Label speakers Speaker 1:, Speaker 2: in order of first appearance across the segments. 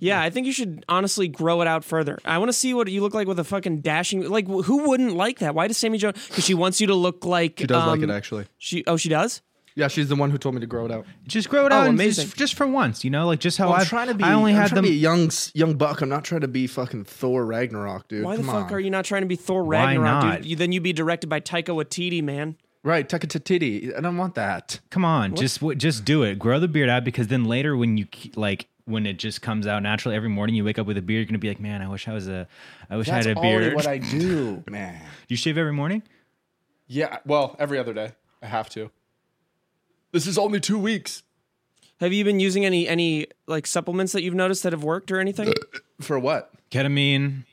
Speaker 1: Yeah, I think you should honestly grow it out further. I want to see what you look like with a fucking dashing. Like, wh- who wouldn't like that? Why does Sammy Jones? Because she wants you to look like. um,
Speaker 2: She does like it actually.
Speaker 1: She oh she does.
Speaker 2: Um, Yeah, she's the one who told me to grow it out.
Speaker 3: Just grow it out, and
Speaker 1: amazing.
Speaker 3: just, just for once, you know, like just how
Speaker 2: Oh, I'm
Speaker 3: I've-
Speaker 2: trying to be.
Speaker 3: I only
Speaker 2: I'm
Speaker 3: had
Speaker 2: trying to
Speaker 3: them.
Speaker 2: be a young s- young buck. I'm not trying to be fucking Thor Ragnarok, dude.
Speaker 1: Why the
Speaker 2: Come
Speaker 1: fuck
Speaker 2: on.
Speaker 1: are you not trying to be Thor Ragnarok,
Speaker 3: not?
Speaker 1: dude? You, then you'd be directed by Taika Waititi, man.
Speaker 2: right? Tuck it to titty. I don't want that.
Speaker 3: Come on, just w- just do it. Grow the beard out because then later when you ke- like when it just comes out naturally every morning, you wake up with a beard. You're gonna be like, man, I wish I was a, I wish I had a beard.
Speaker 2: I do, man.
Speaker 3: you shave every morning?
Speaker 2: Yeah. Well, every other day I have to. This is only two weeks
Speaker 1: Have you been using any any like supplements that you've noticed that have worked or anything?
Speaker 2: for what?
Speaker 3: Ketamine.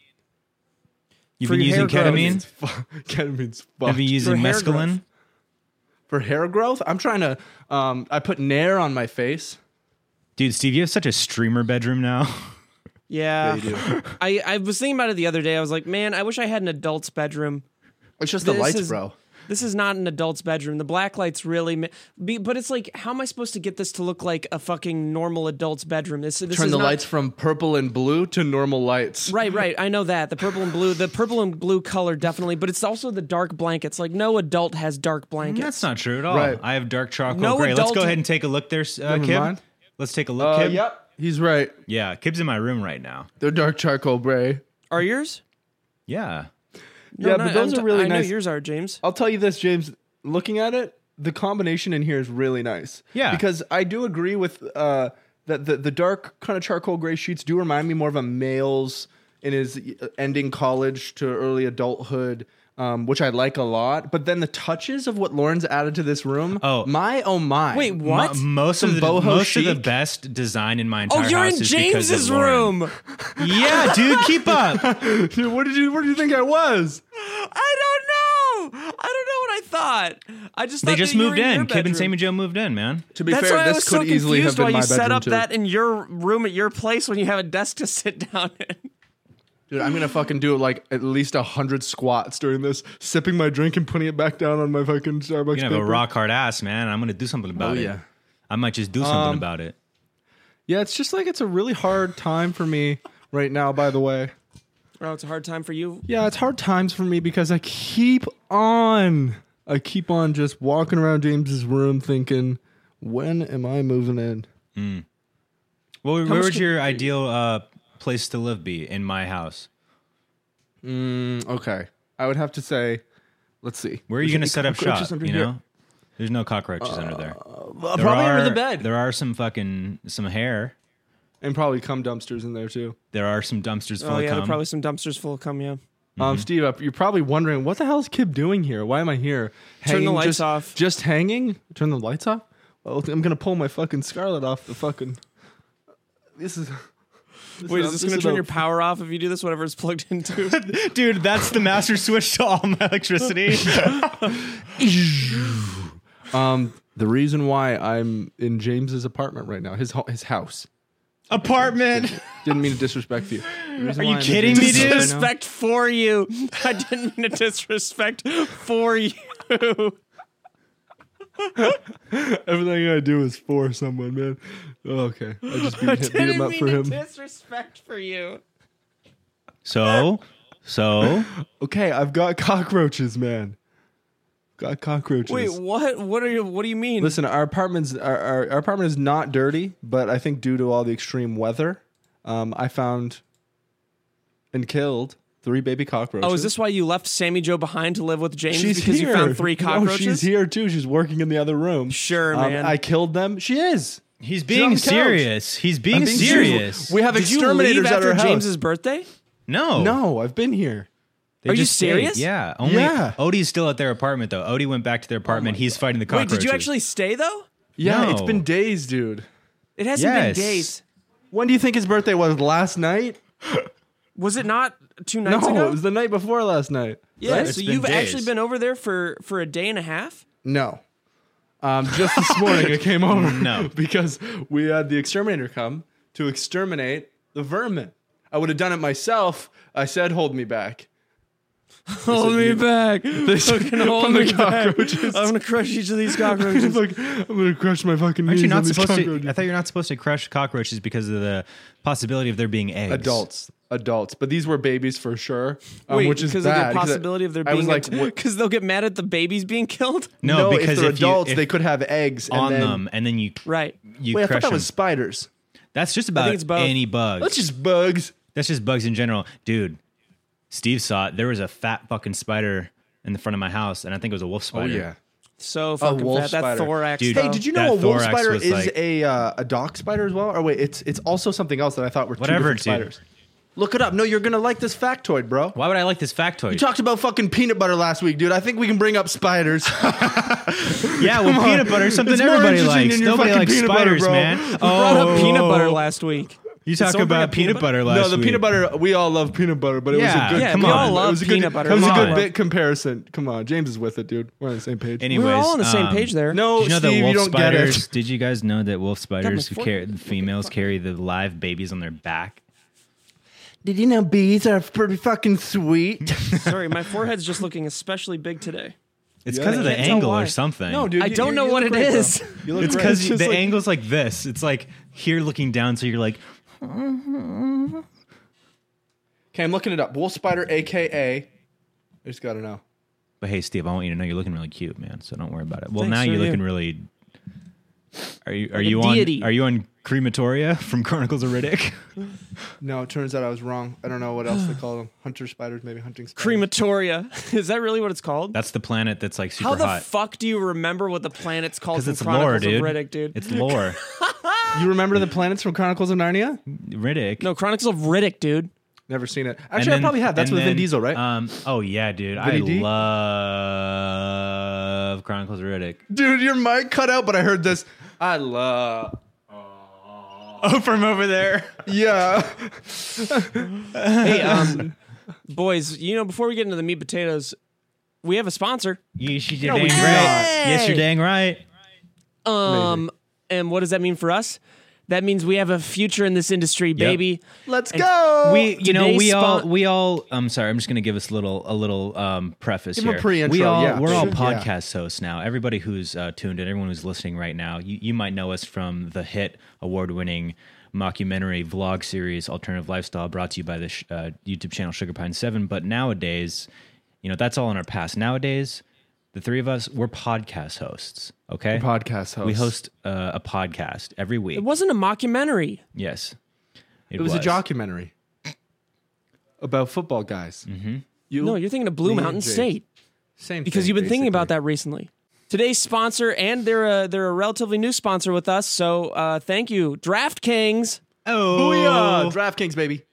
Speaker 3: You've
Speaker 1: For
Speaker 3: been
Speaker 1: your
Speaker 3: using
Speaker 1: hair growth.
Speaker 3: ketamine.
Speaker 2: Fu- Ketamine's
Speaker 3: I've
Speaker 2: fucked.
Speaker 3: been using
Speaker 1: hair
Speaker 3: mescaline.
Speaker 1: growth.
Speaker 2: for hair growth, I'm trying to. Um, I put Nair on my face.
Speaker 3: Dude, Steve, you have such a streamer bedroom now.
Speaker 1: yeah,
Speaker 2: you
Speaker 1: I I was thinking about it the other day. I was like, man, I wish I had an adult's bedroom.
Speaker 2: It's just the
Speaker 1: This
Speaker 2: lights,
Speaker 1: is-
Speaker 2: bro.
Speaker 1: This is not an adult's bedroom. The black light's really, ma- be, but it's like, how am I supposed to get this to look like a fucking normal adult's bedroom? This, this
Speaker 2: Turn
Speaker 1: is
Speaker 2: the
Speaker 1: not-
Speaker 2: lights from purple and blue to normal lights.
Speaker 1: Right, right. I know that the purple and blue, the purple and blue color definitely, but it's also the dark blankets. Like no adult has dark
Speaker 2: Mm,
Speaker 1: blankets.
Speaker 3: That's not true at all.
Speaker 2: Right.
Speaker 3: I have dark charcoal
Speaker 1: No
Speaker 3: gray. Let's
Speaker 1: adult-
Speaker 3: go ahead and take a look there, uh,
Speaker 2: Never
Speaker 3: Kib.
Speaker 2: mind.
Speaker 3: Let's take a look,
Speaker 2: Uh,
Speaker 3: Kib.
Speaker 2: yep, he's right.
Speaker 3: Yeah, Kib's in my room right now.
Speaker 2: They're dark charcoal gray.
Speaker 1: Are yours?
Speaker 3: Yeah.
Speaker 2: yeah,
Speaker 1: No,
Speaker 2: but
Speaker 1: no, I'm
Speaker 2: those are
Speaker 1: t-
Speaker 2: really
Speaker 1: I
Speaker 2: nice. Oh,
Speaker 1: know yours are, James.
Speaker 2: I'll tell you this, James. Looking at it, the combination in here is really nice.
Speaker 3: Yeah.
Speaker 2: because I do agree with uh, that the, the dark kind of charcoal gray sheets do remind me more of a male's in his uh, ending college to early adulthood. Um, which I like a lot, but then the touches of what Lauren's added to this room.
Speaker 3: Oh.
Speaker 2: my, oh my!
Speaker 1: Wait, what?
Speaker 3: Mo- most
Speaker 2: Some
Speaker 3: of the
Speaker 2: boho
Speaker 3: most of the
Speaker 2: chic?
Speaker 3: best design in my
Speaker 1: oh,
Speaker 3: entire
Speaker 1: you're
Speaker 3: house
Speaker 1: in
Speaker 3: is because of
Speaker 1: James's
Speaker 3: Lauren.
Speaker 1: room.
Speaker 3: Yeah, dude, keep up.
Speaker 2: Dude, what did you? Where do you think I was?
Speaker 1: I don't know. I don't know what I thought. I just
Speaker 3: They
Speaker 1: thought
Speaker 3: just
Speaker 1: that you
Speaker 3: moved
Speaker 1: were your
Speaker 3: in. Kib
Speaker 1: bedroom.
Speaker 3: and Sammy Joe moved in, man.
Speaker 2: To be
Speaker 1: That's
Speaker 2: fair,
Speaker 1: why I
Speaker 2: this
Speaker 1: was
Speaker 2: could
Speaker 1: so
Speaker 2: easily have
Speaker 1: confused
Speaker 2: been
Speaker 1: why
Speaker 2: my
Speaker 1: you set
Speaker 2: bedroom
Speaker 1: up
Speaker 2: too.
Speaker 1: that in your room at your place when you have a desk to sit down in.
Speaker 2: Dude, I'm gonna fucking do like at least a hundred squats during this, sipping my drink and putting it back down on my fucking Starbucks.
Speaker 3: You're gonna have a
Speaker 2: paper.
Speaker 3: rock hard ass, man. I'm gonna do something about
Speaker 2: Oh,
Speaker 3: it.
Speaker 2: yeah. Um,
Speaker 3: I might just do something about it.
Speaker 2: Yeah, it's just like it's a really hard time for me right now. By the way,
Speaker 1: Oh, it's a hard time for you.
Speaker 2: yeah, it's hard times for me because I keep on, I keep on just walking around James's room thinking, when am I moving in?
Speaker 3: Well, where
Speaker 2: much
Speaker 3: would
Speaker 2: can-
Speaker 3: your ideal uh, place to live be in my house?
Speaker 2: Mm, okay, I would have to say, let's see,
Speaker 3: Where are you
Speaker 2: There's
Speaker 3: gonna
Speaker 2: any
Speaker 3: set up
Speaker 2: cockroaches
Speaker 3: shop?
Speaker 2: under
Speaker 3: You
Speaker 2: here?
Speaker 3: know, there's no cockroaches under there.
Speaker 2: Uh,
Speaker 3: There
Speaker 2: probably
Speaker 3: are,
Speaker 2: under the bed,
Speaker 3: There are some fucking some hair.
Speaker 2: and probably cum dumpsters in there too.
Speaker 3: There are some dumpsters full
Speaker 1: Oh
Speaker 3: of
Speaker 1: yeah, there are
Speaker 3: cum.
Speaker 1: probably some dumpsters full of cum. Yeah.
Speaker 2: Um,
Speaker 1: Mm-hmm.
Speaker 2: Steve, uh, you're probably wondering what the hell is Kib doing here? Why am I here?
Speaker 1: Turn the lights
Speaker 2: just,
Speaker 1: off.
Speaker 2: Just hanging. Turn the lights off. Well, I'm gonna pull my fucking scarlet off the fucking. This is.
Speaker 1: Wait, is this gonna turn
Speaker 2: a-
Speaker 1: your power off if you do this? Whatever it's plugged into.
Speaker 3: Dude, that's the master switch to all my electricity.
Speaker 2: Um, the reason why I'm in James's apartment right now, his ho- his house.
Speaker 3: Apartment.
Speaker 2: Didn't mean to disrespect you. Are
Speaker 3: you kidding me, dude?
Speaker 1: disrespect for you. I didn't mean to disrespect for you.
Speaker 2: Everything I do is for someone, man. Oh, okay, I just beat, him- beat
Speaker 1: didn't
Speaker 2: him up
Speaker 1: mean
Speaker 2: for
Speaker 1: to
Speaker 2: him.
Speaker 1: disrespect for you.
Speaker 3: So, so
Speaker 2: okay, I've got cockroaches, man. Got cockroaches.
Speaker 1: Wait, what? What are you? What do you mean?
Speaker 2: Listen, our apartment's our, our, our apartment is not dirty, but I think due to all the extreme weather, um, I found and killed three baby cockroaches.
Speaker 1: oh, is this why you left Sammy Joe behind to live with James
Speaker 2: She's
Speaker 1: because
Speaker 2: here.
Speaker 1: you found three cockroaches?
Speaker 2: Oh, she's here too. She's working in the other room. Um,
Speaker 1: Sure, man.
Speaker 2: I killed them. She is.
Speaker 3: he's
Speaker 2: on
Speaker 3: being
Speaker 2: the couch.
Speaker 3: serious. He's being,
Speaker 2: being
Speaker 3: serious.
Speaker 2: serious. We have
Speaker 1: Did you
Speaker 2: exterminators
Speaker 1: leave
Speaker 2: at
Speaker 1: after
Speaker 2: our house.
Speaker 1: James's birthday?
Speaker 3: No,
Speaker 2: No, I've been here.
Speaker 3: They
Speaker 1: Are you
Speaker 3: just stayed.
Speaker 1: serious?
Speaker 3: Yeah. Only
Speaker 2: Yeah. Oh
Speaker 3: Odie's still at their apartment though. Odie went back to their apartment. He's fighting the
Speaker 1: Wait,
Speaker 3: cockroaches.
Speaker 1: did you actually stay though?
Speaker 2: Yeah,
Speaker 3: No.
Speaker 2: it's been days, dude.
Speaker 1: It hasn't
Speaker 3: Yes.
Speaker 1: been days.
Speaker 2: When do you think his birthday was? Last night?
Speaker 1: Was it not two
Speaker 2: No,
Speaker 1: nights ago?
Speaker 2: it was the night before last night.
Speaker 1: yeah,
Speaker 3: Right? It's
Speaker 1: so
Speaker 3: been
Speaker 1: you've
Speaker 3: days.
Speaker 1: actually been over there for for a day and a half.
Speaker 2: No. Um, just this morning I came over.
Speaker 3: No.
Speaker 2: Because we had the exterminator come to exterminate the vermin. I would have done it myself. I said, hold me back.
Speaker 1: Hold me back. They
Speaker 2: From
Speaker 1: fucking hold
Speaker 2: the
Speaker 1: me back. I'm
Speaker 2: cockroaches.
Speaker 1: gonna crush each of these cockroaches.
Speaker 2: like, I'm gonna crush my fucking.
Speaker 3: Aren't
Speaker 2: knees
Speaker 3: you
Speaker 2: on
Speaker 3: not
Speaker 2: these
Speaker 3: supposed to?
Speaker 2: cockroaches.
Speaker 3: I thought you're not supposed to crush cockroaches because of the possibility of there being eggs.
Speaker 2: adults, adults, but these were babies for sure, um,
Speaker 1: Wait,
Speaker 2: which is
Speaker 1: because of
Speaker 2: bad.
Speaker 1: the
Speaker 2: 'cause I-
Speaker 1: possibility of there
Speaker 2: I was
Speaker 1: being
Speaker 2: like, what-
Speaker 1: because they'll get mad at the babies being killed.
Speaker 2: no,
Speaker 3: No, because
Speaker 2: if they're
Speaker 3: if you-
Speaker 2: adults,
Speaker 3: if
Speaker 2: they could have eggs and
Speaker 3: on
Speaker 2: then-
Speaker 3: them, and then you
Speaker 1: Right.
Speaker 3: you
Speaker 2: Wait, I
Speaker 3: crush
Speaker 2: thought that
Speaker 3: them.
Speaker 2: was spiders.
Speaker 3: That's just
Speaker 1: think
Speaker 3: about
Speaker 1: it's both.
Speaker 3: any bug.
Speaker 2: That's just bugs.
Speaker 3: That's just bugs in general, dude. Steve saw it. There was a fat fucking spider in the front of my house, and I think it was a wolf
Speaker 2: Oh,
Speaker 3: spider.
Speaker 1: So fucking
Speaker 2: wolf
Speaker 1: fat. That
Speaker 2: spider.
Speaker 1: thorax.
Speaker 3: Dude.
Speaker 1: though.
Speaker 2: Hey, did you
Speaker 3: That
Speaker 2: know a wolf
Speaker 3: thorax
Speaker 2: spider
Speaker 3: was
Speaker 2: is
Speaker 3: like-
Speaker 2: a uh, a dock spider as well? Or wait, it's it's also something else that I thought were two
Speaker 3: Whatever,
Speaker 2: different
Speaker 3: dude.
Speaker 2: spiders. Look it up. No, you're gonna like this factoid, bro.
Speaker 3: Why would I like this factoid?
Speaker 2: We talked about fucking peanut butter last week, dude. I think we can bring up spiders.
Speaker 3: yeah, well, peanut butter is something
Speaker 2: It's more
Speaker 3: everybody
Speaker 2: interesting
Speaker 3: likes.
Speaker 2: than your
Speaker 3: Nobody
Speaker 2: fucking
Speaker 3: likes
Speaker 2: peanut butter,
Speaker 3: spiders,
Speaker 2: bro.
Speaker 3: man.
Speaker 2: We
Speaker 3: oh,
Speaker 1: brought up peanut butter last week.
Speaker 3: You
Speaker 1: Did
Speaker 3: talk
Speaker 1: someone bring
Speaker 3: about
Speaker 1: up
Speaker 3: peanut butter last
Speaker 2: no, the
Speaker 3: week.
Speaker 2: peanut butter. We all love peanut butter, but it was
Speaker 3: Yeah.
Speaker 2: a good.
Speaker 1: Yeah,
Speaker 3: come
Speaker 1: we
Speaker 3: on.
Speaker 1: all
Speaker 2: it
Speaker 1: love
Speaker 2: was a
Speaker 1: peanut
Speaker 2: good,
Speaker 1: butter.
Speaker 2: It was
Speaker 1: Come
Speaker 2: a good
Speaker 1: on.
Speaker 2: bit comparison. Come on, James is with it, dude. We're on the same page.
Speaker 3: Anyways,
Speaker 1: We were all on the same
Speaker 3: um,
Speaker 1: page there.
Speaker 2: no,
Speaker 3: Did you know
Speaker 2: Steve,
Speaker 3: that
Speaker 2: you
Speaker 3: wolf
Speaker 2: don't
Speaker 3: spiders?
Speaker 2: get it.
Speaker 3: Did you guys know that wolf spiders who
Speaker 1: fork.
Speaker 3: carry the females carry the live babies on their back?
Speaker 2: Did you know bees are pretty fucking sweet?
Speaker 1: Sorry, my forehead's just looking especially big today.
Speaker 3: It's
Speaker 2: Yeah.
Speaker 3: because of
Speaker 2: I
Speaker 3: the
Speaker 1: can't tell
Speaker 3: angle
Speaker 1: why.
Speaker 3: or something.
Speaker 2: no, dude.
Speaker 1: I
Speaker 2: you-
Speaker 1: don't
Speaker 2: you-
Speaker 1: know
Speaker 2: you
Speaker 1: what
Speaker 2: look
Speaker 1: it
Speaker 2: great, bro.
Speaker 1: is.
Speaker 2: You look
Speaker 3: it's
Speaker 2: great.
Speaker 3: because
Speaker 2: just
Speaker 3: the
Speaker 2: like-
Speaker 3: angle's like this. It's like here looking down, so you're like,
Speaker 2: Okay, I'm looking it up. Wolf spider, aka. I just gotta know.
Speaker 3: but hey, Steve, I want you to know you're looking really cute, man. So don't worry about it. Well,
Speaker 1: Thanks,
Speaker 3: now
Speaker 1: so are
Speaker 3: you're
Speaker 1: you.
Speaker 3: looking really. Are you are
Speaker 1: Like a
Speaker 3: you on
Speaker 1: deity.
Speaker 3: are you on crematoria from Chronicles of Riddick?
Speaker 2: No, it turns out I was wrong. I don't know what else they call them. Hunter spiders, maybe hunting spiders.
Speaker 1: Crematoria. Is that really what it's called?
Speaker 3: That's the planet that's like super
Speaker 1: How the
Speaker 3: hot.
Speaker 1: fuck do you remember what the planet's called
Speaker 3: Because
Speaker 1: from
Speaker 3: it's lore,
Speaker 1: Chronicles of
Speaker 3: dude.
Speaker 1: Riddick, dude?
Speaker 3: It's lore.
Speaker 2: You remember the planets from Chronicles of Narnia?
Speaker 3: Riddick.
Speaker 1: no, Chronicles of Riddick, dude.
Speaker 2: Never seen it.
Speaker 3: And
Speaker 2: Actually, I
Speaker 3: then-
Speaker 2: probably have. That's
Speaker 3: and
Speaker 2: with Vin
Speaker 3: then,
Speaker 2: Diesel, right?
Speaker 3: Um, oh yeah, dude. I
Speaker 2: Vinny D?
Speaker 3: love Chronicles of Riddick.
Speaker 2: Dude, your mic cut out, but I heard this. I love.
Speaker 3: Oh, from over there.
Speaker 2: Yeah.
Speaker 1: Hey, um, boys, you know, before we get into the meat potatoes, we have a sponsor.
Speaker 3: You, she did
Speaker 2: No, we
Speaker 3: dang right.
Speaker 2: do
Speaker 1: not.
Speaker 3: Yes, you're dang right.
Speaker 1: Um, and what does that mean for us? That means we have a future in this industry, baby.
Speaker 2: Let's go.
Speaker 3: we you know
Speaker 1: today's
Speaker 3: we
Speaker 1: spon-
Speaker 3: all we all i'm sorry i'm just going to give us a little a little um preface
Speaker 2: a
Speaker 3: here
Speaker 2: pre-intro,
Speaker 3: we all
Speaker 2: yeah.
Speaker 3: we're all
Speaker 2: Sure.
Speaker 3: podcast hosts now everybody who's uh, tuned in everyone who's listening right now you, you might know us from the hit award-winning mockumentary vlog series alternative lifestyle brought to you by the sh- uh, youtube channel sugar pine 7 but nowadays you know that's all in our past nowadays the three of us we're podcast hosts okay
Speaker 2: podcast host.
Speaker 3: we host uh, a podcast every week
Speaker 1: It wasn't a mockumentary.
Speaker 3: yes
Speaker 2: It was, a documentary about football guys. Mm-hmm. You,
Speaker 1: No, you're thinking of Blue
Speaker 2: Me and
Speaker 1: Mountain
Speaker 2: Jake.
Speaker 1: State.
Speaker 2: same
Speaker 1: because
Speaker 2: thing,
Speaker 1: you've been thinking about
Speaker 2: basically.
Speaker 1: that recently. Today's sponsor, and they're a, they're a relatively new sponsor with us, so uh, thank you, DraftKings.
Speaker 3: oh
Speaker 2: Booyah! DraftKings, baby.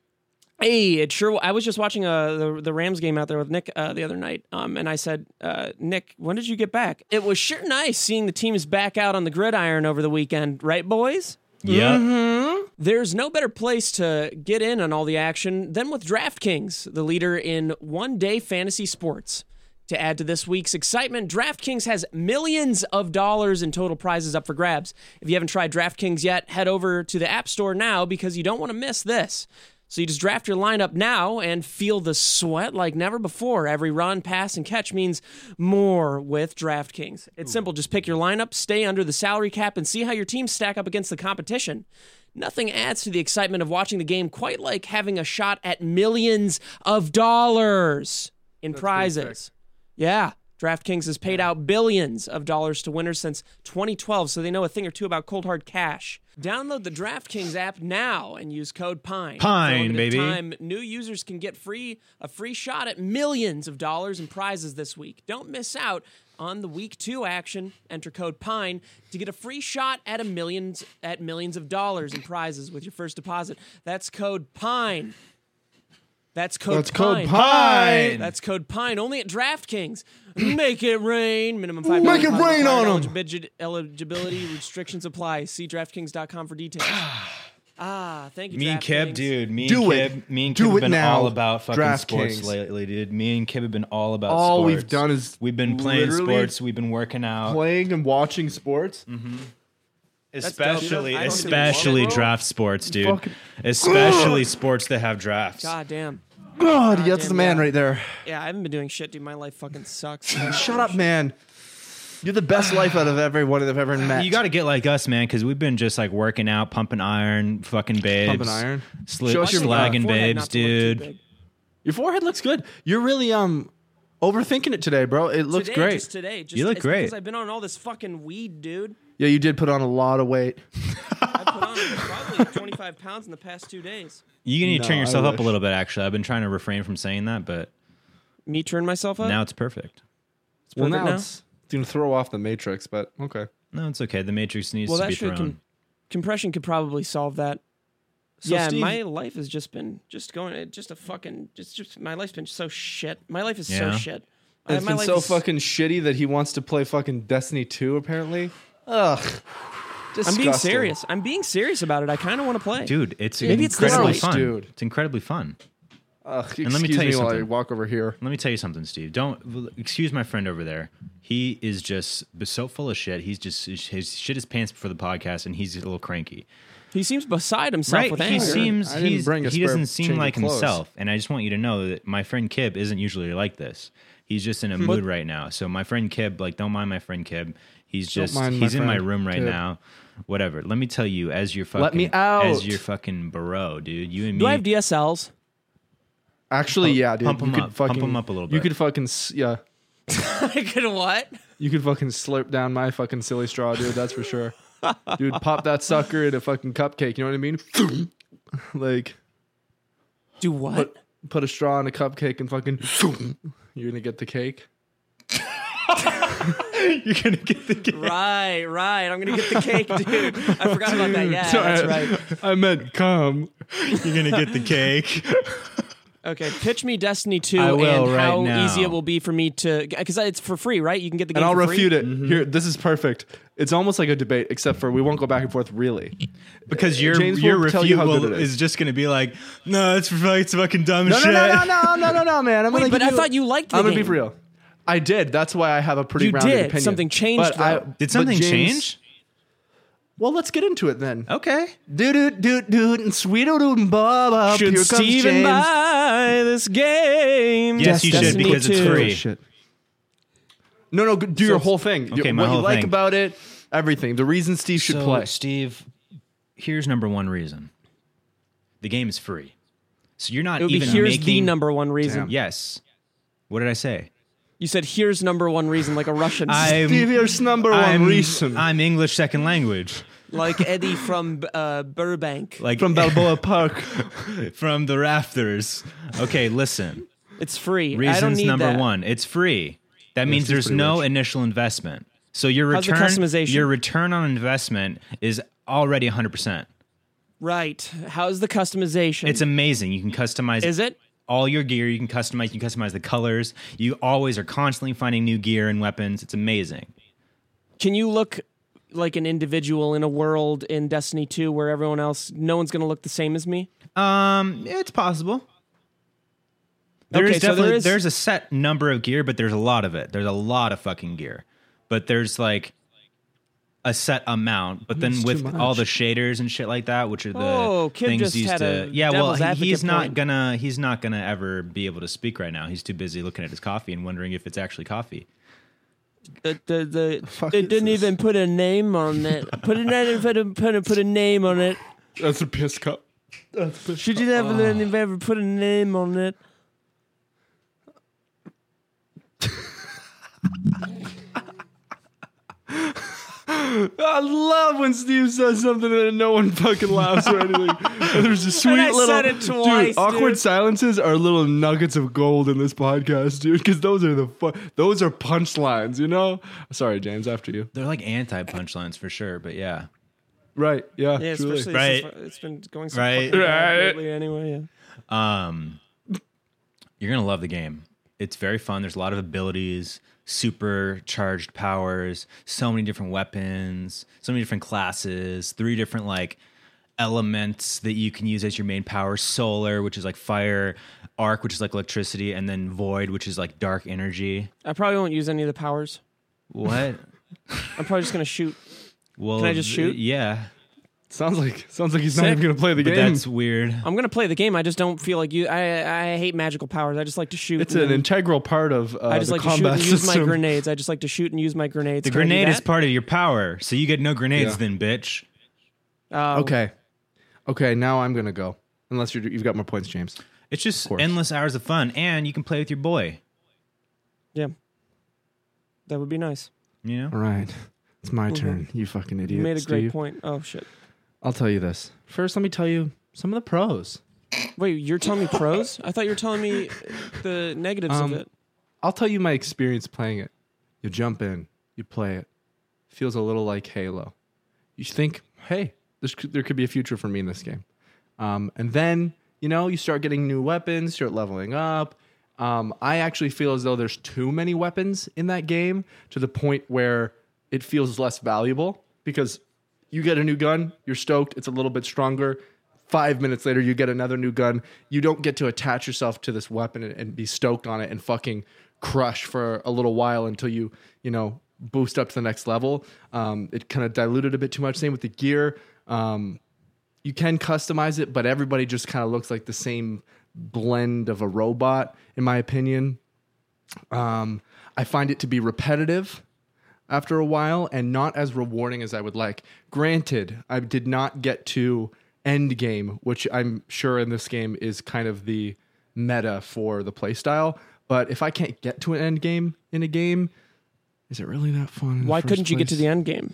Speaker 1: Hey, it sure. I was just watching uh, the the Rams game out there with Nick uh, the other night, um, and I said, uh, Nick, when did you get back? It was sure nice seeing the teams back out on the gridiron over the weekend, right, boys?
Speaker 3: yeah
Speaker 1: There's no better place to get in on all the action than with DraftKings, the leader in one day fantasy sports. To add to this week's excitement, DraftKings has millions of dollars in total prizes up for grabs. If you haven't tried DraftKings yet, head over to the App Store now because you don't want to miss this. So you just draft your lineup now and feel the sweat like never before. Every run, pass, and catch means more with DraftKings. It's simple. Just pick your lineup, stay under the salary cap, and see how your teams stack up against the competition. Nothing adds to the excitement of watching the game quite like having a shot at millions of dollars in prizes. Yeah. DraftKings has paid out billions of dollars to winners since 2012, so they know a thing or two about cold hard cash. Download the DraftKings app now and use code PINE.
Speaker 3: Pine,
Speaker 1: For a limited
Speaker 3: baby.
Speaker 1: Time, new users can get free a free shot at millions of dollars in prizes this week. Don't miss out on the week 2 action. Enter code PINE to get a free shot at a millions at millions of dollars in prizes with your first deposit. That's code PINE. That's code
Speaker 2: That's
Speaker 1: PINE.
Speaker 2: code pine.
Speaker 1: That's code Pine only at DraftKings. Make it rain. Minimum five.
Speaker 2: Make it rain on 'em.
Speaker 1: Eligibility, eligibility restrictions apply. See DraftKings.com for details. ah, thank you.
Speaker 3: Me and
Speaker 1: DraftKings.
Speaker 3: Keb, dude. Me
Speaker 2: Do
Speaker 3: and
Speaker 2: it.
Speaker 3: Keb. Me and Keb
Speaker 2: Do
Speaker 3: have
Speaker 2: it
Speaker 3: been
Speaker 2: now.
Speaker 3: all about fucking sports
Speaker 2: DraftKings.
Speaker 3: lately, dude. Me and Keb have been all about
Speaker 2: All
Speaker 3: sports.
Speaker 2: we've done is
Speaker 3: we've been playing
Speaker 2: literally
Speaker 3: sports. We've been working out,
Speaker 2: Playing and watching sports.
Speaker 1: dope.
Speaker 3: especially
Speaker 1: I don't
Speaker 3: especially
Speaker 1: do it.
Speaker 3: draft sports, dude.
Speaker 2: Fucking-
Speaker 3: Especially sports that have drafts.
Speaker 1: God damn.
Speaker 2: God, yeah, that's
Speaker 1: damn,
Speaker 2: the man
Speaker 1: yeah.
Speaker 2: right there.
Speaker 1: Yeah, I haven't been doing shit, dude. My life fucking sucks.
Speaker 2: Shut up, man. You're the best life out of everyone I've ever met.
Speaker 3: You got to get like us, man, because we've been just like working out, pumping iron, fucking babes,
Speaker 2: Pumping iron?
Speaker 3: sli-
Speaker 2: Show us your, uh,
Speaker 3: slagging
Speaker 1: Forehead
Speaker 3: babes,
Speaker 1: not to look
Speaker 3: dude.
Speaker 1: too big.
Speaker 2: Your forehead looks good. You're really um overthinking it today, bro. It looks
Speaker 1: Today,
Speaker 2: great.
Speaker 1: Just today, just,
Speaker 3: You look
Speaker 1: it's Because
Speaker 3: great.
Speaker 1: I've been on all this fucking weed, dude.
Speaker 2: yeah, you did put on a lot of weight.
Speaker 1: I put on probably 25 pounds in the past two days.
Speaker 3: You need to
Speaker 2: No,
Speaker 3: turn
Speaker 2: I
Speaker 3: yourself up a
Speaker 2: wish.
Speaker 3: little bit. Actually, I've been trying to refrain from saying that, but
Speaker 1: Me turn myself up.
Speaker 3: now it's perfect.
Speaker 1: it's
Speaker 2: Well,
Speaker 1: perfect
Speaker 2: now
Speaker 1: now.
Speaker 2: it's, it's gonna throw off the matrix, but okay.
Speaker 3: No, it's okay. The Matrix needs
Speaker 1: well,
Speaker 3: to
Speaker 1: that
Speaker 3: be
Speaker 1: should
Speaker 3: thrown.
Speaker 1: com- compression could probably solve that.
Speaker 3: So,
Speaker 1: yeah,
Speaker 3: Steve-
Speaker 1: my life has just been just going, it just a fucking, just just my life's been so shit. My life is so
Speaker 3: Yeah.
Speaker 1: shit. I-
Speaker 2: It's
Speaker 1: my
Speaker 2: been
Speaker 1: life
Speaker 2: so
Speaker 1: is-
Speaker 2: fucking shitty that he wants to play fucking Destiny 2, apparently. Ugh.
Speaker 1: I'm
Speaker 2: Disgusting.
Speaker 1: being serious. I'm being serious about it. I kind of want to play,
Speaker 3: dude. It's
Speaker 1: Maybe it's this
Speaker 3: incredibly
Speaker 1: light.
Speaker 3: fun.
Speaker 2: Dude.
Speaker 3: It's incredibly fun.
Speaker 2: Ugh, excuse
Speaker 3: let me tell you
Speaker 2: me while I
Speaker 3: something.
Speaker 2: walk over here.
Speaker 3: Let me tell you something, Steve. Don't excuse my friend over there. He is just b- so full of shit. He's just his shit his pants before the podcast, and he's a little cranky.
Speaker 1: He seems beside himself
Speaker 3: Right?
Speaker 1: with
Speaker 3: He
Speaker 1: anger.
Speaker 3: seems
Speaker 2: I didn't
Speaker 3: he's,
Speaker 2: bring a
Speaker 3: he
Speaker 2: spare
Speaker 3: doesn't seem
Speaker 2: change of
Speaker 3: like
Speaker 2: clothes.
Speaker 3: himself. And I just want you to know that my friend Kib isn't usually like this. He's just
Speaker 2: Hmm.
Speaker 3: in a mood right now. So my friend Kib, like, don't mind my friend Kib. He's just
Speaker 2: mind my
Speaker 3: he's in my
Speaker 2: friend
Speaker 3: room right
Speaker 2: Kib.
Speaker 3: now. Whatever. Let me tell you, as your fucking
Speaker 2: Let me out.
Speaker 3: as your fucking bro, dude. You and
Speaker 1: Do
Speaker 3: me.
Speaker 1: I have DSLs?
Speaker 2: Actually, yeah, dude.
Speaker 3: pump
Speaker 2: you
Speaker 3: him
Speaker 2: could
Speaker 3: up. Pump
Speaker 2: Fucking,
Speaker 3: him up a little
Speaker 2: You
Speaker 3: bit.
Speaker 2: could fucking, s- yeah.
Speaker 1: I could what?
Speaker 2: You could fucking slurp down my fucking silly straw, dude. That's for sure. dude, pop that sucker in a fucking cupcake. You know what I mean? like,
Speaker 1: Do what?
Speaker 2: put, put a straw in a cupcake and fucking, you're gonna get the cake.
Speaker 3: You're gonna get the kid.
Speaker 1: Right, right. I'm gonna get the cake, dude. I forgot about that. Yeah, that's right.
Speaker 2: I meant come.
Speaker 3: You're gonna get the cake.
Speaker 1: Okay, pitch me Destiny 2
Speaker 3: I will
Speaker 1: and
Speaker 3: right
Speaker 1: how
Speaker 3: now.
Speaker 1: easy it will be for me to because it's for free, right? You can get the game
Speaker 2: and I'll
Speaker 1: for free.
Speaker 2: refute it. Here, this is perfect. It's almost like a debate, except for we won't go back and forth. Really,
Speaker 3: Because your
Speaker 2: James
Speaker 3: your
Speaker 2: will tell
Speaker 3: refute
Speaker 2: you how good
Speaker 3: will,
Speaker 2: it is.
Speaker 3: is just gonna be like, no, it's fucking, it's fucking dumb shit.
Speaker 2: no, no, no, no, man. I'm
Speaker 1: Wait,
Speaker 2: gonna
Speaker 1: but
Speaker 2: give
Speaker 1: I thought you liked the
Speaker 2: I'm gonna
Speaker 1: game.
Speaker 2: be real. I did. That's why I have a pretty
Speaker 1: You
Speaker 2: rounded
Speaker 1: did.
Speaker 2: opinion.
Speaker 1: Something changed,
Speaker 2: But I-
Speaker 1: though.
Speaker 3: Did
Speaker 2: but
Speaker 3: something
Speaker 2: James-
Speaker 3: change?
Speaker 2: Well, let's get into it then.
Speaker 3: Okay.
Speaker 2: Dude, dude, dude, dude, and sweet old and Bob up.
Speaker 1: Should
Speaker 2: Here comes
Speaker 1: Steven
Speaker 2: James.
Speaker 1: buy this game?
Speaker 3: Yes, you should,
Speaker 1: Destiny
Speaker 3: because it's
Speaker 1: 2.
Speaker 3: free.
Speaker 2: Shit. No, no, do your whole thing.
Speaker 3: okay,
Speaker 2: what
Speaker 3: my
Speaker 2: you
Speaker 3: whole
Speaker 2: like
Speaker 3: thing.
Speaker 2: about it, everything. The reason Steve should
Speaker 3: so,
Speaker 2: play.
Speaker 3: Steve, here's number one reason. The game is free. So you're not
Speaker 1: It would be
Speaker 3: even
Speaker 1: here's
Speaker 3: making
Speaker 1: the number one reason.
Speaker 2: Damn.
Speaker 3: Yes. What did I say?
Speaker 1: You said here's number one reason, like a Russian,
Speaker 3: I'm
Speaker 2: Steve, here's number one
Speaker 3: I'm-
Speaker 2: reason.
Speaker 3: I'm English second language.
Speaker 1: like Eddie from uh, Burbank.
Speaker 3: Like
Speaker 2: from Balboa Park.
Speaker 3: from the rafters. Okay, listen.
Speaker 1: it's free. I don't
Speaker 3: Reasons
Speaker 1: need
Speaker 3: number
Speaker 1: that.
Speaker 3: one. It's free. That means
Speaker 2: it's
Speaker 3: there's
Speaker 2: pretty
Speaker 3: no
Speaker 2: much.
Speaker 3: initial investment. So your
Speaker 1: How's the
Speaker 3: return
Speaker 1: customization?
Speaker 3: your return on investment is already 100 percent
Speaker 1: Right? How's the customization?
Speaker 3: It's amazing. You can customize
Speaker 1: Is it?
Speaker 3: all your gear. You can customize, you can customize the colors. You always are constantly finding new gear and weapons. It's amazing.
Speaker 1: Can you look like an individual in a world in Destiny 2 where everyone else, no one's going to look the same as me?
Speaker 3: Um, it's possible. There's
Speaker 1: Okay, so there
Speaker 3: definitely
Speaker 1: is-
Speaker 3: there's a set number of gear, but there's a lot of it. There's a lot of fucking gear, but there's like a set amount. But then
Speaker 2: That's
Speaker 3: with
Speaker 2: too
Speaker 3: all
Speaker 2: much.
Speaker 3: the shaders and shit like that, which are the
Speaker 1: Oh, Kib
Speaker 3: things
Speaker 1: just
Speaker 3: used
Speaker 1: had
Speaker 3: to
Speaker 1: a
Speaker 3: yeah. Well,
Speaker 1: devil's
Speaker 3: he-
Speaker 1: advocate
Speaker 3: he's not
Speaker 1: point.
Speaker 3: gonna he's not gonna ever be able to speak right now. He's too busy looking at his coffee and wondering if it's actually coffee.
Speaker 1: The, the, the,
Speaker 2: fuck
Speaker 1: they
Speaker 2: is
Speaker 1: didn't
Speaker 2: this?
Speaker 1: even put a name on it. Put a name, put a, put a, put a name on it.
Speaker 2: That's a piss cup. That's a piss
Speaker 1: Should you ever, ever put a name on it?
Speaker 2: I love when Steve says something and no one fucking laughs or anything. And there's a sweet
Speaker 1: And I
Speaker 2: little
Speaker 1: said it twice,
Speaker 2: dude. Awkward
Speaker 1: dude.
Speaker 2: silences are little nuggets of gold in this podcast, dude. Because those are the fu- those are punchlines, you know. Sorry, James, after you.
Speaker 3: They're like anti punchlines for sure, but yeah.
Speaker 2: Right? Yeah.
Speaker 1: Yeah,
Speaker 2: truly.
Speaker 1: especially
Speaker 3: Right.
Speaker 1: since it's been going so
Speaker 3: Right.
Speaker 1: fucking bad
Speaker 2: Right.
Speaker 1: lately anyway. Yeah.
Speaker 3: Um, you're gonna love the game. It's very fun. There's a lot of abilities, supercharged powers, so many different weapons, so many different classes, three different like elements that you can use as your main power: solar, which is like fire, arc, which is like electricity, and then void, which is like dark energy.
Speaker 1: I probably won't use any of the powers.
Speaker 3: What?
Speaker 1: I'm probably just going to shoot.
Speaker 3: Well,
Speaker 1: Can I just
Speaker 3: th-
Speaker 1: shoot?
Speaker 3: Yeah.
Speaker 2: Sounds like sounds like he's not
Speaker 1: Sick.
Speaker 2: even gonna play the
Speaker 3: But
Speaker 2: game.
Speaker 3: that's weird.
Speaker 1: I'm gonna play the game. I just don't feel like you. I I hate magical powers. I just like to shoot.
Speaker 2: It's
Speaker 1: and
Speaker 2: an integral part of uh,
Speaker 1: I just
Speaker 2: the
Speaker 1: like to shoot
Speaker 2: combat
Speaker 1: and use my
Speaker 2: system.
Speaker 1: grenades. I just like to shoot and use my grenades.
Speaker 3: The
Speaker 1: Can I do
Speaker 3: grenade is
Speaker 1: that?
Speaker 3: part of your power, so you get no grenades
Speaker 2: Yeah.
Speaker 3: then, bitch.
Speaker 1: Oh,
Speaker 2: Okay, okay. Now I'm gonna go. Unless you're, you've got more points, James.
Speaker 3: It's just
Speaker 2: course.
Speaker 3: endless hours of fun, and you can play with your boy.
Speaker 1: Yeah, that would be nice.
Speaker 3: You know,
Speaker 2: All right, it's my turn. You fucking idiot.
Speaker 1: Mm-hmm. You made a great
Speaker 2: Steve.
Speaker 1: point. Oh shit!
Speaker 2: I'll tell you this first. Let me tell you some of the pros.
Speaker 1: Wait, you're telling me pros? I thought you were telling me the negatives
Speaker 2: Um,
Speaker 1: of it.
Speaker 2: I'll tell you my experience playing it. You jump in, you play it. Feels a little like Halo. You think, hey, this could, there could be a future for me in this game. Um, and then you know you start getting new weapons, start leveling up. Um, I actually feel as though there's too many weapons in that game to the point where it feels less valuable because you get a new gun, you're stoked, it's a little bit stronger. Five minutes later, you get another new gun. You don't get to attach yourself to this weapon and, and be stoked on it and fucking crush for a little while until you, you know, boost up to the next level. Um, it kind of diluted a bit too much. Same with the gear. Um, you can customize it, but everybody just kind of looks like the same blend of a robot, in my opinion. Um, I find it to be repetitive after a while and not as rewarding as I would like. Granted, I did not get to end game, which I'm sure in this game is kind of the meta for the playstyle. But if I can't get to an end game in a game, is it really that fun? in the
Speaker 1: Why
Speaker 2: first
Speaker 1: couldn't you get to
Speaker 2: place?
Speaker 1: the end game?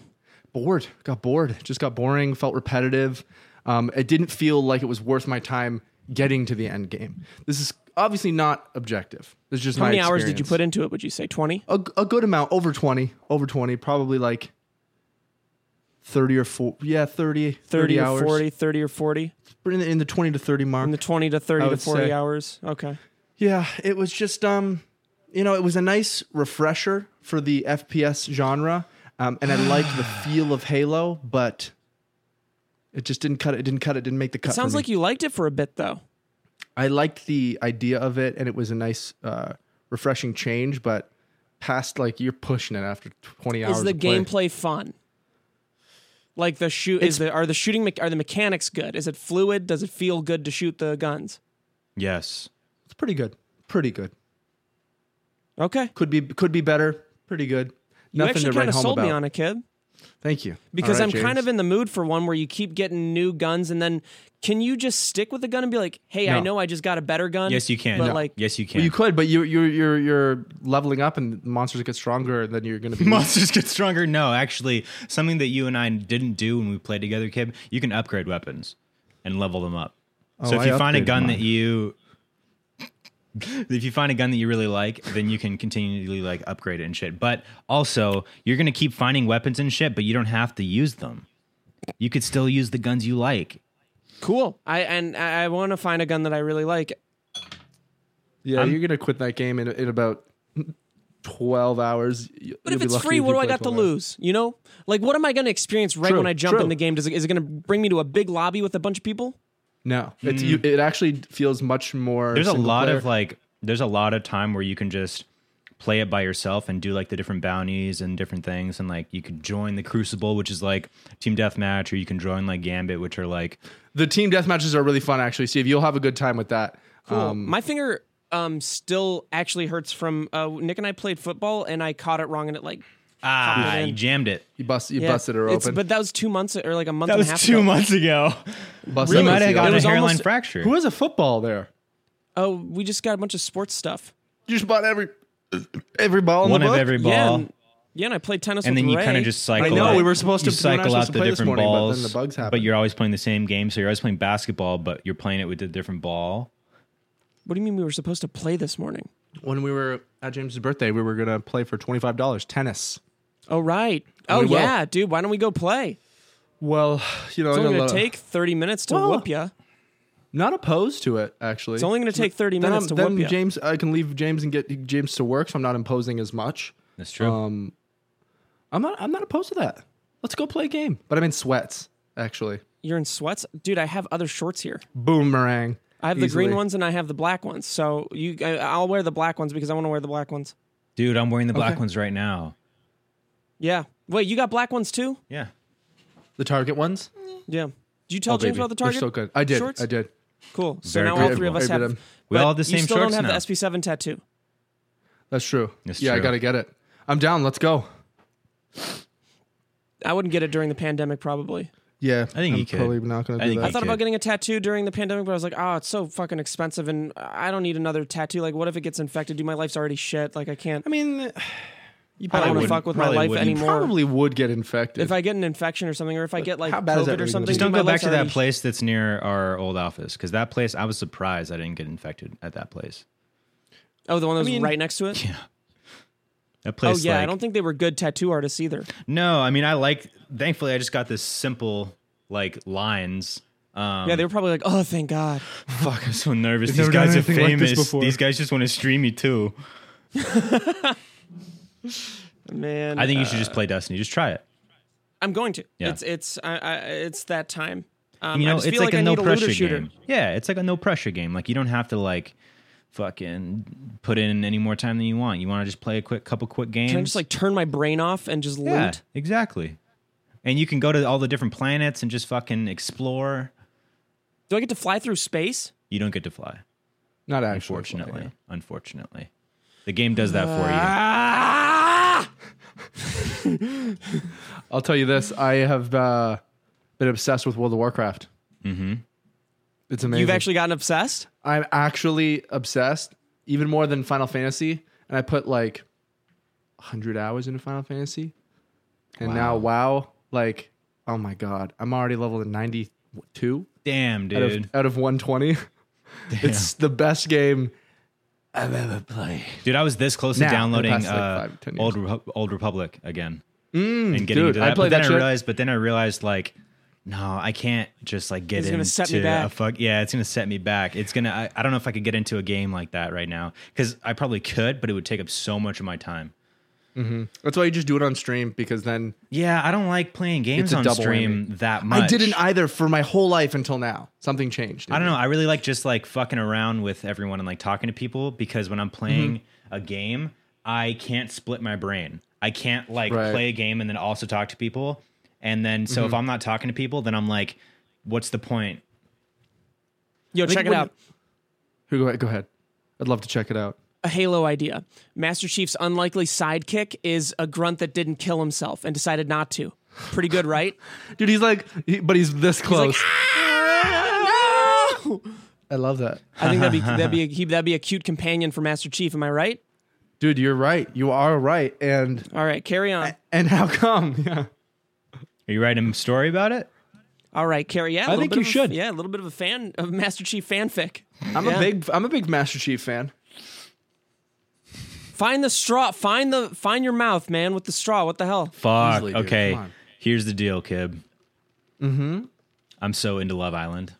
Speaker 2: bored. Got bored. It Just got boring. Felt repetitive. Um, it didn't feel like it was worth my time getting to the end game. This is obviously not objective. This is just
Speaker 1: How
Speaker 2: my
Speaker 1: many hours did you
Speaker 2: experience.
Speaker 1: put into it? Would you say twenty?
Speaker 2: A, a good amount, over twenty, over twenty, probably like thirty or four. Yeah, 30, 30,
Speaker 1: 30 or
Speaker 2: hours.
Speaker 1: 40, 30 or 40,
Speaker 2: in the, in the twenty to thirty mark.
Speaker 1: in the 20 to 30 to
Speaker 2: would
Speaker 1: 40
Speaker 2: say.
Speaker 1: hours. Okay.
Speaker 2: Yeah, it was just um, you know, it was a nice refresher for the FPS genre, um, and I liked the feel of Halo, but it just didn't cut it. Didn't cut it. Didn't make the cut. for
Speaker 1: Sounds
Speaker 2: me.
Speaker 1: like you liked it for a bit though.
Speaker 2: I liked the idea of it, and it was a nice, uh, refreshing change. But past like you're pushing it after 20 hours.
Speaker 1: Is the
Speaker 2: of play.
Speaker 1: gameplay fun? Like the shoot is the are the shooting me- are the mechanics good? Is it fluid? Does it feel good to shoot the guns?
Speaker 3: yes.
Speaker 2: It's pretty good. Pretty good.
Speaker 1: Okay.
Speaker 2: Could be could be better. Pretty good.
Speaker 1: You
Speaker 2: Nothing to
Speaker 1: actually
Speaker 2: write
Speaker 1: kind of
Speaker 2: home
Speaker 1: sold
Speaker 2: about.
Speaker 1: me on it, kid.
Speaker 2: Thank you.
Speaker 1: Because
Speaker 2: All
Speaker 1: I'm
Speaker 2: right,
Speaker 1: kind of
Speaker 2: James.
Speaker 1: in the mood for one where you keep getting new guns and then can you just stick with the gun and be like, hey, I
Speaker 2: No.
Speaker 1: know I just got a better gun.
Speaker 3: Yes, you can.
Speaker 1: But like
Speaker 3: yes, you can.
Speaker 2: Well, you could, but you you you're you're leveling up, and the monsters get stronger, and then you're gonna be.
Speaker 3: Monsters get stronger. No, actually, something that you and I didn't do when we played together, Kib, you can upgrade weapons and level them up. so
Speaker 2: Oh,
Speaker 3: if you
Speaker 2: I
Speaker 3: find a
Speaker 2: upgraded
Speaker 3: gun
Speaker 2: mine.
Speaker 3: that you if you find a gun that you really like, then you can continually like upgrade it and shit. But also, you're gonna keep finding weapons and shit, but you don't have to use them. You could still use the guns you like.
Speaker 1: cool. I and I want to find a gun that I really like.
Speaker 2: yeah, you're gonna quit that game in, in about twelve hours.
Speaker 1: But if it's free, what do I got to lose? You know, like what am I going to experience right
Speaker 2: True,
Speaker 1: when I jump in
Speaker 2: true.
Speaker 1: the game? Does it, is it going to bring me to a big lobby with a bunch of people?
Speaker 2: No, it's you, it actually feels much more.
Speaker 3: There's a
Speaker 2: single
Speaker 3: lot
Speaker 2: player.
Speaker 3: of like there's a lot of time where you can just play it by yourself and do like the different bounties and different things and like you could join the crucible which is like team deathmatch or you can join like gambit which are like
Speaker 2: the team death matches are really fun. Actually, Steve, you'll have a good time with that. Um,
Speaker 1: My finger um, still actually hurts from uh, Nick and I played football and I caught it wrong and it like
Speaker 3: ah
Speaker 1: Hop it
Speaker 3: you
Speaker 1: in.
Speaker 3: jammed it
Speaker 2: you bust you
Speaker 1: yeah,
Speaker 2: busted her
Speaker 1: it's-
Speaker 2: open.
Speaker 1: But that was two months or like a month. and a half ago.
Speaker 3: months ago
Speaker 2: busted
Speaker 3: you
Speaker 2: her
Speaker 3: might
Speaker 2: ACL.
Speaker 3: have gotten
Speaker 1: It
Speaker 3: a
Speaker 1: was
Speaker 3: hairline
Speaker 1: almost-
Speaker 3: fracture
Speaker 2: Who has a football there?
Speaker 1: Oh, we just got a bunch of sports stuff.
Speaker 2: You just bought every every ball. In
Speaker 3: one
Speaker 2: the
Speaker 3: of
Speaker 2: book?
Speaker 3: every ball
Speaker 1: Yeah, and, yeah, and I played tennis.
Speaker 3: and
Speaker 1: with
Speaker 3: then you
Speaker 1: Ray.
Speaker 3: kind of just
Speaker 2: I
Speaker 3: cycle.
Speaker 2: know,
Speaker 3: out-
Speaker 2: we were supposed to-
Speaker 3: you
Speaker 2: we were not
Speaker 3: cycle
Speaker 2: supposed
Speaker 3: out
Speaker 2: to
Speaker 3: the
Speaker 2: play this
Speaker 3: different
Speaker 2: morning, but then
Speaker 3: balls,
Speaker 2: the bugs
Speaker 3: but
Speaker 2: happened.
Speaker 3: you're always playing the same game. So you're always playing basketball, but you're playing it with a different ball.
Speaker 1: What do you mean we were supposed to play this morning?
Speaker 2: When we were at James's birthday, we were gonna play for twenty five dollars tennis.
Speaker 1: Oh right. Oh
Speaker 2: we will.
Speaker 1: yeah, dude. Why don't we go play?
Speaker 2: Well, you know,
Speaker 1: It's
Speaker 2: I got
Speaker 1: only
Speaker 2: a
Speaker 1: going
Speaker 2: lot
Speaker 1: to
Speaker 2: of-
Speaker 1: take thirty minutes to
Speaker 2: Well,
Speaker 1: whoop ya.
Speaker 2: Not opposed to it, actually.
Speaker 1: It's only going to take thirty
Speaker 2: then
Speaker 1: minutes
Speaker 2: I'm-
Speaker 1: to
Speaker 2: then
Speaker 1: whoop ya.
Speaker 2: James, I can leave James and get James to work, so I'm not imposing as much.
Speaker 3: That's true.
Speaker 2: Um, I'm not. I'm not opposed to that. Let's go play a game. But I'm in sweats, actually.
Speaker 1: You're in sweats, dude. I have other shorts here.
Speaker 2: Boomerang.
Speaker 1: I have the
Speaker 2: Easily.
Speaker 1: green ones and I have the black ones. So you, I, I'll wear the black ones because I want to wear the black ones.
Speaker 3: Dude, I'm wearing the black ones right now.
Speaker 1: Yeah. Wait, you got black ones too?
Speaker 3: Yeah.
Speaker 2: The Target ones?
Speaker 1: Yeah. Did you tell James
Speaker 3: baby.
Speaker 1: about the
Speaker 2: Oh,
Speaker 1: target?
Speaker 2: They're so good. I did.
Speaker 1: Shorts?
Speaker 2: I did.
Speaker 1: Cool. So
Speaker 3: Very
Speaker 1: now all
Speaker 3: good.
Speaker 1: three of us
Speaker 2: Very good.
Speaker 1: have.
Speaker 3: We all
Speaker 1: but
Speaker 3: have the
Speaker 1: You
Speaker 3: same
Speaker 1: still don't
Speaker 3: shorts
Speaker 1: have
Speaker 3: now.
Speaker 1: the SP7 tattoo.
Speaker 2: That's true.
Speaker 3: It's
Speaker 2: yeah, I
Speaker 3: true.
Speaker 2: gotta get it. I'm down. Let's go.
Speaker 1: I wouldn't get it during the pandemic, probably.
Speaker 2: Yeah, I
Speaker 3: think
Speaker 2: I'm
Speaker 3: you could.
Speaker 2: probably not gonna
Speaker 3: I
Speaker 2: do
Speaker 3: think
Speaker 2: that.
Speaker 1: I thought
Speaker 3: could.
Speaker 1: about getting a tattoo during the pandemic, but I was like, oh, it's so fucking expensive, and I don't need another tattoo. Like, what if it gets infected? Dude, my life's already shit. Like, I can't.
Speaker 2: I mean,
Speaker 1: You I don't want to
Speaker 3: wouldn't-
Speaker 1: fuck with my
Speaker 3: probably
Speaker 1: life
Speaker 3: wouldn't.
Speaker 1: anymore.
Speaker 2: probably would get infected.
Speaker 1: If I get an infection or something, or if I get like
Speaker 2: how bad
Speaker 1: COVID
Speaker 2: is that
Speaker 1: or
Speaker 2: really
Speaker 1: something,
Speaker 2: gonna
Speaker 3: Just
Speaker 1: dude,
Speaker 2: be?
Speaker 3: don't
Speaker 1: my
Speaker 3: go back
Speaker 1: life's
Speaker 3: to that
Speaker 1: already-
Speaker 3: place that's near our old office because that place, I was surprised I didn't get infected at that place.
Speaker 1: Oh, the one that was
Speaker 2: mean-
Speaker 1: right next to it.
Speaker 3: That
Speaker 1: Oh
Speaker 3: place,
Speaker 1: yeah, I
Speaker 3: like-
Speaker 1: don't think they were good tattoo artists either.
Speaker 3: No, I mean, I like. Thankfully, I just got this simple like lines. Um,
Speaker 1: Yeah, they were probably like, oh, thank God.
Speaker 3: fuck, I'm so nervous.
Speaker 2: They've
Speaker 3: These
Speaker 2: never done
Speaker 3: guys are
Speaker 2: anything like this
Speaker 3: famous.
Speaker 2: before.
Speaker 3: These guys just want to stream me too.
Speaker 1: Man,
Speaker 3: I think you
Speaker 1: uh,
Speaker 3: should just play Destiny. Just try it.
Speaker 1: I'm going to.
Speaker 3: Yeah.
Speaker 1: It's it's I, I, it's that time. Um,
Speaker 3: You
Speaker 1: I
Speaker 3: know,
Speaker 1: just
Speaker 3: it's
Speaker 1: feel
Speaker 3: like,
Speaker 1: I
Speaker 3: a no
Speaker 1: need a looter
Speaker 3: pressure
Speaker 1: shooter.
Speaker 3: game. Yeah, it's like a no pressure game. Like you don't have to like fucking put in any more time than you want. You want to just play a quick couple quick games.
Speaker 1: Can I just like turn my brain off and just
Speaker 3: yeah,
Speaker 1: loot?
Speaker 3: exactly. And you can go to all the different planets and just fucking explore.
Speaker 1: Do I get to fly through space?
Speaker 3: You don't get to fly,
Speaker 2: Not actually.
Speaker 3: unfortunately. Unfortunately, the game does that for you.
Speaker 2: Uh,
Speaker 1: Ah!
Speaker 2: I'll tell you this: I have uh, been obsessed with World of Warcraft. Mm-hmm. It's amazing.
Speaker 1: You've actually gotten obsessed.
Speaker 2: I'm actually obsessed, even more than Final Fantasy. And I put like 100 hours into Final Fantasy, and now WoW, like, oh my god, I'm already level at 92
Speaker 3: Damn,
Speaker 2: out
Speaker 3: dude.
Speaker 2: of, out of 120. It's the best game I've ever played.
Speaker 3: Dude, I was this close
Speaker 2: Now,
Speaker 3: to
Speaker 2: in the
Speaker 3: downloading
Speaker 2: past, like,
Speaker 3: uh,
Speaker 2: five, 10 years. Mm,
Speaker 3: Old Repu- Old Republic again and getting
Speaker 2: dude,
Speaker 3: into
Speaker 2: I
Speaker 3: that.
Speaker 2: played
Speaker 3: but then
Speaker 2: that
Speaker 3: I
Speaker 2: shit.
Speaker 3: realized, but then I realized like, no, I can't just like get
Speaker 1: It's
Speaker 3: into
Speaker 1: gonna set me back.
Speaker 3: a fuck. Yeah, it's gonna set me back. It's gonna. I, I don't know if I could get into a game like that right now because I probably could, but it would take up so much of my time.
Speaker 2: That's why you just do it on stream because then
Speaker 3: Yeah, I don't like playing games
Speaker 2: a
Speaker 3: on
Speaker 2: double
Speaker 3: stream that much.
Speaker 2: I didn't either for my whole life until now. Something changed.
Speaker 3: I don't know. I really like just like fucking around with everyone and like talking to people because when I'm
Speaker 2: Mm-hmm.
Speaker 3: playing a game, I can't split my brain. I can't like
Speaker 2: Right. Mm-hmm.
Speaker 3: play a game and then also talk to people. And then so if I'm not talking to people, then I'm like, what's the point?
Speaker 1: Yo, check it
Speaker 2: when-
Speaker 1: out.
Speaker 2: Who go ahead? Go ahead. I'd love to check it out.
Speaker 1: a Halo idea. Master Chief's unlikely sidekick is a grunt that didn't kill himself and decided not to. Pretty good, right?
Speaker 2: Dude, he's like, he- but he's this close.
Speaker 1: no!
Speaker 2: I love that.
Speaker 1: I think that'd be that'd be a, he, that'd be a cute companion for Master Chief. Am I right?
Speaker 2: Dude, you're right. You are right. And
Speaker 1: All right, carry on.
Speaker 2: and how come? Yeah.
Speaker 3: Are you writing a story about it?
Speaker 1: All right, carry. Yeah, I
Speaker 2: think you should.
Speaker 1: yeah, a little bit of a fan of Master Chief fanfic.
Speaker 2: I'm a big I'm a big Master Chief fan.
Speaker 1: Find the straw. Find the find your mouth, man, with the straw. What the hell?
Speaker 3: Fuck.
Speaker 2: Easily, dude.
Speaker 3: okay.
Speaker 2: Come on. Mm-hmm.
Speaker 3: Here's the deal, Kib. Mm-hmm. I'm so into Love Island.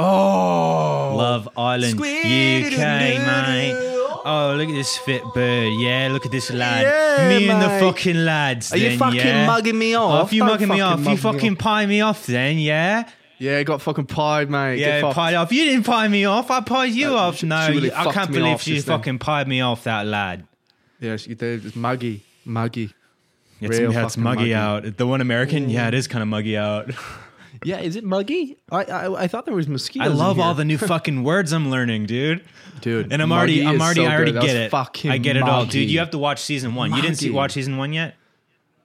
Speaker 2: Oh.
Speaker 3: Love Island, UK, mate. Oh, look at this fit bird. Yeah, look at this lad.
Speaker 2: Yeah,
Speaker 3: me and the
Speaker 2: mate.
Speaker 3: fucking lads.
Speaker 2: Are you
Speaker 3: then,
Speaker 2: fucking
Speaker 3: yeah?
Speaker 2: mugging me
Speaker 3: Oh,
Speaker 2: off?
Speaker 3: if you
Speaker 2: Don't
Speaker 3: mugging me
Speaker 2: fucking
Speaker 3: off,
Speaker 2: mug
Speaker 3: you
Speaker 2: me
Speaker 3: fucking
Speaker 2: off.
Speaker 3: pie me off then, yeah?
Speaker 2: Yeah, got fucking pied, mate. Get
Speaker 3: Yeah,
Speaker 2: fucked.
Speaker 3: pie off. You didn't pie me off, I pied you off.
Speaker 2: she-
Speaker 3: No,
Speaker 2: she really
Speaker 3: you- I
Speaker 2: fucked
Speaker 3: can't
Speaker 2: me
Speaker 3: believe
Speaker 2: off
Speaker 3: you
Speaker 2: just then.
Speaker 3: fucking pied me off, that lad.
Speaker 2: Yes, you did. It's muggy. Muggy.
Speaker 3: It's,
Speaker 2: Real
Speaker 3: yeah, it's
Speaker 2: fucking
Speaker 3: muggy,
Speaker 2: muggy.
Speaker 3: out. The one American? Yeah, it is kind of muggy out.
Speaker 2: Yeah, is it muggy? I I, I thought there was mosquitoes.
Speaker 3: I love
Speaker 2: in
Speaker 3: all
Speaker 2: here.
Speaker 3: the new fucking words I'm learning, dude.
Speaker 2: dude.
Speaker 3: And I'm already,
Speaker 2: muggy
Speaker 3: I'm
Speaker 2: is
Speaker 3: already,
Speaker 2: so
Speaker 3: I already
Speaker 2: good. That was
Speaker 3: get it.
Speaker 2: Fucking
Speaker 3: I get it all, dude.
Speaker 2: muggy.
Speaker 3: You have to watch season one. You didn't see,
Speaker 2: Muggy.
Speaker 3: watch season one yet?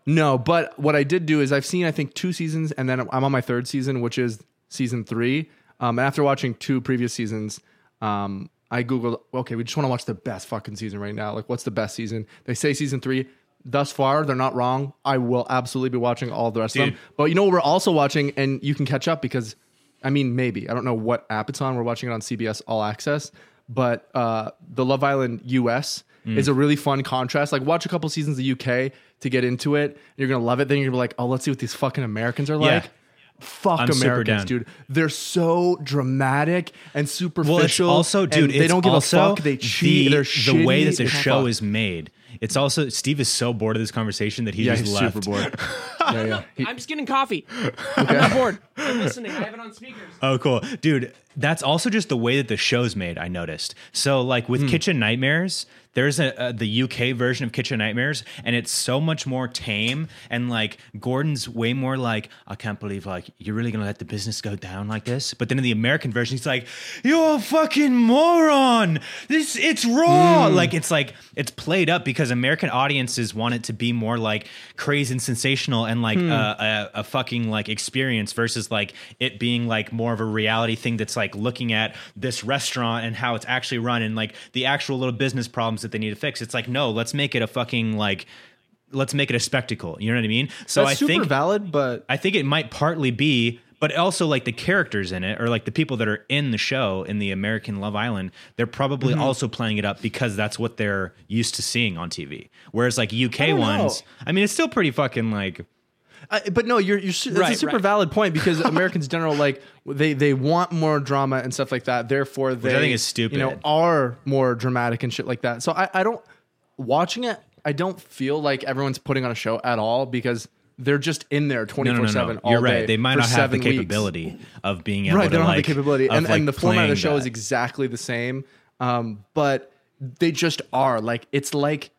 Speaker 2: No, but what I did do is I've seen I think two seasons, and then I'm on my third season, which is season three. Um, and after watching two previous seasons, um, I googled, okay, we just want to watch the best fucking season right now. Like, what's the best season? They say season three. Thus far, they're not wrong. I will absolutely be watching all the rest of
Speaker 3: Dude.
Speaker 2: them. But you know what we're also watching, and you can catch up because, I mean, maybe I don't know what app it's on. We're watching it on CBS All Access, but uh, the Love Island US
Speaker 3: Mm.
Speaker 2: is a really fun contrast. Like, watch a couple seasons of UK to get into it. You're gonna love it. Then you're gonna be like, oh, let's see what these fucking Americans are like. Fuck
Speaker 3: I'm super
Speaker 2: Americans,
Speaker 3: down.
Speaker 2: dude. They're so dramatic and superficial.
Speaker 3: Well, it's also,
Speaker 2: and
Speaker 3: dude,
Speaker 2: they
Speaker 3: it's
Speaker 2: don't give
Speaker 3: also
Speaker 2: a fuck. They cheat.
Speaker 3: The,
Speaker 2: They're
Speaker 3: the way that
Speaker 2: shitty
Speaker 3: the
Speaker 2: as
Speaker 3: show
Speaker 2: fuck.
Speaker 3: is made. It's also Steve is so bored of this conversation that he
Speaker 2: Yeah,
Speaker 3: just
Speaker 2: he's
Speaker 3: left.
Speaker 2: super bored. yeah, yeah. He-
Speaker 1: I'm just getting coffee. I'm not bored. I'm listening. I have it on speakers.
Speaker 3: Oh, cool,
Speaker 2: Hmm.
Speaker 3: dude. That's also just the way that the show's made. I noticed. So, like with Kitchen Nightmares, There's a, a the UK version of Kitchen Nightmares, and it's so much more tame and like Gordon's way more like I can't believe like you're really gonna let the business go down like this. But then in the American version, he's like, "You're a fucking moron. This it's raw.
Speaker 2: Mm.
Speaker 3: Like it's like it's played up because American audiences want it to be more like crazy and sensational and like
Speaker 2: Hmm.
Speaker 3: a, a, a fucking like experience versus like it being like more of a reality thing that's like looking at this restaurant and how it's actually run and like the actual little business problems that they need to fix. It's like no, let's make it a fucking like let's make it a spectacle. You know what I mean? So
Speaker 2: That's
Speaker 3: I
Speaker 2: super
Speaker 3: think
Speaker 2: valid, but
Speaker 3: I think it might partly be, but also like the characters in it or like the people that are in the show in the American Love Island, they're probably also playing it up because that's what they're used to seeing on TV. Whereas like UK
Speaker 2: don't
Speaker 3: ones,
Speaker 2: know.
Speaker 3: I mean, it's still pretty fucking like
Speaker 2: I, but no, you're you're. That's a
Speaker 1: Right,
Speaker 2: super
Speaker 1: right.
Speaker 2: valid point because Americans in general like they they want more drama and stuff like that. Therefore, they
Speaker 3: I think is stupid.
Speaker 2: You know, are more dramatic and shit like that. So I I don't watching it. I don't feel like everyone's putting on a show at all because they're just in there twenty
Speaker 3: no, no,
Speaker 2: four
Speaker 3: no,
Speaker 2: seven.
Speaker 3: no. You're
Speaker 2: all
Speaker 3: right.
Speaker 2: day
Speaker 3: They might
Speaker 2: for
Speaker 3: not have the
Speaker 2: seven weeks.
Speaker 3: capability of being able
Speaker 2: Right,
Speaker 3: to
Speaker 2: they don't
Speaker 3: like
Speaker 2: have the capability,
Speaker 3: of,
Speaker 2: and,
Speaker 3: like,
Speaker 2: and the format of the
Speaker 3: playing
Speaker 2: show
Speaker 3: that.
Speaker 2: is exactly the same. Um, but they just are like it's like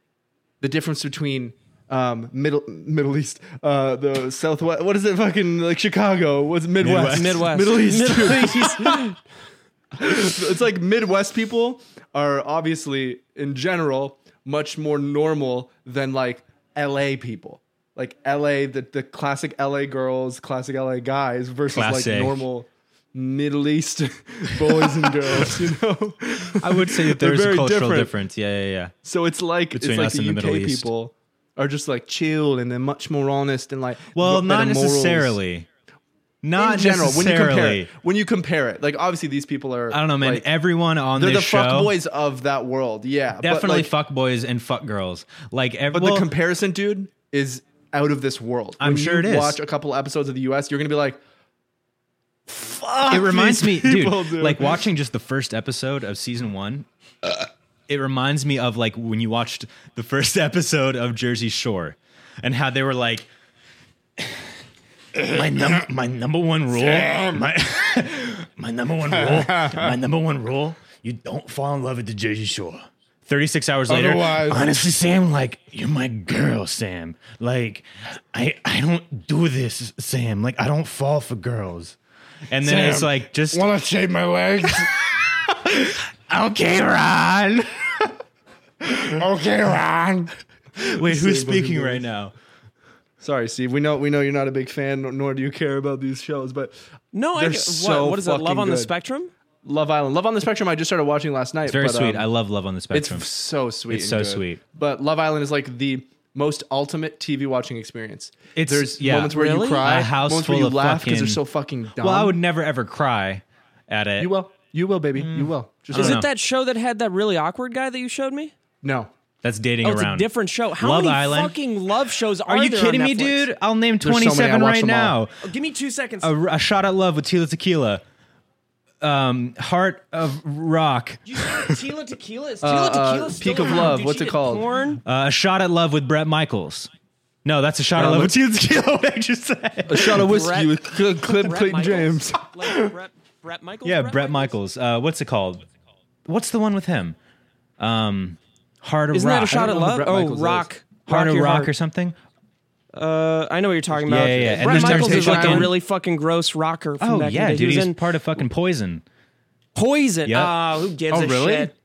Speaker 2: the difference between um, middle Middle East, uh, the Southwest. What is it? Fucking like Chicago? What's Midwest?
Speaker 1: Midwest.
Speaker 2: Middle East.
Speaker 1: Middle East.
Speaker 2: it's like Midwest people are obviously in general much more normal than like LA people. Like LA, the, the classic LA girls, classic LA guys versus
Speaker 3: Classic.
Speaker 2: like normal Middle East boys and girls, you know?
Speaker 3: I would say that
Speaker 2: They're
Speaker 3: there's a
Speaker 2: very
Speaker 3: cultural
Speaker 2: different.
Speaker 3: difference. Yeah, yeah, yeah.
Speaker 2: So it's like
Speaker 3: Between
Speaker 2: it's
Speaker 3: us
Speaker 2: like
Speaker 3: and
Speaker 2: the
Speaker 3: the
Speaker 2: UK
Speaker 3: Middle East.
Speaker 2: people are just like chill and they're much more honest and like
Speaker 3: Well,
Speaker 2: got
Speaker 3: not
Speaker 2: better morals.
Speaker 3: necessarily. Not
Speaker 2: in general when you compare
Speaker 3: necessarily.
Speaker 2: it, when you compare it like obviously these people are
Speaker 3: I don't know, man.
Speaker 2: like,
Speaker 3: Everyone on
Speaker 2: they're
Speaker 3: this
Speaker 2: the
Speaker 3: show,
Speaker 2: fuck boys of that world yeah but,
Speaker 3: definitely
Speaker 2: like,
Speaker 3: fuck boys and fuck girls. Like, ev-
Speaker 2: But
Speaker 3: well,
Speaker 2: the comparison, dude, is out of this world.
Speaker 3: I'm
Speaker 2: When
Speaker 3: sure
Speaker 2: you
Speaker 3: it is.
Speaker 2: Watch a couple episodes of the U.S., you're gonna be like, "Fuck."
Speaker 3: it reminds me,
Speaker 2: these people,
Speaker 3: dude, Like watching just the first episode of season one. It reminds me of like when you watched the first episode of Jersey Shore, and how they were like, my num- my number one rule, my my number one rule, my number one rule, you don't fall in love with the Jersey Shore. Thirty six hours later,
Speaker 2: Otherwise-
Speaker 3: honestly, Sam, like you're my girl, Sam. Like I I don't do this, Sam. Like I don't fall for girls. And then it's like just
Speaker 2: want to shave my legs?
Speaker 3: okay, Ron.
Speaker 2: okay, Ron.
Speaker 3: Wait, who's
Speaker 2: Same fucking
Speaker 3: speaking
Speaker 2: voice.
Speaker 3: right now?
Speaker 2: Sorry, Steve. We know we know you're not a big fan, nor, nor do you care about these shows. But
Speaker 1: No, I
Speaker 2: They're
Speaker 1: get,
Speaker 2: so
Speaker 1: what, what is that? Love
Speaker 2: fucking
Speaker 1: on the
Speaker 2: good.
Speaker 1: spectrum?
Speaker 2: Love Island, Love on the Spectrum, I just started watching last night.
Speaker 3: Very
Speaker 2: but,
Speaker 3: sweet.
Speaker 2: um,
Speaker 3: I love love on the
Speaker 2: it's
Speaker 3: spectrum.
Speaker 2: f- so sweet.
Speaker 3: It's
Speaker 2: and
Speaker 3: so
Speaker 2: good.
Speaker 3: sweet.
Speaker 2: But Love Island is like the most ultimate TV watching experience.
Speaker 3: It's-
Speaker 2: There's
Speaker 3: yeah.
Speaker 2: moments where
Speaker 1: Really?
Speaker 2: you cry,
Speaker 3: A house
Speaker 2: moments where
Speaker 3: full
Speaker 2: you
Speaker 3: of
Speaker 2: laugh because they're
Speaker 3: fucking-
Speaker 2: so fucking dumb.
Speaker 3: well, I would Mm. never ever cry at it.
Speaker 2: You will. You will, baby. You will. Just
Speaker 1: Is it
Speaker 3: don't know.
Speaker 1: that show that had that really awkward guy that you showed me?
Speaker 2: No.
Speaker 3: That's dating
Speaker 1: Oh, it's
Speaker 3: around.
Speaker 1: a different show. How
Speaker 3: Love
Speaker 1: many
Speaker 3: Island.
Speaker 1: fucking love shows are,
Speaker 3: Are you
Speaker 1: there
Speaker 3: kidding
Speaker 1: on
Speaker 3: me,
Speaker 1: Netflix?
Speaker 3: dude? I'll name
Speaker 2: so many. I
Speaker 3: 27
Speaker 2: watch
Speaker 3: right
Speaker 2: them all.
Speaker 3: now.
Speaker 1: Oh, give me two seconds.
Speaker 3: A, a shot at love with Tila Tequila. Um, Heart of Rock.
Speaker 1: Did you say that Tila Tequila? Is Tila Tequila still
Speaker 2: Peak of
Speaker 1: around,
Speaker 2: Love.
Speaker 1: dude?
Speaker 2: What's
Speaker 1: She
Speaker 2: it
Speaker 1: did
Speaker 2: called?
Speaker 1: Porn?
Speaker 3: Uh, a shot at love with Brett Michaels. No, that's a shot at
Speaker 2: Uh,
Speaker 3: love with
Speaker 2: let's-
Speaker 3: Tila Tequila. What I just said.
Speaker 2: A shot of
Speaker 1: Brett-
Speaker 2: whiskey with Cl- Clint
Speaker 1: Brett
Speaker 2: Clayton
Speaker 1: Michaels?
Speaker 2: James.
Speaker 1: Like Brett, Brett Michaels?
Speaker 3: Yeah, Brett Michaels. Uh, what's it called? What's the one with him? Um, Heart of
Speaker 1: Isn't
Speaker 3: Rock.
Speaker 1: that a shot
Speaker 2: don't
Speaker 1: at
Speaker 2: know who
Speaker 1: love?
Speaker 2: Brett
Speaker 1: Oh,
Speaker 2: Michaels is.
Speaker 1: Rock.
Speaker 3: Heart of
Speaker 1: Your
Speaker 3: Rock
Speaker 1: Heart.
Speaker 3: or something?
Speaker 1: Uh, I know what you're talking about.
Speaker 3: Yeah, yeah, yeah. And
Speaker 1: Brett
Speaker 3: there's
Speaker 1: Michaels is
Speaker 2: Temptation
Speaker 1: like a
Speaker 2: Island.
Speaker 1: really fucking gross rocker. From
Speaker 3: Oh
Speaker 1: back in
Speaker 3: yeah,
Speaker 1: the day.
Speaker 3: dude,
Speaker 1: He was
Speaker 3: he's
Speaker 1: in
Speaker 3: part of fucking Poison.
Speaker 1: Poison.
Speaker 3: Yep.
Speaker 1: Ah, who gives
Speaker 2: Oh,
Speaker 1: a
Speaker 2: really?
Speaker 1: shit?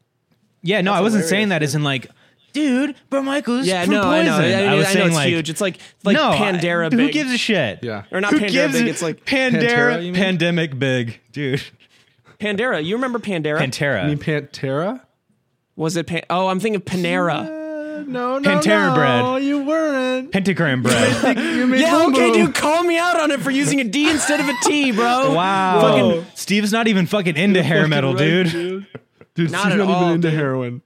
Speaker 3: Yeah, no, I wasn't
Speaker 1: hilarious,
Speaker 3: saying that as in like, dude, Brett Michaels
Speaker 1: Yeah,
Speaker 3: from
Speaker 1: no, I
Speaker 3: Poison.
Speaker 1: know. I, I,
Speaker 3: was
Speaker 1: I know
Speaker 3: saying
Speaker 1: it's
Speaker 3: like,
Speaker 1: huge. It's like like
Speaker 3: no, I-
Speaker 1: Pandera.
Speaker 3: who
Speaker 1: big.
Speaker 3: gives a shit?
Speaker 2: Yeah.
Speaker 1: Or not
Speaker 3: who
Speaker 1: Pandera
Speaker 3: gives
Speaker 1: big,
Speaker 3: a-
Speaker 1: it's like
Speaker 2: Pantera,
Speaker 3: Pandera,
Speaker 2: you mean?
Speaker 3: pandemic big, dude.
Speaker 1: Pandera. You remember Pandera?
Speaker 2: You mean
Speaker 3: Pantera,
Speaker 2: Pantera?
Speaker 1: Was it? Pan- oh, I'm thinking of Panera.
Speaker 2: No, no,
Speaker 3: Pantera
Speaker 2: no,
Speaker 3: bread.
Speaker 2: You weren't.
Speaker 3: pentagram bread.
Speaker 2: You made
Speaker 1: Yeah,
Speaker 2: Rumble.
Speaker 1: okay, dude. Call me out on it for using a D instead of a T, bro.
Speaker 3: wow,
Speaker 1: Fucking
Speaker 3: Fucking- Steve's not even fucking into hair
Speaker 2: Fucking
Speaker 3: metal,
Speaker 2: right,
Speaker 3: dude.
Speaker 2: Dude,
Speaker 1: Not
Speaker 2: she's
Speaker 1: at
Speaker 2: not
Speaker 1: all,
Speaker 2: even into
Speaker 1: dude.
Speaker 2: heroin.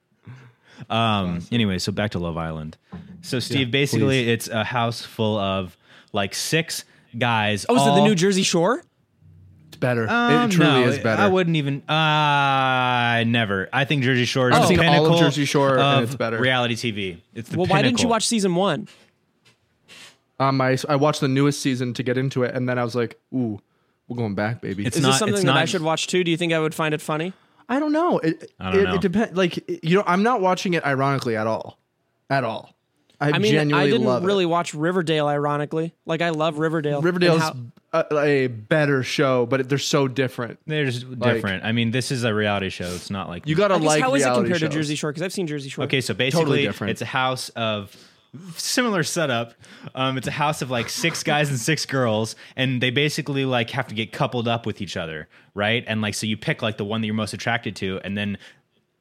Speaker 3: Um. Anyway, so back to Love Island. So Steve, basically, it's a house full of like six guys.
Speaker 1: Oh, is it
Speaker 3: all-
Speaker 1: the New Jersey Shore?
Speaker 2: It's better.
Speaker 3: Um,
Speaker 2: it truly
Speaker 3: no,
Speaker 2: is better.
Speaker 3: I wouldn't even. Uh, never. I think Jersey Shore is
Speaker 2: I've
Speaker 3: the
Speaker 2: seen all of
Speaker 3: pinnacle
Speaker 2: Jersey Shore and
Speaker 3: of
Speaker 2: it's better.
Speaker 3: reality TV. It's the
Speaker 1: Well, why didn't you
Speaker 3: pinnacle.
Speaker 1: watch season one?
Speaker 2: Um, I, I watched the newest season to get into it, and then I was like, ooh, we're going back, baby.
Speaker 3: It's
Speaker 1: Is
Speaker 3: not.
Speaker 1: this something
Speaker 3: it's
Speaker 1: that
Speaker 3: not,
Speaker 1: I should watch too? Do you think I would find it funny?
Speaker 2: I don't know. It,
Speaker 3: I don't
Speaker 2: it,
Speaker 3: know.
Speaker 2: it depends. Like it- you know, I'm not watching it ironically at all, at all. I,
Speaker 1: I mean,
Speaker 2: genuinely
Speaker 1: I didn't
Speaker 2: love
Speaker 1: really
Speaker 2: it.
Speaker 1: watch Riverdale, ironically. Like, I love Riverdale. and
Speaker 2: Riverdale's
Speaker 1: how-
Speaker 2: a, a better show, but it- they're so different.
Speaker 3: They're just different. I mean, this is a reality show. It's not like
Speaker 2: You gotta
Speaker 1: I guess,
Speaker 2: like
Speaker 1: how is it
Speaker 2: reality
Speaker 1: compared
Speaker 2: shows.
Speaker 1: to Jersey Shore? Because I've seen Jersey Shore.
Speaker 3: Okay, so basically,
Speaker 2: different.
Speaker 3: it's a house of similar setup. Um, it's a house of like six guys and six girls, and they basically like have to get coupled up with each other, right? And like, so you pick like the one that you're most attracted to, and then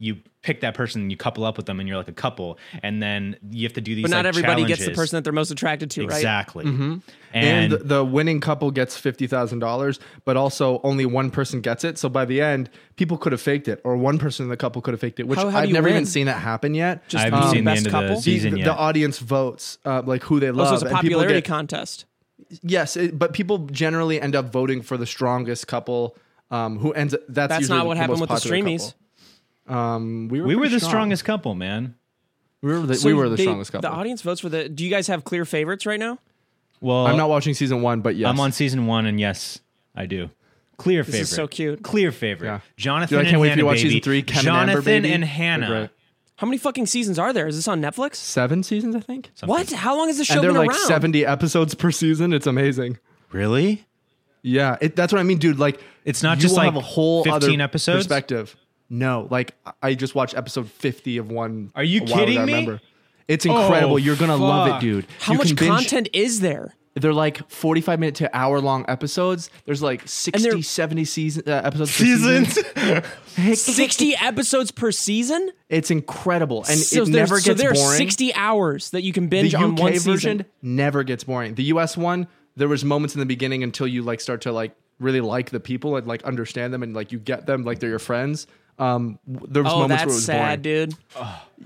Speaker 3: you pick that person, and you couple up with them, and you're like a couple, and then you have to do these.
Speaker 1: But not
Speaker 3: like,
Speaker 1: everybody gets the
Speaker 3: challenges.
Speaker 1: person that they're most attracted to, right?
Speaker 3: exactly.
Speaker 2: and
Speaker 3: And,
Speaker 2: the, the winning couple gets fifty thousand dollars, but also only one person gets it. So by the end, people could have faked it, or one person in the couple could have faked it, which
Speaker 1: How- how do
Speaker 2: I've
Speaker 1: you
Speaker 2: never
Speaker 1: win?
Speaker 2: even seen it happen yet. Uh,
Speaker 1: Just
Speaker 3: I
Speaker 1: the
Speaker 3: haven't seen the
Speaker 1: best
Speaker 3: end of
Speaker 1: couple?
Speaker 3: the
Speaker 1: The-
Speaker 2: the,
Speaker 3: season
Speaker 2: the
Speaker 3: yet.
Speaker 2: audience votes uh, like who they love.
Speaker 1: Oh, So it's a
Speaker 2: and people
Speaker 1: popularity
Speaker 2: get-
Speaker 1: contest.
Speaker 2: Yes, it, but people generally end up voting for the strongest couple. Um, who ends? That's,
Speaker 1: That's
Speaker 2: usually
Speaker 1: not what
Speaker 2: the
Speaker 1: happened with
Speaker 2: most
Speaker 1: the
Speaker 2: popular
Speaker 1: streamies.
Speaker 2: couple. Um, we were,
Speaker 3: we were
Speaker 2: pretty
Speaker 3: the
Speaker 2: strong.
Speaker 3: strongest couple, man.
Speaker 2: We were the,
Speaker 1: So
Speaker 2: we were the
Speaker 1: they-
Speaker 2: strongest couple.
Speaker 1: The audience votes for the. Do you guys have clear favorites right now?
Speaker 3: Well,
Speaker 2: I'm not watching season one, but yes,
Speaker 3: I'm on season one, and yes, I do. Clear favorite.
Speaker 1: is so cute.
Speaker 3: Clear favorite.
Speaker 2: Yeah.
Speaker 3: Jonathan
Speaker 2: Dude, I can't
Speaker 3: and
Speaker 2: wait for you
Speaker 3: Hannah,
Speaker 2: to watch
Speaker 3: baby.
Speaker 2: season three, Ken and
Speaker 3: Jonathan
Speaker 2: Amber, baby.
Speaker 3: and
Speaker 2: They're
Speaker 3: Hannah.
Speaker 2: great.
Speaker 1: How many fucking seasons are there? Is this on Netflix?
Speaker 2: seven seasons, I think.
Speaker 1: What? How long has this show
Speaker 2: And they're
Speaker 1: been
Speaker 2: like
Speaker 1: around?
Speaker 2: 70 episodes per season. It's amazing.
Speaker 3: Really?
Speaker 2: Yeah, it, that's what I mean, dude. Like,
Speaker 3: It's not
Speaker 2: you
Speaker 3: just
Speaker 2: will
Speaker 3: like
Speaker 2: have a whole
Speaker 3: 15
Speaker 2: other
Speaker 3: episodes?
Speaker 2: perspective. No, like I- I just watched episode 50 of one.
Speaker 3: Are you
Speaker 2: a while
Speaker 3: kidding
Speaker 2: ago, I
Speaker 3: me? Oh,
Speaker 2: remember. It's incredible. You're gonna love
Speaker 3: fuck.
Speaker 2: it, dude.
Speaker 1: How
Speaker 2: You
Speaker 1: much
Speaker 2: can binge-
Speaker 1: content is there?
Speaker 2: They're like 45 minute to hour long episodes. Theredes like 60,
Speaker 1: they're-
Speaker 2: 70 season uh, episodes. per season.
Speaker 3: Seasons?
Speaker 1: Sixty episodes per season.
Speaker 2: It's incredible, and
Speaker 1: so
Speaker 2: it
Speaker 1: there's-
Speaker 2: never
Speaker 1: so
Speaker 2: gets
Speaker 1: there are
Speaker 2: boring.
Speaker 1: sixty hours that you can binge
Speaker 2: the UK
Speaker 1: on one
Speaker 2: version
Speaker 1: season.
Speaker 2: never gets boring. The US one, there was moments in the beginning until you like start to like really like the people and like understand them and like you get them like they're your friends. Um, w- there was
Speaker 1: Oh,
Speaker 2: moments where it
Speaker 1: that's
Speaker 2: was
Speaker 1: sad,
Speaker 2: boring.
Speaker 1: dude.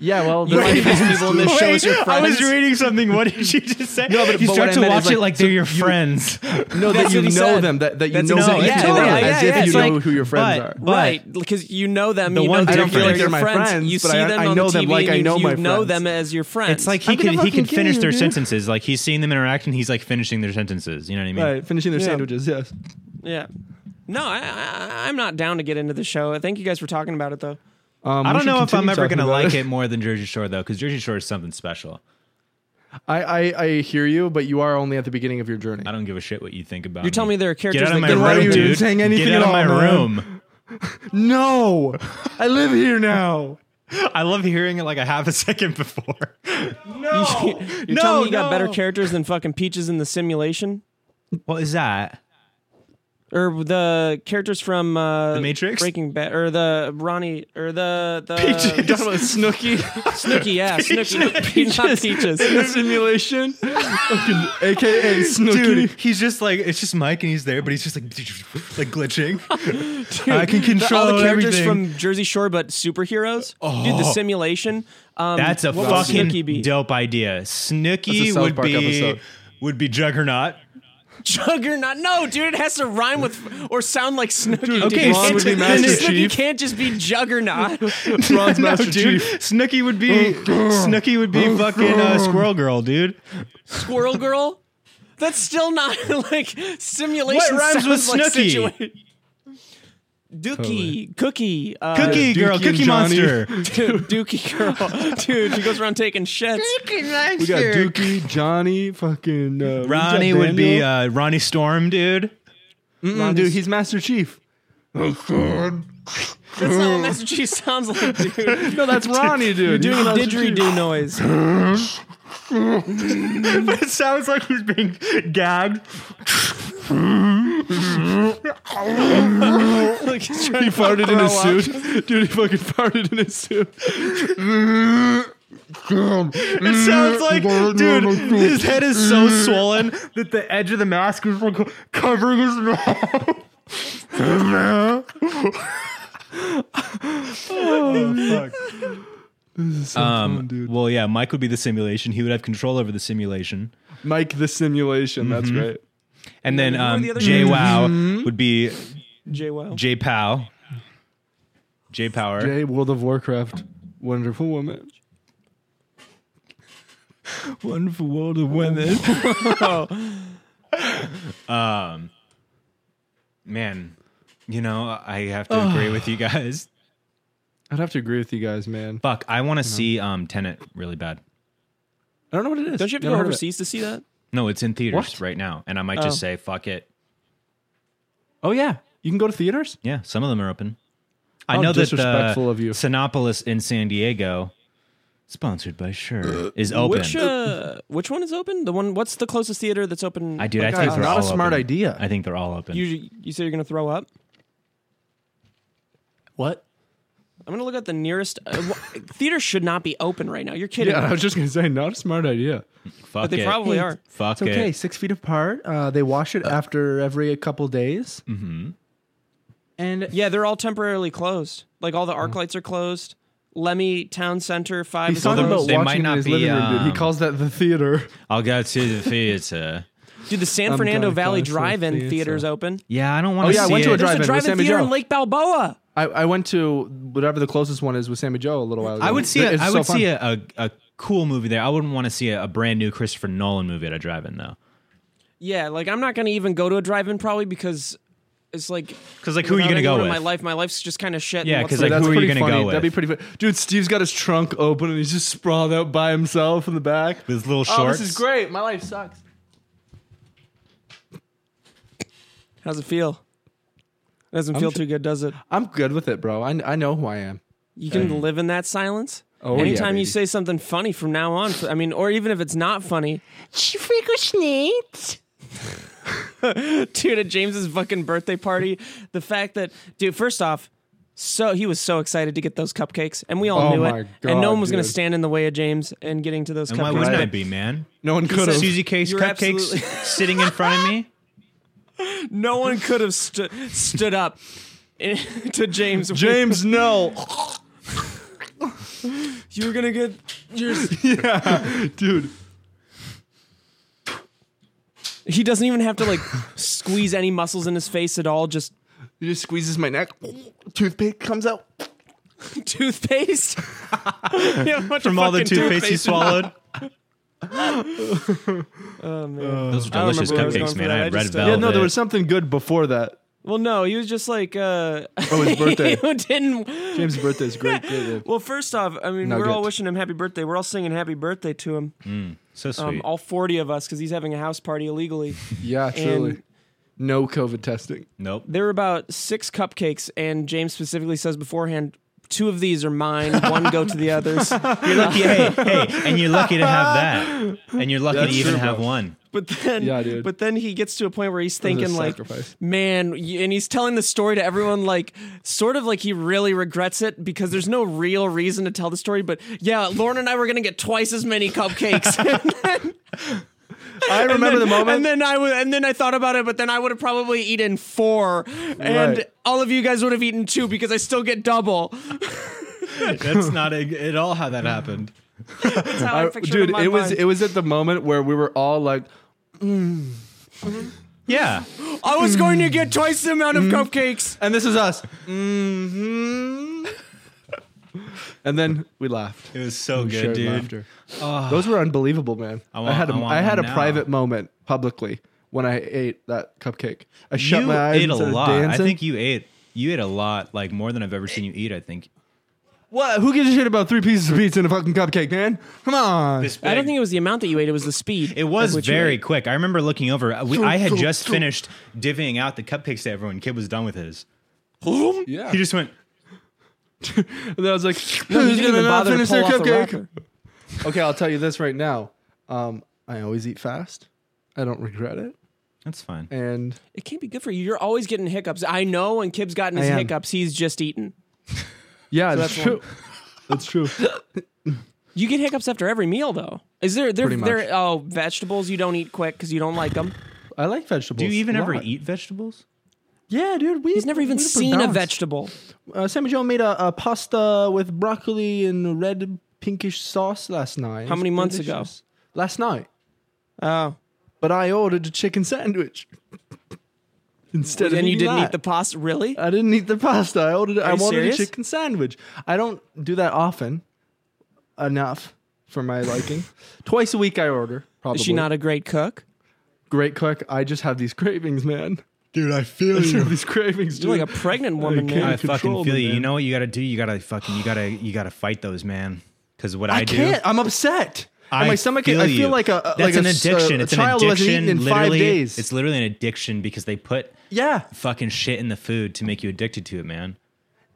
Speaker 2: Yeah, well, there might be these people in this show as your
Speaker 3: Wait, I was
Speaker 2: friends.
Speaker 3: reading something. What did you just say?
Speaker 2: No, but-
Speaker 3: you
Speaker 2: but
Speaker 3: start
Speaker 2: what I
Speaker 3: to
Speaker 2: meant is,
Speaker 3: watch it
Speaker 2: like,
Speaker 3: like
Speaker 2: so
Speaker 3: they're your friends.
Speaker 2: no, that
Speaker 1: That's
Speaker 2: you
Speaker 1: what
Speaker 2: know
Speaker 1: he said.
Speaker 2: them, that, that you
Speaker 1: That's
Speaker 2: know
Speaker 1: exactly-
Speaker 2: that you
Speaker 1: yeah, yeah,
Speaker 2: know them, as
Speaker 1: yeah, yeah,
Speaker 2: if you
Speaker 1: it's
Speaker 2: know
Speaker 1: like-
Speaker 2: who your friends
Speaker 3: but-
Speaker 2: are.
Speaker 3: but-
Speaker 1: Right, because you know them.
Speaker 3: The
Speaker 1: you
Speaker 3: one
Speaker 1: know
Speaker 2: I
Speaker 1: them
Speaker 2: don't feel
Speaker 1: as
Speaker 2: like
Speaker 1: your
Speaker 2: they're my friends,
Speaker 1: You
Speaker 2: but
Speaker 1: see
Speaker 2: I-
Speaker 1: them
Speaker 2: I
Speaker 1: on
Speaker 2: know
Speaker 1: the
Speaker 2: them
Speaker 1: TV
Speaker 2: like
Speaker 1: and
Speaker 2: I
Speaker 1: you,
Speaker 2: know
Speaker 1: you
Speaker 2: my
Speaker 1: know
Speaker 2: friends.
Speaker 1: them as your friends.
Speaker 3: It's like he
Speaker 2: I'm gonna
Speaker 3: can he
Speaker 2: fucking
Speaker 3: can
Speaker 2: kill
Speaker 3: finish
Speaker 2: you,
Speaker 3: their
Speaker 2: dude.
Speaker 3: sentences. Like he's seeing them interact and he's like finishing their sentences. You know what I mean?
Speaker 2: Right, finishing their
Speaker 1: Yeah.
Speaker 2: sandwiches. Yes.
Speaker 1: yeah. No, I, I, I'm not down to get into the show. Thank you guys for talking about it though.
Speaker 2: Um,
Speaker 3: I
Speaker 2: we
Speaker 3: don't
Speaker 2: should
Speaker 3: know if I'm
Speaker 2: continue
Speaker 3: ever
Speaker 2: talking
Speaker 3: gonna
Speaker 2: about
Speaker 3: like it more than Jersey Shore though, because Jersey Shore is something special.
Speaker 2: I, I I hear you, but you are only at the beginning of your journey.
Speaker 3: I don't give a shit what you think about.
Speaker 1: You're telling me there are
Speaker 3: Get
Speaker 1: characters
Speaker 3: out of
Speaker 1: that
Speaker 3: my
Speaker 1: get
Speaker 2: why are
Speaker 3: room,
Speaker 2: you
Speaker 3: dude.
Speaker 2: saying anything
Speaker 3: Get out
Speaker 2: at
Speaker 3: of
Speaker 2: all,
Speaker 3: my
Speaker 2: man?
Speaker 3: room.
Speaker 2: No, I live here now.
Speaker 3: I love hearing it like a half a second before.
Speaker 1: You're
Speaker 3: No,
Speaker 1: telling me you got better
Speaker 3: no.
Speaker 1: characters than fucking Peaches in the simulation?
Speaker 3: What is that?
Speaker 1: Or the characters from uh, The
Speaker 3: Matrix?
Speaker 1: Breaking Bad, or the Ronnie, or the the
Speaker 2: You're talking about Snooki.
Speaker 1: Snooki, yeah, Snooki, not Peaches.
Speaker 2: the simulation, Fucking aka Snooki.
Speaker 3: Dude, he's just like it's just Mike, and he's there, but he's just like like glitching. I can
Speaker 1: The,
Speaker 3: control
Speaker 1: all the characters
Speaker 3: everything.
Speaker 1: from Jersey Shore, but superheroes. Dude, the simulation. Um,
Speaker 3: That's a
Speaker 1: what would Snooki
Speaker 3: fucking
Speaker 1: be?
Speaker 3: dope idea.
Speaker 2: That's a
Speaker 3: Snooky
Speaker 2: South
Speaker 3: would
Speaker 2: Park
Speaker 3: be
Speaker 2: episode.
Speaker 3: would be Juggernaut.
Speaker 1: Juggernaut. No, dude, it has to rhyme with or sound like Snooki. Dude,
Speaker 3: okay,
Speaker 1: Snooki
Speaker 3: Ron would be
Speaker 1: can't-
Speaker 3: Master
Speaker 1: Snooki
Speaker 2: Chief.
Speaker 1: can't just be Juggernaut.
Speaker 2: Bronze
Speaker 3: No,
Speaker 2: Master
Speaker 3: dude.
Speaker 2: Chief.
Speaker 3: Snooky would be Snooky would be fucking uh, Squirrel Girl, dude.
Speaker 1: Squirrel Girl. That's still not like simulation.
Speaker 3: What rhymes with
Speaker 1: sounds like
Speaker 3: Snooki?
Speaker 1: situa- Dookie, Cookie, uh,
Speaker 3: Cookie
Speaker 2: Dookie
Speaker 3: Girl,
Speaker 2: and
Speaker 3: Cookie
Speaker 2: Johnny.
Speaker 3: Monster.
Speaker 1: dude, Dookie Girl, dude. She goes around taking shits.
Speaker 2: We got Dookie, Johnny, fucking uh, we got
Speaker 3: Ronnie would be
Speaker 2: Daniel.
Speaker 3: uh, Ronnie Storm, dude.
Speaker 2: Mm-mm, dude. He's Master Chief.
Speaker 1: That's not what Master Chief sounds like, dude.
Speaker 2: No, that's Ronnie, dude.
Speaker 1: Doing a
Speaker 2: He's Master Chief.
Speaker 1: didgeridoo noise.
Speaker 3: but it sounds like he's being gagged.
Speaker 1: Like he's trying
Speaker 2: He
Speaker 1: to
Speaker 2: farted in his
Speaker 1: throw up.
Speaker 2: suit, dude. He fucking farted in his suit.
Speaker 3: It sounds like, dude, his head is so swollen that the edge of the mask is like covering his mouth. um, Well, yeah, Mike would be the simulation. He would have control over the simulation.
Speaker 2: Mike the simulation. That's right.
Speaker 3: And then
Speaker 1: are
Speaker 3: um,
Speaker 1: the other
Speaker 3: Jay Wow would be
Speaker 1: Jay Wow.
Speaker 3: Hmm? Jay Pow. Jay Power.
Speaker 2: Jay, World of Warcraft, wonderful woman.
Speaker 3: Wonderful world of women. um, man, you know, I have to agree with you guys.
Speaker 2: I'd have to agree with you guys, man.
Speaker 3: Fuck, I want to see um Tenet really bad.
Speaker 2: I don't know what it is.
Speaker 1: Don't you have to
Speaker 2: Never
Speaker 1: go
Speaker 2: heard of it.
Speaker 1: overseas to see that?
Speaker 3: No, it's in theaters
Speaker 2: What?
Speaker 3: right now, and I might
Speaker 1: Oh.
Speaker 3: just say fuck it.
Speaker 2: Oh yeah, you can go to theaters.
Speaker 3: Yeah, some of them are open. I
Speaker 2: How
Speaker 3: know that the
Speaker 2: disrespectful of you.
Speaker 3: Sinopolis in San Diego, sponsored by Sure, is open.
Speaker 1: Which uh, which one is open? The one? What's the closest theater that's open?
Speaker 3: I dude, I
Speaker 2: Guys,
Speaker 3: think they're
Speaker 2: not a
Speaker 3: all
Speaker 2: smart
Speaker 3: open.
Speaker 2: idea.
Speaker 3: I think they're all open.
Speaker 1: You you say you're gonna throw up?
Speaker 2: What?
Speaker 1: I'm gonna look at the nearest uh, wh- theater. Should not be open right now. You're kidding.
Speaker 2: Yeah,
Speaker 1: me.
Speaker 2: I was just gonna say, not a smart idea.
Speaker 3: Fuck
Speaker 1: but they
Speaker 3: it.
Speaker 1: probably are.
Speaker 3: Fuck
Speaker 2: It's okay.
Speaker 3: it.
Speaker 2: Six feet apart. Uh, they wash it after every couple days. Mm-hmm. And
Speaker 1: Yeah, they're all temporarily closed. Like all the arc lights are closed. Lemmy Town Center Five.
Speaker 2: Mm. he's
Speaker 1: is
Speaker 2: talking
Speaker 1: closed.
Speaker 2: about
Speaker 3: they might
Speaker 2: watching in
Speaker 3: not
Speaker 2: his
Speaker 3: be,
Speaker 2: living room, dude. He
Speaker 3: um,
Speaker 2: calls that the theater.
Speaker 3: I'll go to the theater.
Speaker 1: dude. The San
Speaker 2: I'm
Speaker 1: Fernando
Speaker 2: gonna
Speaker 1: Valley
Speaker 2: go to the
Speaker 1: Drive-In
Speaker 2: theater.
Speaker 1: theater's open.
Speaker 3: Yeah, I don't want
Speaker 2: Oh,
Speaker 3: to.
Speaker 2: yeah, I
Speaker 3: see
Speaker 2: went to a
Speaker 3: it.
Speaker 1: There's
Speaker 2: drive-in
Speaker 1: a
Speaker 2: with
Speaker 1: drive-in
Speaker 2: Sammy
Speaker 1: theater
Speaker 2: Joe.
Speaker 1: in Lake Balboa.
Speaker 2: I, I went to whatever the closest one is with Sammy Joe a little while ago.
Speaker 3: I would see. A,
Speaker 2: It's
Speaker 3: I
Speaker 2: so
Speaker 3: would
Speaker 2: fun.
Speaker 3: see a, a, a cool movie there. I wouldn't want to see a, a brand new Christopher Nolan movie at a drive-in though.
Speaker 1: Yeah, like I'm not gonna even go to a drive-in probably because it's like
Speaker 3: Because like, who are you
Speaker 1: without
Speaker 3: gonna go
Speaker 1: anyone in
Speaker 3: with?
Speaker 1: My life, my life's just kind of shit. and
Speaker 3: Yeah,
Speaker 1: what's
Speaker 3: 'cause,
Speaker 1: the-
Speaker 3: like,
Speaker 2: That's
Speaker 3: who are you
Speaker 2: pretty
Speaker 3: gonna
Speaker 2: funny.
Speaker 3: go
Speaker 2: That'd be
Speaker 3: with?
Speaker 2: pretty. Fu- Dude, Steve's got his trunk open and he's just sprawled out by himself in the back.
Speaker 3: With little
Speaker 2: Oh,
Speaker 3: shorts.
Speaker 2: this is great. My life sucks.
Speaker 1: how's it feel? It doesn't feel too good, does it?
Speaker 2: I'm good with it, bro. I, I know who I am.
Speaker 1: You can live in that silence.
Speaker 2: Uh, Oh, yeah,
Speaker 1: Anytime you
Speaker 2: baby.
Speaker 1: say something funny from now on, I mean, or even if it's not funny, dude, at James's fucking birthday party, the fact that, dude, first off, so he was so excited to get those cupcakes, and we all
Speaker 2: Oh
Speaker 1: knew
Speaker 2: my
Speaker 1: it, and no
Speaker 2: God,
Speaker 1: one was going to
Speaker 2: dude.
Speaker 1: stand in the way of James and getting to those
Speaker 3: And
Speaker 1: cupcakes.
Speaker 3: why wouldn't
Speaker 2: Right.
Speaker 3: I be, man?
Speaker 2: No one could have.
Speaker 3: Susie K's
Speaker 1: You're
Speaker 3: cupcakes
Speaker 1: absolutely-
Speaker 3: sitting in front of me.
Speaker 1: No one could have stu- stood up in- to James.
Speaker 2: James, no.
Speaker 1: you were gonna get yours.
Speaker 2: yeah, dude.
Speaker 1: He doesn't even have to like squeeze any muscles in his face at all. Just
Speaker 2: He just squeezes my neck. Toothpick comes out.
Speaker 1: toothpaste. yeah,
Speaker 3: From all the toothpaste he swallowed.
Speaker 1: Oh,
Speaker 3: Those are
Speaker 1: I don't
Speaker 3: delicious
Speaker 1: remember where I was going
Speaker 3: cupcakes,
Speaker 1: for
Speaker 3: man.
Speaker 1: that.
Speaker 3: I
Speaker 1: I
Speaker 3: had red
Speaker 1: just, uh,
Speaker 3: velvet.
Speaker 2: Yeah, no, there was something good before that.
Speaker 1: Well, no, he was just like uh,
Speaker 2: Oh, his birthday.
Speaker 1: he didn't.
Speaker 2: James' birthday is great. great, great.
Speaker 1: Well, first off, I mean, we're
Speaker 2: Nugget.
Speaker 1: all wishing him happy birthday. We're all singing happy birthday to him.
Speaker 3: so sweet.
Speaker 1: Um, all forty of us, because he's having a house party illegally.
Speaker 2: Yeah, truly.
Speaker 1: And-
Speaker 2: no COVID testing.
Speaker 3: nope.
Speaker 1: There were about six cupcakes, and James specifically says beforehand, two of these are mine, one go to the others.
Speaker 3: You're lucky, hey, hey, and you're lucky to have that, and you're lucky
Speaker 2: That's
Speaker 3: to even
Speaker 2: true,
Speaker 3: have
Speaker 2: bro.
Speaker 3: one.
Speaker 1: But then,
Speaker 2: Yeah, dude.
Speaker 1: but then he gets to a point where he's
Speaker 2: a
Speaker 1: thinking like,
Speaker 2: sacrifice.
Speaker 1: man, y- and he's telling the story to everyone like, sort of like he really regrets it because there's no real reason to tell the story. But yeah, Lauren and I were gonna get twice as many cupcakes.
Speaker 2: I remember the moment.
Speaker 1: And then I would, and then I thought about it, but then I would have probably eaten four, and
Speaker 2: Right.
Speaker 1: all of you guys would have eaten two because I still get double.
Speaker 3: That's not a, at all how that happened.
Speaker 1: That's how I,
Speaker 2: I-
Speaker 1: picture it.
Speaker 2: dude,
Speaker 1: in my
Speaker 2: it was
Speaker 1: mind.
Speaker 2: it was at the moment where we were all like,
Speaker 3: Yeah,
Speaker 1: I was going to get twice the amount
Speaker 2: Mm-hmm.
Speaker 1: of cupcakes.
Speaker 2: and this is us. hmm and then we laughed.
Speaker 3: it was so good,
Speaker 2: Shared
Speaker 3: dude.
Speaker 2: laughter. Those were unbelievable, man. Ah. I,
Speaker 3: want-
Speaker 2: had a,
Speaker 3: I want
Speaker 2: I had a
Speaker 3: one now.
Speaker 2: private moment publicly when I ate that cupcake. I shut
Speaker 3: you
Speaker 2: my eyes.
Speaker 3: ate a
Speaker 2: and started
Speaker 3: lot.
Speaker 2: Dancing.
Speaker 3: I think you ate you ate a lot, like more than I've ever seen you eat. I think.
Speaker 2: What? Who gives a shit about three pieces of pizza and a fucking cupcake, man? Come on.
Speaker 1: I don't think it was the amount that you ate; it was the speed.
Speaker 3: It was
Speaker 1: at which you
Speaker 3: very
Speaker 1: ate.
Speaker 3: quick. I remember looking over. We, I had
Speaker 2: thump,
Speaker 3: just
Speaker 2: thump.
Speaker 3: finished divvying out the cupcakes to everyone. Kid was done with his.
Speaker 2: yeah.
Speaker 3: He just went.
Speaker 2: and then I was like,
Speaker 1: You
Speaker 2: who's
Speaker 1: didn't
Speaker 2: gonna
Speaker 1: even
Speaker 2: not
Speaker 1: bother to
Speaker 2: finish their
Speaker 1: pull off the
Speaker 2: cupcake?
Speaker 1: wrapper.
Speaker 2: Okay, I'll tell you this right now. Um, I always eat fast. I don't regret it.
Speaker 3: That's fine.
Speaker 2: And
Speaker 1: It can't be good for you. You're always getting hiccups. I know when Kib's gotten his
Speaker 2: I am.
Speaker 1: hiccups, he's just eaten.
Speaker 2: yeah, that's,
Speaker 1: that's
Speaker 2: true. that's true.
Speaker 1: You get hiccups after every meal, though. Is there there
Speaker 2: Pretty much.
Speaker 1: there oh vegetables you don't eat quick because you don't like them?
Speaker 2: I like vegetables.
Speaker 3: Do you even
Speaker 2: a
Speaker 3: ever
Speaker 2: lot.
Speaker 3: eat vegetables?
Speaker 2: Yeah, dude. We,
Speaker 1: He's never even seen a vegetable.
Speaker 2: Uh, Sammy Joe made a, a pasta with broccoli and red pinkish sauce last night.
Speaker 1: How many
Speaker 2: It's
Speaker 1: months ago?
Speaker 2: delicious. Last night.
Speaker 1: Oh,
Speaker 2: But I ordered a chicken sandwich instead of
Speaker 1: and you
Speaker 2: eating
Speaker 1: didn't
Speaker 2: that.
Speaker 1: eat the pasta, really?
Speaker 2: I didn't eat the pasta. I ordered. I
Speaker 1: you
Speaker 2: wanted
Speaker 1: serious?
Speaker 2: a chicken sandwich. I don't do that often, enough for my liking. Twice a week I order. Probably.
Speaker 1: Is she not a great cook?
Speaker 2: great cook? I just have these cravings, man.
Speaker 4: Dude, I feel you.
Speaker 2: these cravings, dude.
Speaker 1: You're like a pregnant woman,
Speaker 2: can't-
Speaker 1: man.
Speaker 3: I fucking
Speaker 2: control
Speaker 3: feel
Speaker 2: them,
Speaker 3: you. You
Speaker 2: man.
Speaker 3: know what you gotta do? You gotta fucking you gotta you gotta fight those, man. Because what I,
Speaker 2: I,
Speaker 3: do,
Speaker 2: can't. I'm upset. And my stomach. I
Speaker 3: you.
Speaker 2: feel like a uh,
Speaker 3: that's
Speaker 2: like
Speaker 3: an
Speaker 2: a s-
Speaker 3: addiction.
Speaker 2: A,
Speaker 3: it's
Speaker 2: child
Speaker 3: an
Speaker 2: who
Speaker 3: addiction.
Speaker 2: hasn't eaten in five
Speaker 3: literally,
Speaker 2: days.
Speaker 3: it's literally an addiction because they put
Speaker 2: yeah,
Speaker 3: fucking shit in the food to make you addicted to it, man.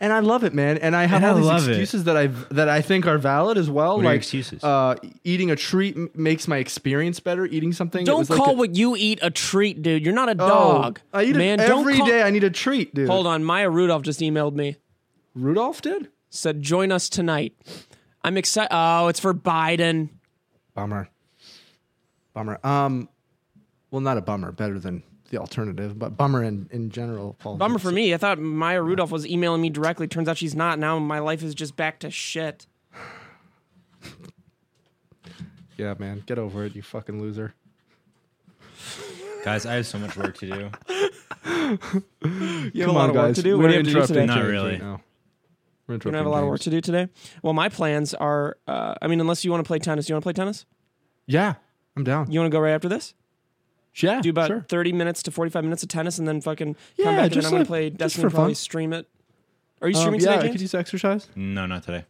Speaker 2: and I love it, man. And I have
Speaker 3: And I
Speaker 2: all
Speaker 3: love
Speaker 2: these
Speaker 3: it.
Speaker 2: excuses that I that I think are valid as well.
Speaker 3: What are your
Speaker 2: like
Speaker 3: excuses?
Speaker 2: Uh, eating a treat m- makes my experience better. Eating something. it
Speaker 1: Don't
Speaker 2: was like
Speaker 1: call
Speaker 2: a-
Speaker 1: what you eat a treat, dude. You're not a
Speaker 2: Oh,
Speaker 1: dog.
Speaker 2: I eat
Speaker 1: man,
Speaker 2: it every
Speaker 1: don't call-
Speaker 2: day. I need a treat, dude.
Speaker 1: Hold on, Maya Rudolph just emailed me.
Speaker 2: Rudolph did.
Speaker 1: Said join us tonight. I'm excited. Oh, it's for Biden.
Speaker 2: Bummer. Bummer. Um, well, not a bummer. Better than the alternative, but bummer in in general. Paul.
Speaker 1: Bummer for me. I thought Maya Rudolph was emailing me directly. Turns out she's not. Now my life is just back to shit.
Speaker 2: Yeah, man. Get over it, you fucking loser.
Speaker 3: Guys, I have so much work to do.
Speaker 1: You have a lot of work to do. What do you have to do today?
Speaker 3: Not really.
Speaker 2: now.
Speaker 1: You
Speaker 2: We're interrupting.
Speaker 1: don't have a lot of work
Speaker 2: James.
Speaker 1: to do today. Well, my plans are. Uh, I mean, unless you want to play tennis, you want to play tennis?
Speaker 2: Yeah, I'm down.
Speaker 1: You want to go right after this?
Speaker 2: Yeah,
Speaker 1: Do about
Speaker 2: sure.
Speaker 1: 30 minutes to 45 minutes of tennis, and then fucking
Speaker 2: Yeah,
Speaker 1: come back. And then
Speaker 2: just
Speaker 1: I'm gonna
Speaker 2: like-
Speaker 1: play
Speaker 2: just
Speaker 1: Destiny.
Speaker 2: for
Speaker 1: and Probably
Speaker 2: fun.
Speaker 1: stream it. Are you
Speaker 2: Um,
Speaker 1: streaming
Speaker 2: yeah, I
Speaker 1: today,
Speaker 2: could
Speaker 1: James?
Speaker 2: use exercise.
Speaker 3: No, not today.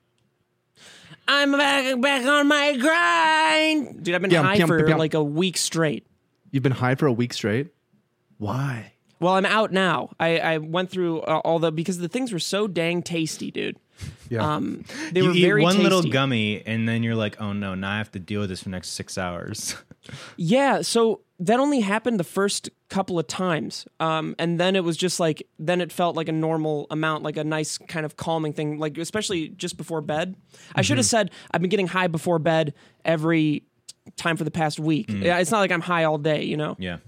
Speaker 1: I'm back, back on my grind, dude. I've been
Speaker 2: Yum,
Speaker 1: high
Speaker 2: yum,
Speaker 1: for
Speaker 2: yum.
Speaker 1: like a week straight.
Speaker 2: You've been high for a week straight. Why?
Speaker 1: Well, I'm out now. I, I went through uh, all the because the things were so dang tasty, dude.
Speaker 2: Yeah.
Speaker 1: Um, they
Speaker 3: you
Speaker 1: were
Speaker 3: eat
Speaker 1: very
Speaker 3: one little
Speaker 1: tasty.
Speaker 3: gummy, and then you're like, oh no, now I have to deal with this for the next six hours.
Speaker 1: Yeah, so that only happened the first couple of times. Um, and then it was just like, then it felt like a normal amount, like a nice kind of calming thing, like especially just before bed. I should have
Speaker 2: Mm-hmm.
Speaker 1: said, I've been getting high before bed every time for the past week.
Speaker 2: Mm.
Speaker 1: Yeah, It's not like I'm high all day, you know?
Speaker 3: yeah.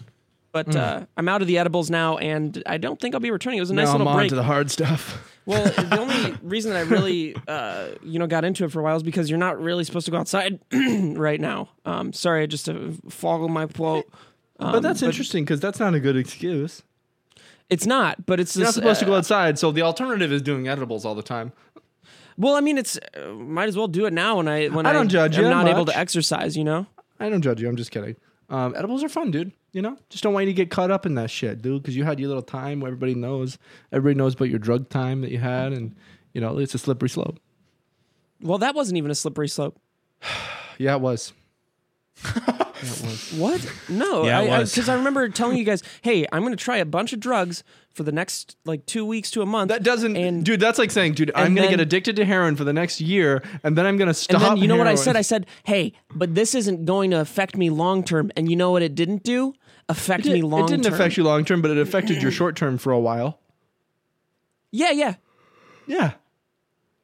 Speaker 1: But uh, I'm out of the edibles now, and I don't think I'll be returning. It was a nice
Speaker 2: now I'm
Speaker 1: little
Speaker 2: on
Speaker 1: break.
Speaker 2: to the hard stuff.
Speaker 1: well, the only reason that I really, uh, you know, got into it for a while is because you're not really supposed to go outside right now. Um, sorry, I just uh, foggled my quote. Um,
Speaker 2: but that's interesting because that's not a good excuse.
Speaker 1: It's not, but it's
Speaker 2: You're not
Speaker 1: this,
Speaker 2: supposed to
Speaker 1: uh,
Speaker 2: go outside, so the alternative is doing edibles all the time.
Speaker 1: Well, I mean, it's uh, might as well do it now when I when
Speaker 2: I don't judge
Speaker 1: am
Speaker 2: you
Speaker 1: not able
Speaker 2: much.
Speaker 1: to exercise. You know,
Speaker 2: I don't judge you. I'm just kidding. Um, edibles are fun, dude. You know, just don't want you to get caught up in that shit, dude. Because you had your little time where everybody knows, everybody knows about your drug time that you had, and you know it's a slippery slope.
Speaker 1: well, that wasn't even a slippery slope.
Speaker 2: Yeah, it was.
Speaker 1: What? No,
Speaker 3: Yeah, it was.
Speaker 1: because I, remember telling you guys, hey, I'm going to try a bunch of drugs for the next like two weeks to a month.
Speaker 2: That doesn't,
Speaker 1: And,
Speaker 2: dude. That's like saying, dude, I'm gonna
Speaker 1: then-
Speaker 2: get addicted to heroin for the next year, and then I'm gonna stop.
Speaker 1: and then you know what I
Speaker 2: heroin.
Speaker 1: said? I said, hey, but this isn't going to affect me long term. And you know what? It didn't do affect
Speaker 2: it,
Speaker 1: me long.
Speaker 2: it didn't affect you long term, but it affected your short term for a while.
Speaker 1: Yeah, yeah.
Speaker 2: Yeah,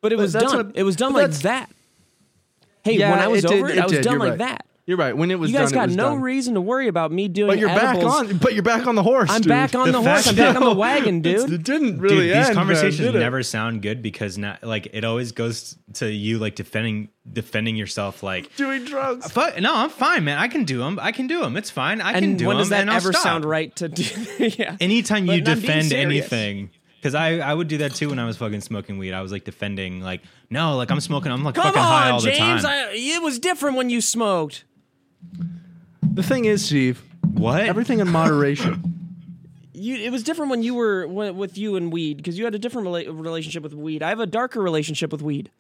Speaker 1: But it was
Speaker 2: that's
Speaker 1: done.
Speaker 2: what-
Speaker 1: it was done
Speaker 2: but
Speaker 1: like that. Hey, when I was
Speaker 2: it did-
Speaker 1: over it, I was
Speaker 2: did.
Speaker 1: done
Speaker 2: You're
Speaker 1: like
Speaker 2: right.
Speaker 1: that.
Speaker 2: You're right. When it was
Speaker 1: You guys
Speaker 2: done, it
Speaker 1: got
Speaker 2: was
Speaker 1: no
Speaker 2: done.
Speaker 1: reason to worry about me doing.
Speaker 2: but you're back
Speaker 1: edibles.
Speaker 2: on. But you're back on the horse.
Speaker 1: I'm
Speaker 2: dude.
Speaker 1: back on the,
Speaker 3: The
Speaker 1: horse.
Speaker 3: fact
Speaker 1: I'm back
Speaker 3: that-
Speaker 1: on the wagon, dude.
Speaker 2: It didn't
Speaker 3: Dude,
Speaker 2: really.
Speaker 3: these
Speaker 2: end, man,
Speaker 3: conversations
Speaker 2: did it?
Speaker 3: never sound good because now, like, it always goes to you, like defending defending yourself, like.
Speaker 2: doing drugs.
Speaker 3: But no, I'm fine, man. I can do them. I can do them. It's fine. I can
Speaker 1: And
Speaker 3: do
Speaker 1: when
Speaker 3: them.
Speaker 1: does that
Speaker 3: and I'll
Speaker 1: ever
Speaker 3: stop.
Speaker 1: sound right to do? yeah.
Speaker 3: anytime you
Speaker 1: But I'm being
Speaker 3: defend
Speaker 1: serious.
Speaker 3: anything because I, I would do that too when i was fucking smoking weed i was like defending like no like i'm smoking i'm like
Speaker 1: Come
Speaker 3: fucking high all
Speaker 1: on,
Speaker 3: the
Speaker 1: James.
Speaker 3: time
Speaker 1: I, it was different when you smoked.
Speaker 2: The thing is, Steve,
Speaker 3: what
Speaker 2: everything in moderation.
Speaker 1: You, it was different when you were w- with you and weed because you had a different rela- relationship with weed. I have a darker relationship with weed.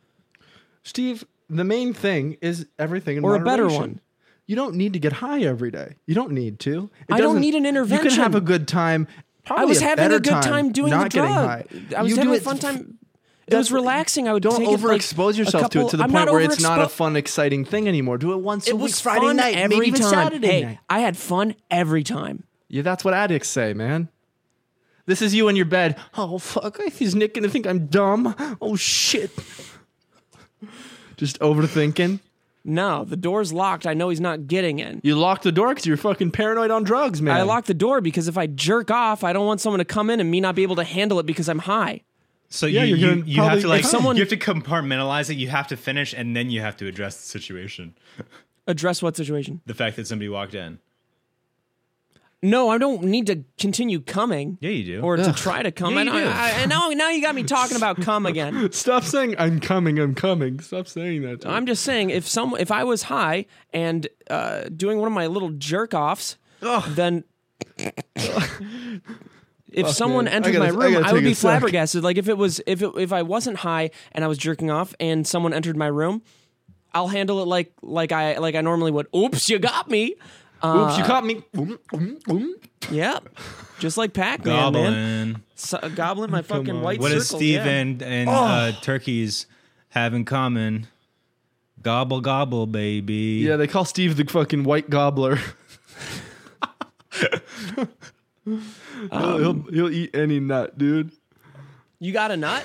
Speaker 2: Steve, the main thing is everything in
Speaker 1: Or a
Speaker 2: moderation.
Speaker 1: better one.
Speaker 2: You don't need to get high every day. You don't need to. It
Speaker 1: I don't
Speaker 2: doesn't-
Speaker 1: need an
Speaker 2: You can
Speaker 1: intervention.
Speaker 2: have a good time. Probably
Speaker 1: I was
Speaker 2: a
Speaker 1: having
Speaker 2: better
Speaker 1: a good time, doing
Speaker 2: not
Speaker 1: the
Speaker 2: getting
Speaker 1: drug.
Speaker 2: high.
Speaker 1: I was
Speaker 2: You
Speaker 1: having
Speaker 2: do
Speaker 1: a
Speaker 2: it
Speaker 1: fun
Speaker 2: f-
Speaker 1: time. It
Speaker 2: that's-
Speaker 1: was relaxing. I would
Speaker 2: Don't
Speaker 1: take it, like,
Speaker 2: overexpose
Speaker 1: a
Speaker 2: yourself to it
Speaker 1: couple-
Speaker 2: to the
Speaker 1: I'm
Speaker 2: point
Speaker 1: not
Speaker 2: where it's not a
Speaker 1: overexpo-
Speaker 2: fun, exciting thing anymore. Do it once a
Speaker 1: It
Speaker 2: week,
Speaker 1: was
Speaker 2: Friday
Speaker 1: fun
Speaker 2: night,
Speaker 1: every
Speaker 2: maybe even
Speaker 1: time.
Speaker 2: Saturday
Speaker 1: hey,
Speaker 2: night.
Speaker 1: I had fun every time.
Speaker 2: Yeah, that's what addicts say, man. This is you in your bed. Oh fuck! Is Nick gonna think I'm dumb? Oh shit! Just overthinking.
Speaker 1: No, the door's locked. I know he's not getting in.
Speaker 2: You lock the door because you're fucking paranoid on drugs, man.
Speaker 1: I lock the door because if I jerk off, I don't want someone to come in and me not be able to handle it because I'm high.
Speaker 3: so
Speaker 2: Yeah,
Speaker 3: you
Speaker 2: you're
Speaker 3: you,
Speaker 2: gonna
Speaker 3: you have
Speaker 2: probably-
Speaker 3: to like
Speaker 2: if
Speaker 1: someone-
Speaker 3: you have to compartmentalize it you have to finish and then you have to address the situation
Speaker 1: Address what situation?
Speaker 3: the fact that somebody walked in
Speaker 1: No, I don't need to continue coming.
Speaker 3: yeah you do
Speaker 1: Or to try to come.
Speaker 3: Yeah,
Speaker 1: I
Speaker 3: you
Speaker 1: know-
Speaker 3: do.
Speaker 1: I- and now, now you got me talking about cum again.
Speaker 2: Stop saying I'm coming. I'm coming. Stop saying that. to me.
Speaker 1: I'm just saying, if some, if I was high and uh, doing one of my little jerk offs, then if
Speaker 2: Fuck,
Speaker 1: someone
Speaker 2: man. I
Speaker 1: entered
Speaker 2: gotta-
Speaker 1: my
Speaker 2: I
Speaker 1: room,
Speaker 2: gotta
Speaker 1: I would
Speaker 2: take
Speaker 1: be
Speaker 2: a sec.
Speaker 1: flabbergasted. Like if it was if it, if I wasn't high and I was jerking off and someone entered my room, I'll handle it like like I like I normally would. Oops, you got me. Uh,
Speaker 2: Oops, you caught me. Oom, oom, oom.
Speaker 1: yeah, just like Pac-Man, man.
Speaker 3: Goblin.
Speaker 1: So, a goblin, my fucking
Speaker 2: on.
Speaker 1: white
Speaker 3: What does
Speaker 1: circles.
Speaker 3: Steve
Speaker 1: yeah.
Speaker 3: and, and uh, turkeys have in common? Gobble gobble, baby.
Speaker 2: Yeah, they call Steve the fucking white gobbler.
Speaker 1: Um,
Speaker 2: he'll, he'll, he'll eat any nut, dude.
Speaker 1: You got a nut?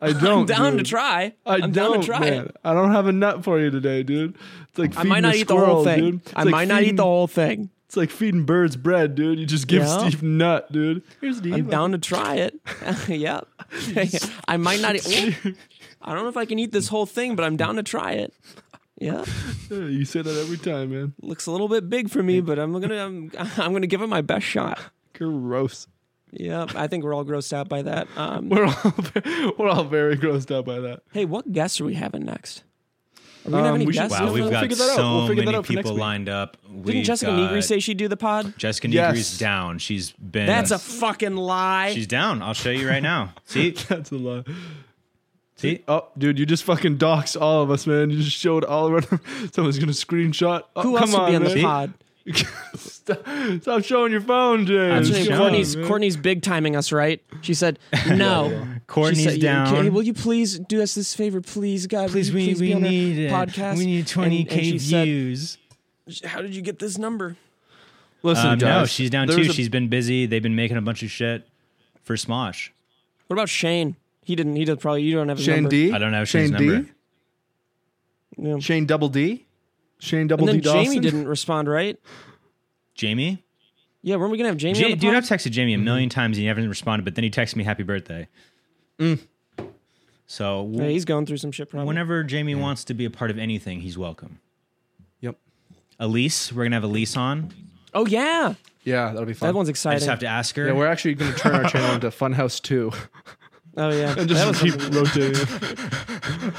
Speaker 2: I don't.
Speaker 1: I'm down to
Speaker 2: dude.
Speaker 1: try.
Speaker 2: I
Speaker 1: am
Speaker 2: don't,
Speaker 1: down to try
Speaker 2: man.
Speaker 1: it.
Speaker 2: I don't have a nut for you today, dude. It's like
Speaker 1: I
Speaker 2: feeding
Speaker 1: might not
Speaker 2: a
Speaker 1: eat the whole
Speaker 2: squirrel,
Speaker 1: thing.
Speaker 2: dude. It's
Speaker 1: I
Speaker 2: like
Speaker 1: might not eat
Speaker 2: feeding-
Speaker 1: the whole thing.
Speaker 2: It's like feeding birds bread, dude. You just give
Speaker 1: Yeah.
Speaker 2: Steve nut, dude. Here's Steve.
Speaker 1: I'm down to try it. yep. I might not. Eat, I don't know if I can eat this whole thing, but I'm down to try it. Yeah,
Speaker 2: Yeah, you say that every time, man.
Speaker 1: looks a little bit big for me, but I'm gonna I'm, I'm gonna give it my best shot.
Speaker 2: Gross.
Speaker 1: Yep. I think we're all grossed out by that. Um,
Speaker 2: We're all ve- we're all very grossed out by that.
Speaker 1: hey, what guests are we having next? Are we gonna have
Speaker 2: Um,
Speaker 1: any
Speaker 2: we should-
Speaker 1: guests?
Speaker 3: Wow,
Speaker 2: We'll
Speaker 3: we've got
Speaker 2: figure that out.
Speaker 3: so
Speaker 2: We'll figure that
Speaker 3: many
Speaker 2: out for next
Speaker 3: people
Speaker 2: week.
Speaker 3: lined up.
Speaker 1: Didn't
Speaker 3: We've
Speaker 1: Jessica
Speaker 3: got
Speaker 1: Negri say she'd do the pod?
Speaker 3: Jessica
Speaker 2: Yes.
Speaker 3: Negri's down. She's been.
Speaker 1: That's a fucking lie.
Speaker 3: She's down. I'll show you right now. See,
Speaker 2: That's a lie.
Speaker 3: see.
Speaker 2: Oh, dude, you just fucking doxed all of us, man. You just showed all of us. Someone's gonna screenshot. Oh,
Speaker 1: Who
Speaker 2: come
Speaker 1: else would
Speaker 2: on,
Speaker 1: be on the
Speaker 2: man.
Speaker 1: pod?
Speaker 2: stop, stop showing your phone,
Speaker 1: What's
Speaker 2: James.
Speaker 1: her name?
Speaker 2: Come
Speaker 3: Sean,
Speaker 2: on,
Speaker 1: Courtney's
Speaker 2: man.
Speaker 1: Courtney's big timing us, right? She said no.
Speaker 3: Courtney's
Speaker 1: She said, "You-
Speaker 3: down.
Speaker 1: Hey, will you please do us this favor, please, God?
Speaker 3: please,
Speaker 1: will you
Speaker 3: we,
Speaker 1: please be
Speaker 3: we
Speaker 1: on our
Speaker 3: need it.
Speaker 1: podcast.
Speaker 3: We need
Speaker 1: And-
Speaker 3: twenty
Speaker 1: and
Speaker 3: k
Speaker 1: she said,
Speaker 3: views.
Speaker 1: How did you get this number?
Speaker 2: Listen,
Speaker 3: Um, no,
Speaker 2: guys,
Speaker 3: she's down
Speaker 2: there
Speaker 3: too.
Speaker 2: was a-
Speaker 3: she's been busy. They've been making a bunch of shit for Smosh.
Speaker 1: What about Shane? He didn't. He did probably. You don't have his
Speaker 2: Shane
Speaker 1: number.
Speaker 2: D.
Speaker 3: I don't have
Speaker 2: Shane
Speaker 3: Shane's
Speaker 2: D.
Speaker 3: number.
Speaker 1: Yeah.
Speaker 2: Shane Double D. Shane
Speaker 1: And
Speaker 2: Double
Speaker 1: then
Speaker 2: D. Dawson.
Speaker 1: Jamie didn't respond, right?
Speaker 3: Jamie,
Speaker 1: Yeah, weren't we gonna have Jamie?
Speaker 3: Ja-
Speaker 1: on the
Speaker 3: dude,
Speaker 1: pod?
Speaker 3: I've texted Jamie a
Speaker 2: Mm-hmm.
Speaker 3: 1000000 times and he hasn't responded. But then he texted me happy birthday.
Speaker 2: Mm.
Speaker 3: So w-
Speaker 1: Yeah, he's going through some shit. Probably.
Speaker 3: whenever Jamie wants to be a part of anything, he's welcome.
Speaker 2: Yep.
Speaker 3: Elise, we're gonna have Elise on.
Speaker 1: oh yeah,
Speaker 2: Yeah, that'll be fun.
Speaker 1: that one's
Speaker 3: I
Speaker 1: exciting.
Speaker 3: just have to ask her.
Speaker 2: yeah, we're actually going to turn our channel into Funhouse 2
Speaker 1: oh yeah, that
Speaker 2: and just
Speaker 1: was
Speaker 2: keep
Speaker 1: something-
Speaker 2: rotating.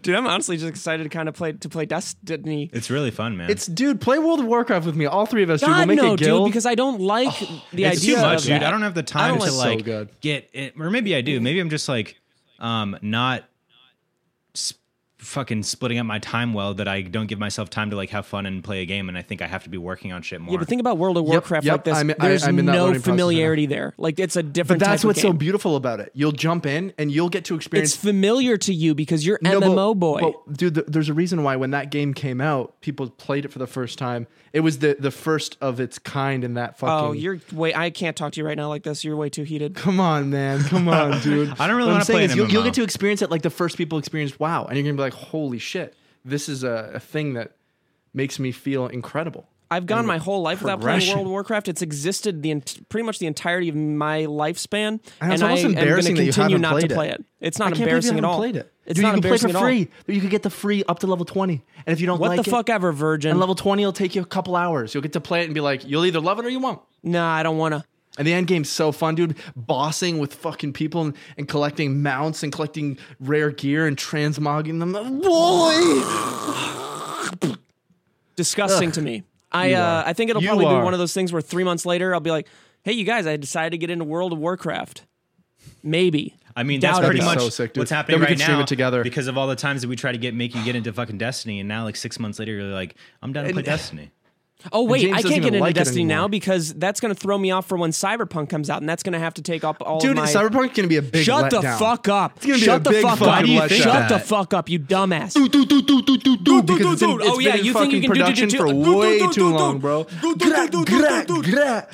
Speaker 1: dude. I'm honestly just excited to kind of play to play Destiny.
Speaker 3: it's really fun, man.
Speaker 2: It's dude, play World of Warcraft with me. All three of us, dude. We'll
Speaker 1: God
Speaker 2: make
Speaker 1: no,
Speaker 2: a guild.
Speaker 1: dude, because I don't like the
Speaker 3: It's
Speaker 1: idea
Speaker 3: too much,
Speaker 1: of
Speaker 3: dude.
Speaker 1: that.
Speaker 3: I don't have the time
Speaker 1: don't
Speaker 3: to
Speaker 1: like-
Speaker 3: like
Speaker 2: So good.
Speaker 3: get it, or maybe I do. Maybe I'm just like, um, not sp- fucking splitting up my time well that I don't give myself time to like have fun and play a game, and I think I have to be working on shit more.
Speaker 1: Yeah, but think about World of Warcraft
Speaker 2: yep,
Speaker 1: like this.
Speaker 2: I'm- I-
Speaker 1: There's
Speaker 2: I'm in that
Speaker 1: no
Speaker 2: learning process right now.
Speaker 1: familiarity there. Like it's a different.
Speaker 2: but that's
Speaker 1: type
Speaker 2: what's
Speaker 1: of
Speaker 2: so
Speaker 1: game.
Speaker 2: beautiful about it. You'll jump in and you'll get to experience
Speaker 1: It's familiar to you because you're
Speaker 2: No, but-
Speaker 1: MMO boy.
Speaker 2: But dude, th- there's a reason why when that game came out, people played it for the first time. It was the the first of its kind in that fucking.
Speaker 1: oh, you're way. I can't talk to you right now like this. You're way too heated.
Speaker 2: Come on, man. Come on, dude.
Speaker 3: I don't really
Speaker 2: What I'm
Speaker 3: wanna
Speaker 2: saying
Speaker 3: play
Speaker 2: is
Speaker 3: an
Speaker 2: you'll, you'll
Speaker 3: MMO.
Speaker 2: get to experience it like the first people experienced WoW, and you're gonna be like, holy shit, this is a, a thing that makes me feel incredible.
Speaker 1: I've gone my whole life without playing
Speaker 2: progression.
Speaker 1: World of Warcraft. It's existed the ent- pretty much the entirety of my lifespan,
Speaker 2: And it's
Speaker 1: I
Speaker 2: almost
Speaker 1: am going to
Speaker 2: embarrassing that you
Speaker 1: continue
Speaker 2: haven't
Speaker 1: not to
Speaker 2: played it.
Speaker 1: play it. It's
Speaker 2: I
Speaker 1: not
Speaker 2: can't believe
Speaker 1: embarrassing
Speaker 2: you
Speaker 1: at
Speaker 2: haven't
Speaker 1: all.
Speaker 2: played it.
Speaker 1: It's
Speaker 2: Dude,
Speaker 1: not
Speaker 2: you can play
Speaker 1: embarrassing
Speaker 2: for
Speaker 1: at all.
Speaker 2: free. You can get the free up to level twenty, and if you don't
Speaker 1: What
Speaker 2: like
Speaker 1: the
Speaker 2: it,
Speaker 1: fuck ever, Virgin?
Speaker 2: and level twenty will take you a couple hours. You'll get to play it and be like, you'll either love it or you won't.
Speaker 1: nah, I don't want to.
Speaker 2: And the end game's so fun, dude. Bossing with fucking people and, and collecting mounts and collecting rare gear and transmogging them.
Speaker 1: Oh
Speaker 2: Boy!
Speaker 1: Disgusting to me. I uh, I think it'll
Speaker 2: You
Speaker 1: probably be
Speaker 2: are.
Speaker 1: one of those things where three months later I'll be like, hey, you guys, I decided to get into World of Warcraft. Maybe.
Speaker 3: I mean, that's
Speaker 1: Doubt it.
Speaker 3: pretty
Speaker 1: That'd
Speaker 3: much
Speaker 1: be
Speaker 2: so sick, dude.
Speaker 3: what's
Speaker 2: Then
Speaker 3: happening
Speaker 2: we
Speaker 3: right
Speaker 2: could stream
Speaker 3: now.
Speaker 2: it together.
Speaker 3: because of all the times that we try to get make you get into fucking Destiny, and now like six months later, you're like, I'm down to play
Speaker 2: And-
Speaker 3: Destiny.
Speaker 1: Oh wait,
Speaker 2: James
Speaker 1: I
Speaker 2: doesn't
Speaker 1: can't
Speaker 2: even
Speaker 1: get into
Speaker 2: like it
Speaker 1: Destiny now
Speaker 2: anymore.
Speaker 1: because that's going to throw me off for when Cyberpunk comes out, and that's going to have to take up all
Speaker 2: Dude,
Speaker 1: of my.
Speaker 2: Cyberpunk's gonna be a big
Speaker 1: Shut the
Speaker 2: letdown.
Speaker 1: fuck up!
Speaker 2: gonna be
Speaker 1: Shut
Speaker 2: a
Speaker 1: the
Speaker 2: big
Speaker 1: fuck
Speaker 2: fucking
Speaker 1: up!
Speaker 3: Why do you letdown. think
Speaker 1: Shut the
Speaker 3: that?
Speaker 1: fuck up, you dumbass!
Speaker 2: Do, do, do, do, do, do, do, because it's in,
Speaker 1: dude.
Speaker 2: it's
Speaker 1: Oh, yeah,
Speaker 2: been in
Speaker 1: you think you
Speaker 2: fucking
Speaker 1: can do, do, do,
Speaker 2: production
Speaker 1: do.
Speaker 2: for
Speaker 1: Do, do,
Speaker 2: way
Speaker 1: do,
Speaker 2: too
Speaker 1: do, do.
Speaker 2: long, bro.
Speaker 1: Do, do, do,
Speaker 2: Gra-
Speaker 1: do, do,
Speaker 2: gra-
Speaker 1: do, do.
Speaker 2: gra-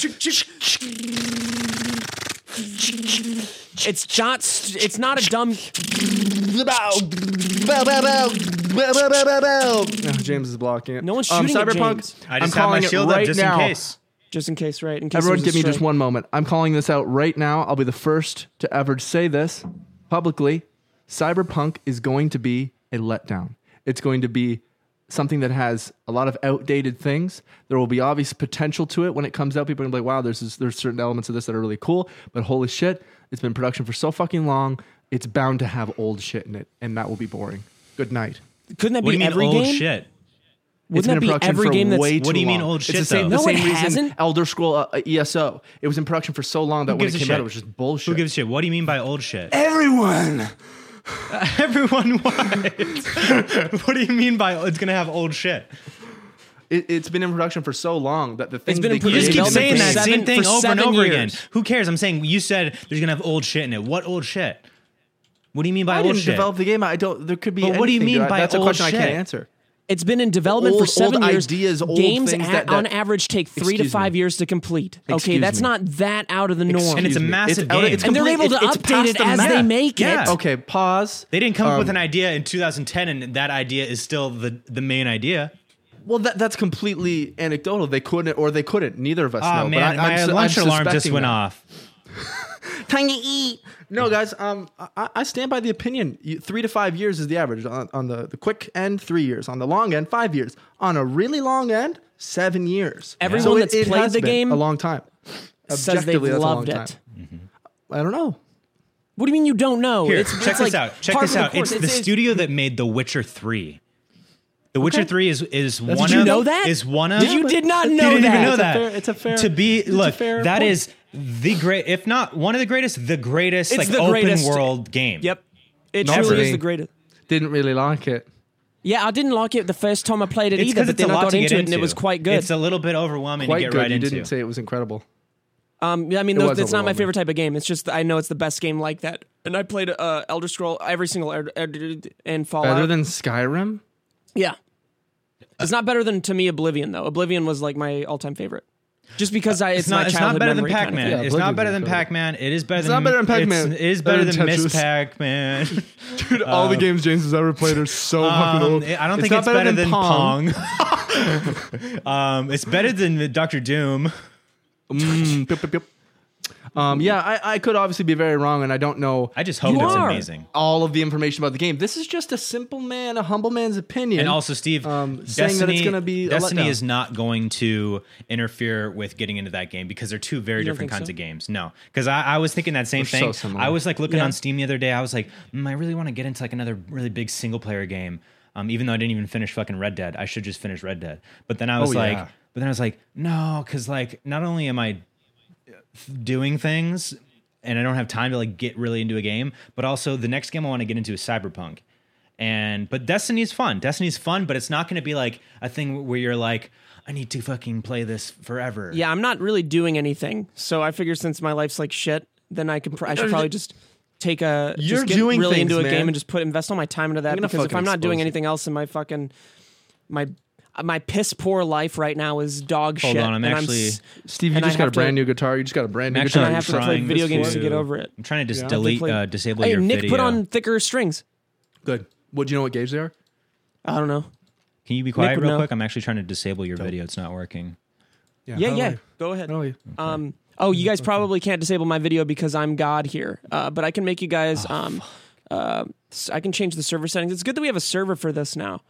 Speaker 1: It's not. st- It's not a dumb.
Speaker 2: Bow, bow, bow, bow, bow, bow, bow, bow, bow. No, James is blocking it.
Speaker 1: No one's
Speaker 2: um,
Speaker 1: shooting at
Speaker 2: Cyberpunk.
Speaker 1: James.
Speaker 3: I
Speaker 2: am
Speaker 3: just have my
Speaker 2: calling
Speaker 3: shield
Speaker 2: it right
Speaker 3: up just
Speaker 2: now.
Speaker 3: in case.
Speaker 1: Just in case, right? In case
Speaker 2: Everyone,
Speaker 1: there was
Speaker 2: give
Speaker 1: a
Speaker 2: me just
Speaker 1: strike.
Speaker 2: one moment. I'm calling this out right now. I'll be the first to ever say this publicly. Cyberpunk is going to be a letdown. It's going to be something that has a lot of outdated things. There will be obvious potential to it when it comes out. People are gonna be like, "Wow, there's this, there's certain elements of this that are really cool," but holy shit, it's been in production for so fucking long. It's bound to have old shit in it, and that will be boring. Good night.
Speaker 1: Couldn't that
Speaker 3: What do
Speaker 1: be
Speaker 3: you mean
Speaker 1: every
Speaker 3: old
Speaker 1: game?
Speaker 3: shit?
Speaker 2: it's been
Speaker 1: Wouldn't that
Speaker 2: in
Speaker 1: be
Speaker 2: production
Speaker 1: every
Speaker 2: for
Speaker 1: game that's-
Speaker 2: way
Speaker 1: What
Speaker 2: too
Speaker 3: do you mean
Speaker 2: long.
Speaker 3: old
Speaker 2: It's
Speaker 3: shit,
Speaker 2: the same,
Speaker 3: though?
Speaker 2: the
Speaker 1: No, it
Speaker 2: same reason
Speaker 1: hasn't.
Speaker 2: Elder Scroll uh, uh, ESO. It was in production for so long that when it
Speaker 3: gives a
Speaker 2: came out,
Speaker 3: shit?
Speaker 2: it was just bullshit.
Speaker 3: Who gives a shit? What do you mean by old shit?
Speaker 2: Everyone.
Speaker 3: Everyone wise. what do you mean by it's gonna have old shit?
Speaker 2: It, it's been in production for so long that the things
Speaker 1: been in
Speaker 2: they
Speaker 1: production
Speaker 3: You just
Speaker 1: Development
Speaker 3: keep saying
Speaker 1: for
Speaker 3: that
Speaker 1: seven-
Speaker 3: same thing
Speaker 1: for
Speaker 3: over and
Speaker 1: seven
Speaker 3: over again.
Speaker 1: years.
Speaker 3: Who cares? I'm saying you said there's gonna have old shit in it. What old shit? What do you mean by
Speaker 2: I
Speaker 3: old
Speaker 2: didn't
Speaker 3: shit?
Speaker 2: develop the game. I don't. There could be.
Speaker 3: But what do you
Speaker 2: anything,
Speaker 3: mean
Speaker 2: dude.
Speaker 3: by
Speaker 2: That's
Speaker 3: old
Speaker 2: a question I
Speaker 3: shit?
Speaker 2: can't answer.
Speaker 1: It's been in development for
Speaker 2: Old-
Speaker 1: seven
Speaker 2: old
Speaker 1: years.
Speaker 2: ideas, old
Speaker 1: Games
Speaker 2: things
Speaker 1: at-
Speaker 2: that- that-
Speaker 1: on average take three to
Speaker 2: Excuse
Speaker 1: five
Speaker 2: me.
Speaker 1: years to complete. okay,
Speaker 2: Excuse
Speaker 1: that's
Speaker 2: me.
Speaker 1: not that out of the norm.
Speaker 3: And it's a
Speaker 2: Excuse me.
Speaker 3: massive
Speaker 2: It's- oh,
Speaker 3: game.
Speaker 2: it's
Speaker 1: And they're
Speaker 2: complete-
Speaker 1: able to
Speaker 2: it's- it's
Speaker 1: update it
Speaker 2: past the
Speaker 1: as
Speaker 2: map.
Speaker 1: they make
Speaker 3: Yeah.
Speaker 1: it.
Speaker 2: Okay, pause. Um,
Speaker 3: They didn't come up with an idea in 2010, and that idea is still the, the main idea.
Speaker 2: Well, that, that's completely anecdotal. They couldn't, or they couldn't. Neither of us
Speaker 3: Oh
Speaker 2: know.
Speaker 3: man,
Speaker 2: but I, Ah,
Speaker 3: my
Speaker 2: I'm, su-
Speaker 3: lunch
Speaker 2: I'm
Speaker 3: alarm just
Speaker 2: suspecting
Speaker 3: went
Speaker 2: that.
Speaker 3: off.
Speaker 2: Time to eat. No, guys, um, I, I stand by the opinion. You, three to five years is the average. On, on the, the quick end, three years. On the long end, five years. On a really long end, seven years.
Speaker 1: Everyone
Speaker 2: So it-
Speaker 1: that's
Speaker 2: it
Speaker 1: played
Speaker 2: has
Speaker 1: the
Speaker 2: been
Speaker 1: game
Speaker 2: a long time.
Speaker 1: Says they've
Speaker 2: Objectively, that's a long
Speaker 1: loved
Speaker 2: time.
Speaker 1: it.
Speaker 2: I don't know.
Speaker 1: What do you mean you don't know?
Speaker 3: Here,
Speaker 1: it's,
Speaker 3: check
Speaker 1: it's
Speaker 3: this
Speaker 1: like
Speaker 3: out. Check
Speaker 1: par
Speaker 3: this
Speaker 1: for the
Speaker 3: out.
Speaker 1: course.
Speaker 3: It's the studio that made The Witcher Three. The Witcher Three is is one.
Speaker 1: Did you
Speaker 3: of,
Speaker 1: know that?
Speaker 3: Is one of?
Speaker 1: Did you did not know
Speaker 3: you didn't
Speaker 1: that?
Speaker 3: even know
Speaker 1: It's a
Speaker 3: that.
Speaker 2: fair- it's a fair-
Speaker 3: to be.
Speaker 2: a
Speaker 3: Look,
Speaker 2: fair
Speaker 3: that
Speaker 2: point.
Speaker 3: is the great, if not one of the greatest, the greatest
Speaker 1: It's
Speaker 3: like
Speaker 1: the
Speaker 3: open
Speaker 1: greatest-
Speaker 3: world game.
Speaker 1: Yep. It
Speaker 2: Not
Speaker 1: truly
Speaker 2: for
Speaker 1: is
Speaker 2: me.
Speaker 1: the greatest.
Speaker 2: Didn't really like it.
Speaker 1: Yeah, I didn't like it the first time I played it
Speaker 3: It's
Speaker 1: either,
Speaker 3: because
Speaker 1: but
Speaker 3: it's a
Speaker 1: then I
Speaker 3: lot
Speaker 1: got
Speaker 3: to
Speaker 1: into
Speaker 3: get
Speaker 1: it and it was quite good.
Speaker 3: It's a little bit overwhelming
Speaker 2: Quite
Speaker 3: to get
Speaker 2: good.
Speaker 3: right
Speaker 2: you
Speaker 3: into.
Speaker 2: didn't say it was incredible.
Speaker 1: Um, yeah, I mean, those,
Speaker 2: was
Speaker 1: that's not my
Speaker 2: overwhelming.
Speaker 1: favorite type of game. It's just I know it's the best game like that. And I played uh, Elder Scroll every single Elder- Elder- and Fallout.
Speaker 2: Better than Skyrim.
Speaker 1: yeah, it's not better than to me Oblivion though. Oblivion was like my all-time favorite, just because I it's,
Speaker 3: Uh, It's not,
Speaker 1: my
Speaker 3: it's not
Speaker 1: childhood
Speaker 3: better than
Speaker 1: memory
Speaker 3: Pac
Speaker 1: kind of
Speaker 3: Man.
Speaker 1: thing.
Speaker 2: Yeah,
Speaker 3: it's not
Speaker 2: Oblivion
Speaker 3: better
Speaker 2: is
Speaker 3: than
Speaker 2: better.
Speaker 3: Pac Man. It is better than
Speaker 2: not better than Pac-Man.
Speaker 3: it's- It is better
Speaker 2: Better
Speaker 3: than
Speaker 2: than
Speaker 3: Miss
Speaker 2: Tetris.
Speaker 3: Pac Man.
Speaker 2: Dude, all the games James has ever played are so fucking
Speaker 3: Um,
Speaker 2: old.
Speaker 3: I don't think it's,
Speaker 2: not
Speaker 3: better, than, Pong. um, it's better than Doctor Doom.
Speaker 2: Mm, pip, pip, pip. Um, yeah, I, I could obviously be very wrong, and I don't know
Speaker 3: I just hope
Speaker 1: You
Speaker 3: it's
Speaker 1: are.
Speaker 3: amazing.
Speaker 2: all of the information about the game. This is just a simple man, a humble man's opinion.
Speaker 3: And also, Steve,
Speaker 2: Um,
Speaker 3: Destiny,
Speaker 2: saying that it's gonna be a
Speaker 3: Destiny
Speaker 2: letdown.
Speaker 3: is not going to interfere with getting into that game because they're two very different
Speaker 1: think
Speaker 3: kinds
Speaker 1: so?
Speaker 3: of games. No, because I, I was thinking that same
Speaker 2: They're so
Speaker 3: thing.
Speaker 2: similar.
Speaker 3: I was like looking
Speaker 1: Yeah.
Speaker 3: on Steam the other day. I was like, mm, I really want to get into like another really big single player game. Um, even though I didn't even finish fucking Red Dead, I should just finish Red Dead. But then I was
Speaker 2: Oh,
Speaker 3: like,
Speaker 2: yeah.
Speaker 3: but then I was like, no, because like not only am I doing things and I don't have time to like get really into a game. But also the next game I want to get into is Cyberpunk. And but Destiny's fun. Destiny's fun, but it's not going to be like a thing where you're like I need to fucking play this forever.
Speaker 1: Yeah, I'm not really doing anything, so I figure since my life's like shit, then I could pr- I should probably just take a
Speaker 2: You're
Speaker 1: just get
Speaker 2: doing
Speaker 1: really
Speaker 2: things,
Speaker 1: into a game
Speaker 2: man.
Speaker 1: and just put invest all my time into that
Speaker 2: gonna
Speaker 1: because if
Speaker 2: fucking
Speaker 1: I'm not doing
Speaker 2: expose you.
Speaker 1: anything else in my fucking my my piss poor life right now is dog
Speaker 3: Hold
Speaker 1: shit.
Speaker 3: on, I'm
Speaker 1: and
Speaker 3: actually-
Speaker 2: Steve, you
Speaker 1: and I
Speaker 2: just got a
Speaker 1: have to-
Speaker 2: brand new guitar. You just got a brand new
Speaker 3: Actually,
Speaker 2: guitar.
Speaker 1: I
Speaker 3: I'm
Speaker 1: have to play
Speaker 3: trying
Speaker 1: video
Speaker 3: this
Speaker 1: games to
Speaker 3: for-
Speaker 1: get over it.
Speaker 3: I'm trying to just delete,
Speaker 1: play-
Speaker 3: uh, disable
Speaker 1: Hey,
Speaker 3: your
Speaker 1: Nick,
Speaker 3: video.
Speaker 1: put on thicker strings.
Speaker 2: Good. What do you know what games they are?
Speaker 1: I don't know.
Speaker 3: Can you be quiet
Speaker 1: would
Speaker 3: real
Speaker 1: know.
Speaker 3: quick? I'm actually trying to disable your video. It's not working.
Speaker 1: Yeah,
Speaker 2: how
Speaker 1: yeah.
Speaker 2: do
Speaker 1: Go ahead.
Speaker 2: I- how do I-
Speaker 1: Um, oh, you guys probably can't disable my video because I'm God here, uh, but I can make you guys. um, uh, s- I can change the server settings. It's good that we have a server for this now.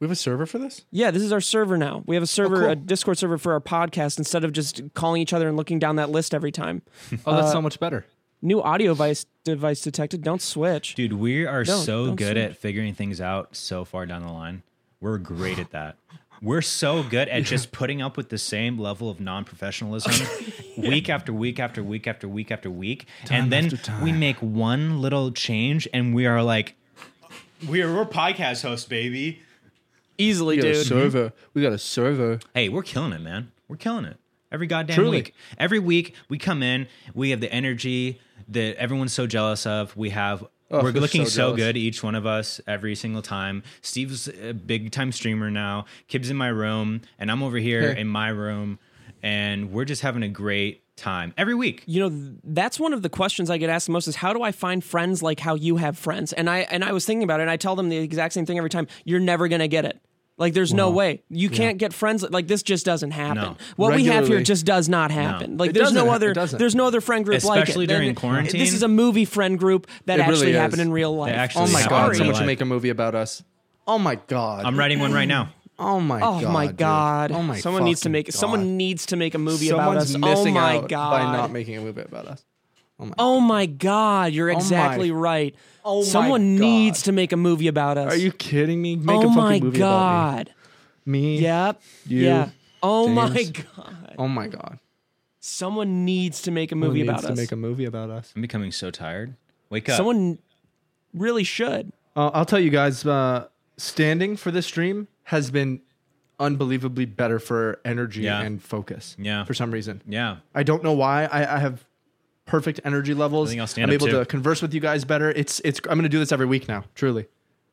Speaker 2: We have a server for this?
Speaker 1: Yeah, this is our server now. We have a server,
Speaker 2: cool.
Speaker 1: a Discord server for our podcast instead of just calling each other and looking down that list every time.
Speaker 2: Oh,
Speaker 1: Uh,
Speaker 2: that's so much better.
Speaker 1: New audio device, device detected. Don't switch.
Speaker 3: Dude, we are
Speaker 1: Don't-
Speaker 3: so
Speaker 1: don't
Speaker 3: good
Speaker 1: switch.
Speaker 3: at figuring things out so far down the line. We're great at that. We're so good at just putting up with the same level of non professionalism week after week after week after week after week. and then
Speaker 2: after time.
Speaker 3: we make one little change and we are like, we're, we're podcast hosts, baby.
Speaker 1: Easily,
Speaker 2: We got a
Speaker 1: dude.
Speaker 2: server. We got a server.
Speaker 3: Hey, we're killing it, man. We're killing it. Every goddamn
Speaker 2: Truly.
Speaker 3: week. Every week we come in, we have the energy that everyone's so jealous of. We have
Speaker 2: Oh,
Speaker 3: we're
Speaker 2: they're
Speaker 3: looking so,
Speaker 2: so jealous.
Speaker 3: good each one of us every single time. Steve's a big time streamer now. Kib's in my room and I'm over here in my room and we're just having a great time every week.
Speaker 1: you know th- that's one of the questions i get asked the most is how do i find friends like how you have friends and i and i was thinking about it and i tell them the exact same thing every time you're never going to get it like there's no way you can't get friends like this just doesn't happen
Speaker 3: No.
Speaker 1: what we have here
Speaker 2: Regularly.
Speaker 1: just does not happen like
Speaker 2: It
Speaker 1: there's no
Speaker 2: doesn't.
Speaker 1: other
Speaker 2: It doesn't.
Speaker 1: there's no other friend group
Speaker 3: Especially
Speaker 1: like it And
Speaker 3: during
Speaker 1: it-
Speaker 3: quarantine.
Speaker 1: this is a movie friend group that
Speaker 2: It really
Speaker 1: actually
Speaker 2: is.
Speaker 1: happened in real life
Speaker 3: actually
Speaker 2: Oh my
Speaker 3: Yeah.
Speaker 2: god,
Speaker 3: Sorry.
Speaker 2: someone should
Speaker 3: Like-
Speaker 2: make a movie about us. Oh my god.
Speaker 3: I'm writing one right now.
Speaker 2: oh my
Speaker 1: Oh
Speaker 2: god.
Speaker 1: my
Speaker 2: dude.
Speaker 1: god!
Speaker 2: Oh my
Speaker 1: someone needs to
Speaker 2: fucking
Speaker 1: make
Speaker 2: god.
Speaker 1: someone needs to make a movie
Speaker 2: Someone's
Speaker 1: about us. Oh
Speaker 2: missing
Speaker 1: my
Speaker 2: out
Speaker 1: god!
Speaker 2: by not making a movie about us.
Speaker 1: oh my god! You're exactly right.
Speaker 2: Oh my
Speaker 1: someone
Speaker 2: God.
Speaker 1: needs to make a movie about us.
Speaker 2: Are you kidding me? Make
Speaker 1: oh
Speaker 2: a fucking
Speaker 1: my
Speaker 2: movie about me.
Speaker 1: god
Speaker 2: me.
Speaker 1: Yep.
Speaker 2: You,
Speaker 1: yeah. Oh my
Speaker 2: James.
Speaker 1: god.
Speaker 2: Oh my god.
Speaker 1: Someone needs to make a movie
Speaker 2: Someone needs
Speaker 1: about
Speaker 2: to
Speaker 1: us.
Speaker 2: make a movie about us.
Speaker 3: I'm becoming so tired. Wake up.
Speaker 1: Someone really should.
Speaker 2: Uh, I'll tell you guys. Uh, standing for this stream has been unbelievably better for energy
Speaker 3: Yeah.
Speaker 2: and focus.
Speaker 3: Yeah.
Speaker 2: For some reason,
Speaker 3: yeah.
Speaker 2: I don't know why. I, I have perfect energy levels.
Speaker 3: I think I'll stand
Speaker 2: am
Speaker 3: up
Speaker 2: able
Speaker 3: too.
Speaker 2: to converse with you guys better. It's it's. I'm gonna do this every week now. Truly,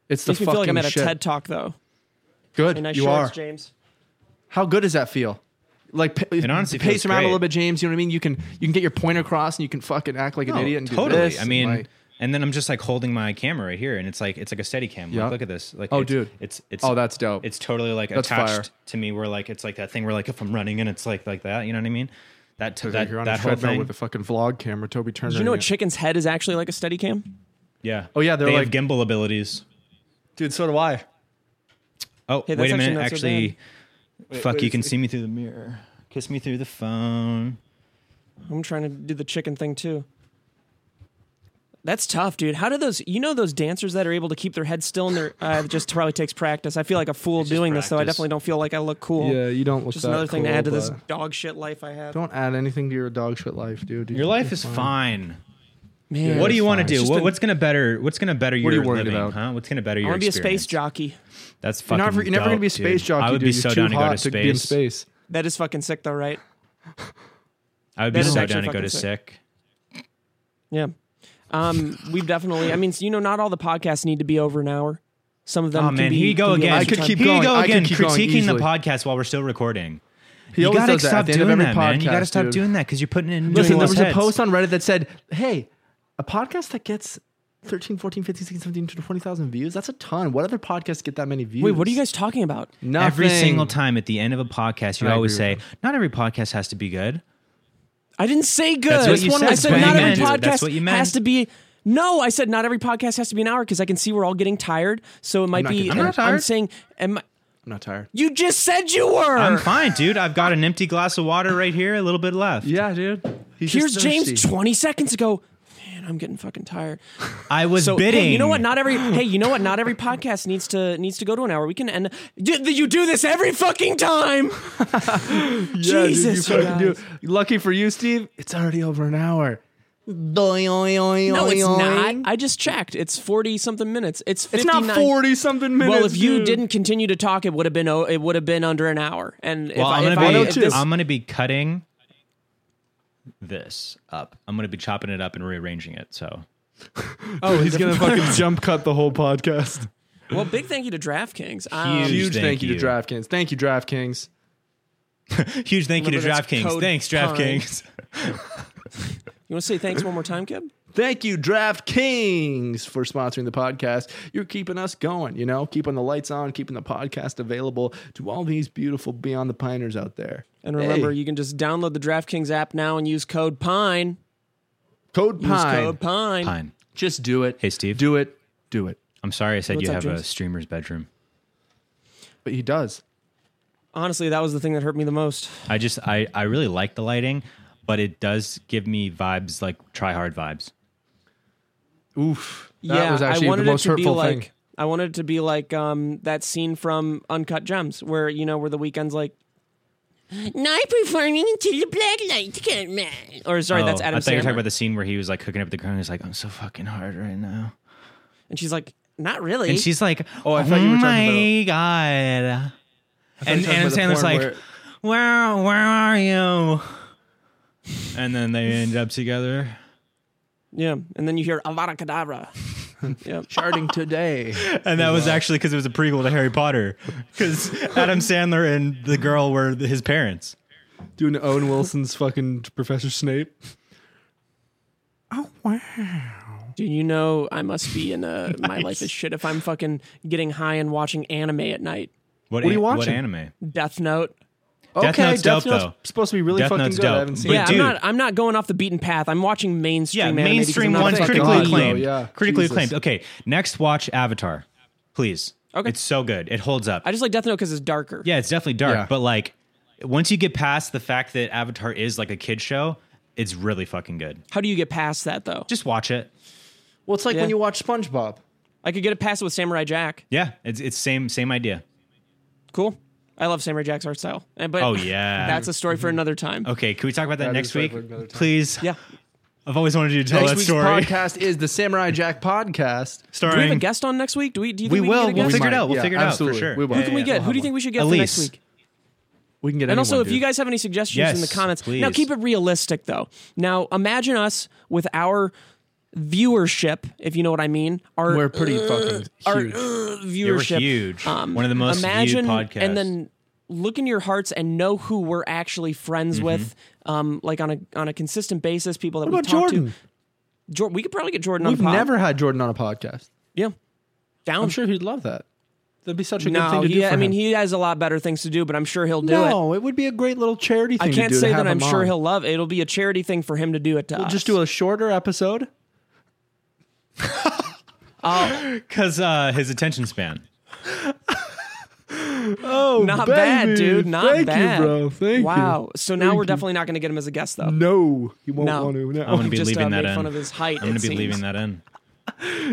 Speaker 2: it's the
Speaker 1: Makes me
Speaker 2: fucking
Speaker 1: feel like I'm at a
Speaker 2: shit.
Speaker 1: TED talk though.
Speaker 2: Good,
Speaker 1: And nice
Speaker 2: you
Speaker 1: shorts,
Speaker 2: are.
Speaker 1: James.
Speaker 2: How good does that feel? Like pa-
Speaker 3: It honestly
Speaker 2: pace
Speaker 3: feels
Speaker 2: around a
Speaker 3: great.
Speaker 2: little bit, James. You know what I mean? You can you can get your point across, and you can fucking act like an
Speaker 3: No,
Speaker 2: idiot and
Speaker 3: Oh, totally.
Speaker 2: do this.
Speaker 3: I mean,
Speaker 2: and, like,
Speaker 3: and then I'm just like holding my camera right here, and it's like it's like a steady cam.
Speaker 2: Yeah.
Speaker 3: Like, look at this. Like,
Speaker 2: Oh,
Speaker 3: it's,
Speaker 2: dude.
Speaker 3: it's it's
Speaker 2: oh, that's dope.
Speaker 3: it's totally like
Speaker 2: That's
Speaker 3: attached
Speaker 2: fire.
Speaker 3: to me. Where like it's like that thing where like if I'm running and it's like like that. You know what I mean? That t- that
Speaker 2: you're on
Speaker 3: that
Speaker 2: a
Speaker 3: whole
Speaker 2: treadmill
Speaker 3: thing.
Speaker 2: with a fucking vlog camera, Toby Turner.
Speaker 1: Did you know a
Speaker 2: in it.
Speaker 1: chicken's head is actually like a steady cam?
Speaker 3: yeah.
Speaker 2: Oh, yeah, they're
Speaker 3: they
Speaker 2: like-
Speaker 3: have gimbal abilities.
Speaker 2: dude? So do I.
Speaker 3: Oh
Speaker 1: Hey, that's
Speaker 3: wait a
Speaker 1: actually
Speaker 3: minute.
Speaker 1: not so
Speaker 3: Actually, fuck,
Speaker 2: wait,
Speaker 3: you can
Speaker 2: it's-
Speaker 3: see me through the mirror. Kiss me through the phone.
Speaker 1: I'm trying to do the chicken thing too. That's tough, dude. How do those? You know those dancers that are able to keep their head still and their uh, it just probably takes practice. I feel like a fool doing this, though. I
Speaker 3: practice.
Speaker 1: definitely don't feel like I look cool.
Speaker 2: Yeah, you don't look.
Speaker 1: just
Speaker 2: that
Speaker 1: another thing to
Speaker 2: cool,
Speaker 1: add to this
Speaker 2: but-
Speaker 1: dog shit life I have.
Speaker 2: Don't add anything to your dog shit life, dude.
Speaker 3: Your life is fine.
Speaker 1: Man,
Speaker 3: What do you want to
Speaker 2: fine.
Speaker 3: do?
Speaker 1: just
Speaker 3: What,
Speaker 1: an-
Speaker 3: what's gonna better? What's gonna better
Speaker 2: What are
Speaker 3: your
Speaker 2: you worried
Speaker 3: living?
Speaker 2: about?
Speaker 3: Huh? What's gonna better
Speaker 1: I
Speaker 3: your?
Speaker 1: want to be a space
Speaker 3: experience?
Speaker 1: jockey.
Speaker 3: That's fucking.
Speaker 2: You're never, you're never
Speaker 3: dope,
Speaker 2: gonna be a
Speaker 3: dude.
Speaker 2: space jockey.
Speaker 3: I would
Speaker 2: dude.
Speaker 3: be
Speaker 2: You're
Speaker 3: so
Speaker 2: too
Speaker 3: down to go
Speaker 2: hot
Speaker 3: to space.
Speaker 2: Be in space.
Speaker 1: That is fucking sick, though, right?
Speaker 3: I would be
Speaker 1: That is
Speaker 3: so
Speaker 1: actually
Speaker 3: down to go
Speaker 1: fucking
Speaker 3: to
Speaker 1: sick.
Speaker 3: sick.
Speaker 1: Yeah. Um, we've definitely. I mean, you know, not all the podcasts need to be over an hour. Some of them.
Speaker 3: Oh
Speaker 1: can
Speaker 3: man,
Speaker 1: be,
Speaker 3: here you go
Speaker 1: can be
Speaker 3: again.
Speaker 1: a
Speaker 2: I
Speaker 1: long
Speaker 2: could
Speaker 1: time.
Speaker 2: keep
Speaker 3: here
Speaker 2: going.
Speaker 3: you go
Speaker 2: I could
Speaker 3: again,
Speaker 2: keep going
Speaker 3: critiquing the
Speaker 2: easily.
Speaker 3: podcast while we're still recording.
Speaker 2: He
Speaker 3: you
Speaker 2: always
Speaker 3: gotta
Speaker 2: does that
Speaker 3: stop
Speaker 2: at the end of
Speaker 3: doing
Speaker 2: every
Speaker 3: that, man. You gotta
Speaker 2: podcast,
Speaker 3: stop
Speaker 2: dude.
Speaker 3: doing that because you're putting in.
Speaker 2: Listen, there was
Speaker 3: heads.
Speaker 2: a post on Reddit that said, hey, a podcast that gets 13, 14, 15, 16, 17, 20,000 views, that's a ton. What other podcasts get that many views?
Speaker 1: Wait, what are you guys talking about?
Speaker 2: Nothing.
Speaker 3: every single time at the end of a podcast. You
Speaker 2: I
Speaker 3: always
Speaker 2: agree
Speaker 3: say, "Not every podcast has to be good."
Speaker 1: I didn't say good.
Speaker 3: That's what you
Speaker 1: one,
Speaker 3: said.
Speaker 1: I said
Speaker 3: That's what
Speaker 1: not
Speaker 3: you
Speaker 1: every podcast
Speaker 3: meant. That's what you meant.
Speaker 1: has to be. No, I said not every podcast has to be an hour because I can see we're all getting tired. So it might
Speaker 2: not
Speaker 1: be.
Speaker 2: getting
Speaker 1: I'm,
Speaker 3: tired. I'm not tired.
Speaker 1: saying. Am I-
Speaker 2: I'm not tired.
Speaker 1: you just said you were.
Speaker 3: I'm fine, dude. I've got an empty glass of water right here, a little bit left.
Speaker 2: Yeah, dude. He's
Speaker 1: Here's
Speaker 2: just
Speaker 1: James
Speaker 2: thirsty.
Speaker 1: 20 seconds ago. Man, I'm getting fucking tired.
Speaker 3: I was
Speaker 1: So
Speaker 3: bidding.
Speaker 1: hey, you know what? Not every hey, you know what? Not every podcast needs to needs to go to an hour. We can end. You, you do this every fucking time.
Speaker 2: Yeah, dude,
Speaker 1: Jesus,
Speaker 2: you
Speaker 1: you
Speaker 2: fucking do.
Speaker 1: guys.
Speaker 2: Lucky for you, Steve, it's already over an hour.
Speaker 1: No,
Speaker 2: No,
Speaker 1: it's not. I just checked. It's forty something minutes. It's
Speaker 2: It's not
Speaker 1: 59
Speaker 2: 40 something minutes.
Speaker 1: Well, if you
Speaker 2: dude.
Speaker 1: didn't continue to talk, it would have been oh, it would have been under an hour. And
Speaker 3: Well,
Speaker 1: if,
Speaker 3: I'm
Speaker 1: I-
Speaker 3: gonna
Speaker 1: if
Speaker 3: be.
Speaker 1: I, if this-
Speaker 3: I'm gonna be cutting this up. I'm gonna be chopping it up and rearranging it. So
Speaker 2: Oh, he's going to fucking jump cut the whole podcast.
Speaker 1: well, big thank you to DraftKings. Um,
Speaker 3: Huge
Speaker 2: Huge thank
Speaker 3: thank
Speaker 2: you to
Speaker 3: you.
Speaker 2: DraftKings. Thank you, DraftKings.
Speaker 3: huge thank you to
Speaker 1: Remember, that's
Speaker 3: DraftKings.
Speaker 1: code
Speaker 3: Thanks,
Speaker 1: pine.
Speaker 3: DraftKings.
Speaker 1: you want to say thanks one more time, Kib?
Speaker 2: Thank you, DraftKings, for sponsoring the podcast. You're keeping us going, you know, keeping the lights on, keeping the podcast available to all these beautiful Beyond the Piners out there.
Speaker 1: And remember,
Speaker 2: Hey,
Speaker 1: you can just download the DraftKings app now and use code Pine.
Speaker 2: code
Speaker 1: Use
Speaker 2: Pine.
Speaker 1: code Pine.
Speaker 3: Fine.
Speaker 2: Just do it.
Speaker 3: Hey, Steve.
Speaker 2: Do it. Do it.
Speaker 3: I'm sorry I said
Speaker 1: What's
Speaker 3: you
Speaker 1: up,
Speaker 3: have a
Speaker 1: James?
Speaker 3: streamer's bedroom.
Speaker 2: But he does.
Speaker 1: Honestly, that was the thing that hurt me the most.
Speaker 3: I just I I really like the lighting, but it does give me vibes like try hard vibes.
Speaker 2: Oof. That
Speaker 1: yeah,
Speaker 2: was actually
Speaker 1: I wanted
Speaker 2: the most
Speaker 1: it to
Speaker 2: hurtful
Speaker 1: be like
Speaker 2: thing.
Speaker 1: I wanted it to be like um, that scene from Uncut Gems where you know where the weekend's like. Night performing until the black light come on. Or sorry, that's
Speaker 3: Oh,
Speaker 1: Adam
Speaker 3: I thought you were talking
Speaker 1: Sandler.
Speaker 3: about the scene where he was like hooking up with the girl and he's like, I'm so fucking hard right now.
Speaker 1: and she's like, not really.
Speaker 3: And she's like,
Speaker 2: Oh,
Speaker 3: Oh,
Speaker 2: I thought you were talking
Speaker 3: my god.
Speaker 2: talking
Speaker 3: And
Speaker 2: about
Speaker 3: Adam
Speaker 2: the
Speaker 3: Sandler's
Speaker 2: porn
Speaker 3: like,
Speaker 2: where-
Speaker 3: Where where are you? And then they end up together.
Speaker 1: Yeah, and then you hear Avada Kedavra. yeah,
Speaker 2: Charting today.
Speaker 3: And that was actually because it was a prequel to Harry Potter. Because Adam Sandler and the girl were his parents.
Speaker 2: Doing Owen Wilson's fucking Professor Snape. Oh, wow.
Speaker 1: do you know I must be in a my life is shit if I'm fucking getting high and watching anime at night?
Speaker 3: What,
Speaker 2: are you
Speaker 3: an-
Speaker 2: watching?
Speaker 3: anime?
Speaker 1: Death Note.
Speaker 3: Death
Speaker 2: okay,
Speaker 3: Note's
Speaker 2: Death
Speaker 3: dope,
Speaker 2: Note's
Speaker 3: though.
Speaker 2: supposed to be really
Speaker 3: Death
Speaker 2: fucking
Speaker 3: Note's
Speaker 2: good. I
Speaker 3: dope.
Speaker 2: haven't seen
Speaker 3: But
Speaker 1: yeah,
Speaker 2: it.
Speaker 3: dude-
Speaker 1: I'm not I'm not going off the beaten path. I'm watching mainstream.
Speaker 3: Yeah,
Speaker 1: anime because
Speaker 3: mainstream
Speaker 1: I'm not
Speaker 3: one's
Speaker 1: fucking-
Speaker 3: critically
Speaker 2: God,
Speaker 3: acclaimed.
Speaker 2: though, Oh, yeah.
Speaker 3: Critically
Speaker 2: Jesus.
Speaker 3: acclaimed. Okay, next watch Avatar, please.
Speaker 1: Okay.
Speaker 3: it's so good. It holds up.
Speaker 1: I just like Death Note because it's darker.
Speaker 3: yeah, it's definitely dark,
Speaker 2: Yeah.
Speaker 3: but like once you get past the fact that Avatar is like a kid show, it's really fucking good.
Speaker 1: How do you get past that though?
Speaker 3: Just watch it.
Speaker 2: Well, it's like
Speaker 1: Yeah.
Speaker 2: when you watch SpongeBob.
Speaker 1: I could get it past it with Samurai Jack.
Speaker 3: Yeah, it's it's same same idea.
Speaker 1: Cool. I love Samurai Jack's art style. And- But
Speaker 3: Oh, yeah. Mm-hmm.
Speaker 1: that's a story for another time.
Speaker 3: Okay, can we talk about that
Speaker 2: That
Speaker 3: next
Speaker 2: is right
Speaker 3: week,
Speaker 2: for another time.
Speaker 3: please?
Speaker 1: Yeah.
Speaker 3: I've always wanted you to tell
Speaker 2: Next
Speaker 3: that
Speaker 2: week's
Speaker 3: story.
Speaker 2: podcast is the Samurai Jack
Speaker 1: Do we
Speaker 2: podcast.
Speaker 1: have a
Speaker 3: Starring
Speaker 1: guest on next week? Do we? Do you
Speaker 3: We
Speaker 1: think we,
Speaker 3: will.
Speaker 1: Can get a
Speaker 3: We'll
Speaker 1: guest?
Speaker 3: figure it
Speaker 2: might,
Speaker 3: out. We'll
Speaker 2: yeah,
Speaker 3: figure it out for
Speaker 2: absolutely.
Speaker 3: sure.
Speaker 2: We will.
Speaker 1: Who
Speaker 2: Yeah,
Speaker 1: can we
Speaker 2: yeah,
Speaker 1: get?
Speaker 2: we'll
Speaker 1: Who do you
Speaker 2: have
Speaker 1: think
Speaker 2: one.
Speaker 1: we should get
Speaker 3: Elise.
Speaker 1: for next week?
Speaker 2: We can get.
Speaker 1: And
Speaker 2: anyone,
Speaker 1: also, if
Speaker 2: dude.
Speaker 1: you guys have any suggestions in the
Speaker 3: Yes,
Speaker 1: comments, now
Speaker 3: please.
Speaker 1: keep it realistic though. Now imagine us with our viewership, if you know what I mean. Our
Speaker 2: we're pretty fucking
Speaker 1: our
Speaker 2: huge.
Speaker 1: uh,
Speaker 3: Yeah, we're
Speaker 1: viewership.
Speaker 3: huge. One of the most
Speaker 1: imagine
Speaker 3: viewed podcasts.
Speaker 1: and then look in your hearts and know who we're actually friends
Speaker 3: Mm-hmm.
Speaker 1: with, um, like on a on a consistent basis. People that
Speaker 2: What
Speaker 1: we
Speaker 2: about
Speaker 1: talk
Speaker 2: Jordan?
Speaker 1: to. Jordan, we could probably get Jordan
Speaker 2: We've
Speaker 1: on. the pod.
Speaker 2: never had Jordan on a podcast.
Speaker 1: yeah, down.
Speaker 2: I'm sure he'd love that. That'd be such a good
Speaker 1: no,
Speaker 2: thing to do.
Speaker 1: he,
Speaker 2: for
Speaker 1: I mean
Speaker 2: him.
Speaker 1: he has a lot better things to do, but I'm sure he'll do it.
Speaker 2: no, it. would be a great little charity thing.
Speaker 1: I can't
Speaker 2: to do, to
Speaker 1: say
Speaker 2: have
Speaker 1: that I'm
Speaker 2: him
Speaker 1: sure
Speaker 2: on.
Speaker 1: he'll love it. It'll be a charity thing for him to do it to us.
Speaker 2: Just do a shorter episode.
Speaker 3: because uh, his attention span.
Speaker 2: Oh,
Speaker 1: Not bad, dude. Not
Speaker 2: Thank
Speaker 1: bad.
Speaker 2: you, bro. Thank you.
Speaker 1: wow. So now we're definitely not going to get him as a guest, though.
Speaker 2: No, he won't
Speaker 1: No.
Speaker 2: want to. No.
Speaker 3: I'm gonna
Speaker 1: We
Speaker 3: be
Speaker 1: just,
Speaker 3: leaving
Speaker 1: uh,
Speaker 3: that
Speaker 1: made
Speaker 3: in.
Speaker 1: fun of his height,
Speaker 3: I'm gonna
Speaker 1: it
Speaker 3: be leaving
Speaker 1: seems.
Speaker 3: that in.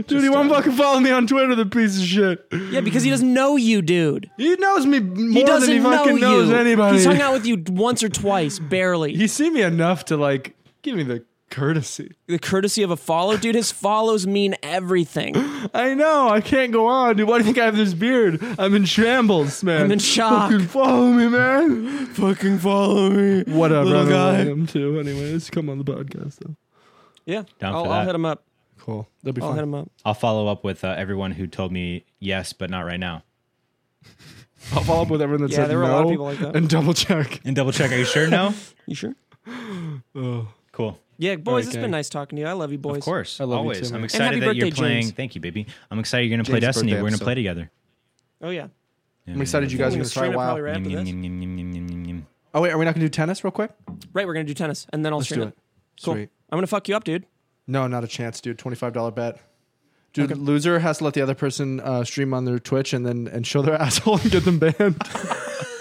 Speaker 2: Dude, he won't fucking follow me on Twitter, the piece of shit.
Speaker 1: Yeah, because he doesn't know you, dude.
Speaker 2: He knows me more
Speaker 1: He doesn't
Speaker 2: than he
Speaker 1: know
Speaker 2: fucking
Speaker 1: you.
Speaker 2: knows anybody.
Speaker 1: He's hung out with you once or twice, barely.
Speaker 2: He's seen me enough to like give me the courtesy.
Speaker 1: the courtesy of a follow, dude. His follows mean everything.
Speaker 2: I know I can't go on, dude. Why do you think I have this beard? I'm in shambles, man.
Speaker 1: I'm in shock.
Speaker 2: Fucking follow me, man.
Speaker 1: Fucking follow me. Little
Speaker 2: Whatever, I don't know
Speaker 1: guy.
Speaker 2: who I am too. Anyways, come on the podcast though.
Speaker 1: Yeah,
Speaker 3: Down for
Speaker 1: I'll,
Speaker 3: that.
Speaker 1: I'll hit him up.
Speaker 2: Cool, that'd be
Speaker 1: I'll
Speaker 2: fun.
Speaker 1: hit him up.
Speaker 3: I'll follow up with uh, everyone who told me yes, but not right now,
Speaker 2: I'll follow up with everyone that
Speaker 1: Yeah,
Speaker 2: said
Speaker 1: there were a
Speaker 2: no
Speaker 1: lot of people like that.
Speaker 2: and double check.
Speaker 3: and double check. Are you sure? No.
Speaker 1: You sure?
Speaker 2: Oh.
Speaker 3: Cool.
Speaker 1: Yeah, boys.
Speaker 2: right,
Speaker 1: it's
Speaker 2: gang.
Speaker 1: been nice talking to you. I love you, boys.
Speaker 3: Of course.
Speaker 2: I love you
Speaker 3: Always.
Speaker 2: too, man.
Speaker 3: I'm
Speaker 2: And
Speaker 3: excited
Speaker 1: happy
Speaker 3: that you're
Speaker 1: birthday,
Speaker 3: playing.
Speaker 1: James.
Speaker 3: Thank you, baby. I'm excited you're gonna play
Speaker 2: James'
Speaker 3: Destiny.
Speaker 2: birthday
Speaker 3: We're gonna
Speaker 2: episode.
Speaker 3: play together.
Speaker 1: Oh yeah.
Speaker 2: I'm excited you guys are
Speaker 1: I'm
Speaker 2: gonna
Speaker 1: gonna
Speaker 2: try
Speaker 1: stream it
Speaker 2: WoW.
Speaker 1: probably right after
Speaker 3: Yum,
Speaker 1: this.
Speaker 3: yum, yum, yum, yum, yum, yum, yum.
Speaker 2: Oh wait, are we not gonna do tennis real quick?
Speaker 1: Right, we're gonna do tennis, and then I'll
Speaker 2: Let's
Speaker 1: stream
Speaker 2: do
Speaker 1: it.
Speaker 2: it.
Speaker 1: Cool.
Speaker 2: Sweet.
Speaker 1: I'm gonna fuck you up, dude.
Speaker 2: No, not a chance, dude. Twenty five dollar bet. Dude, loser has to let the other person uh, stream on their Twitch and then and show their asshole and get them banned.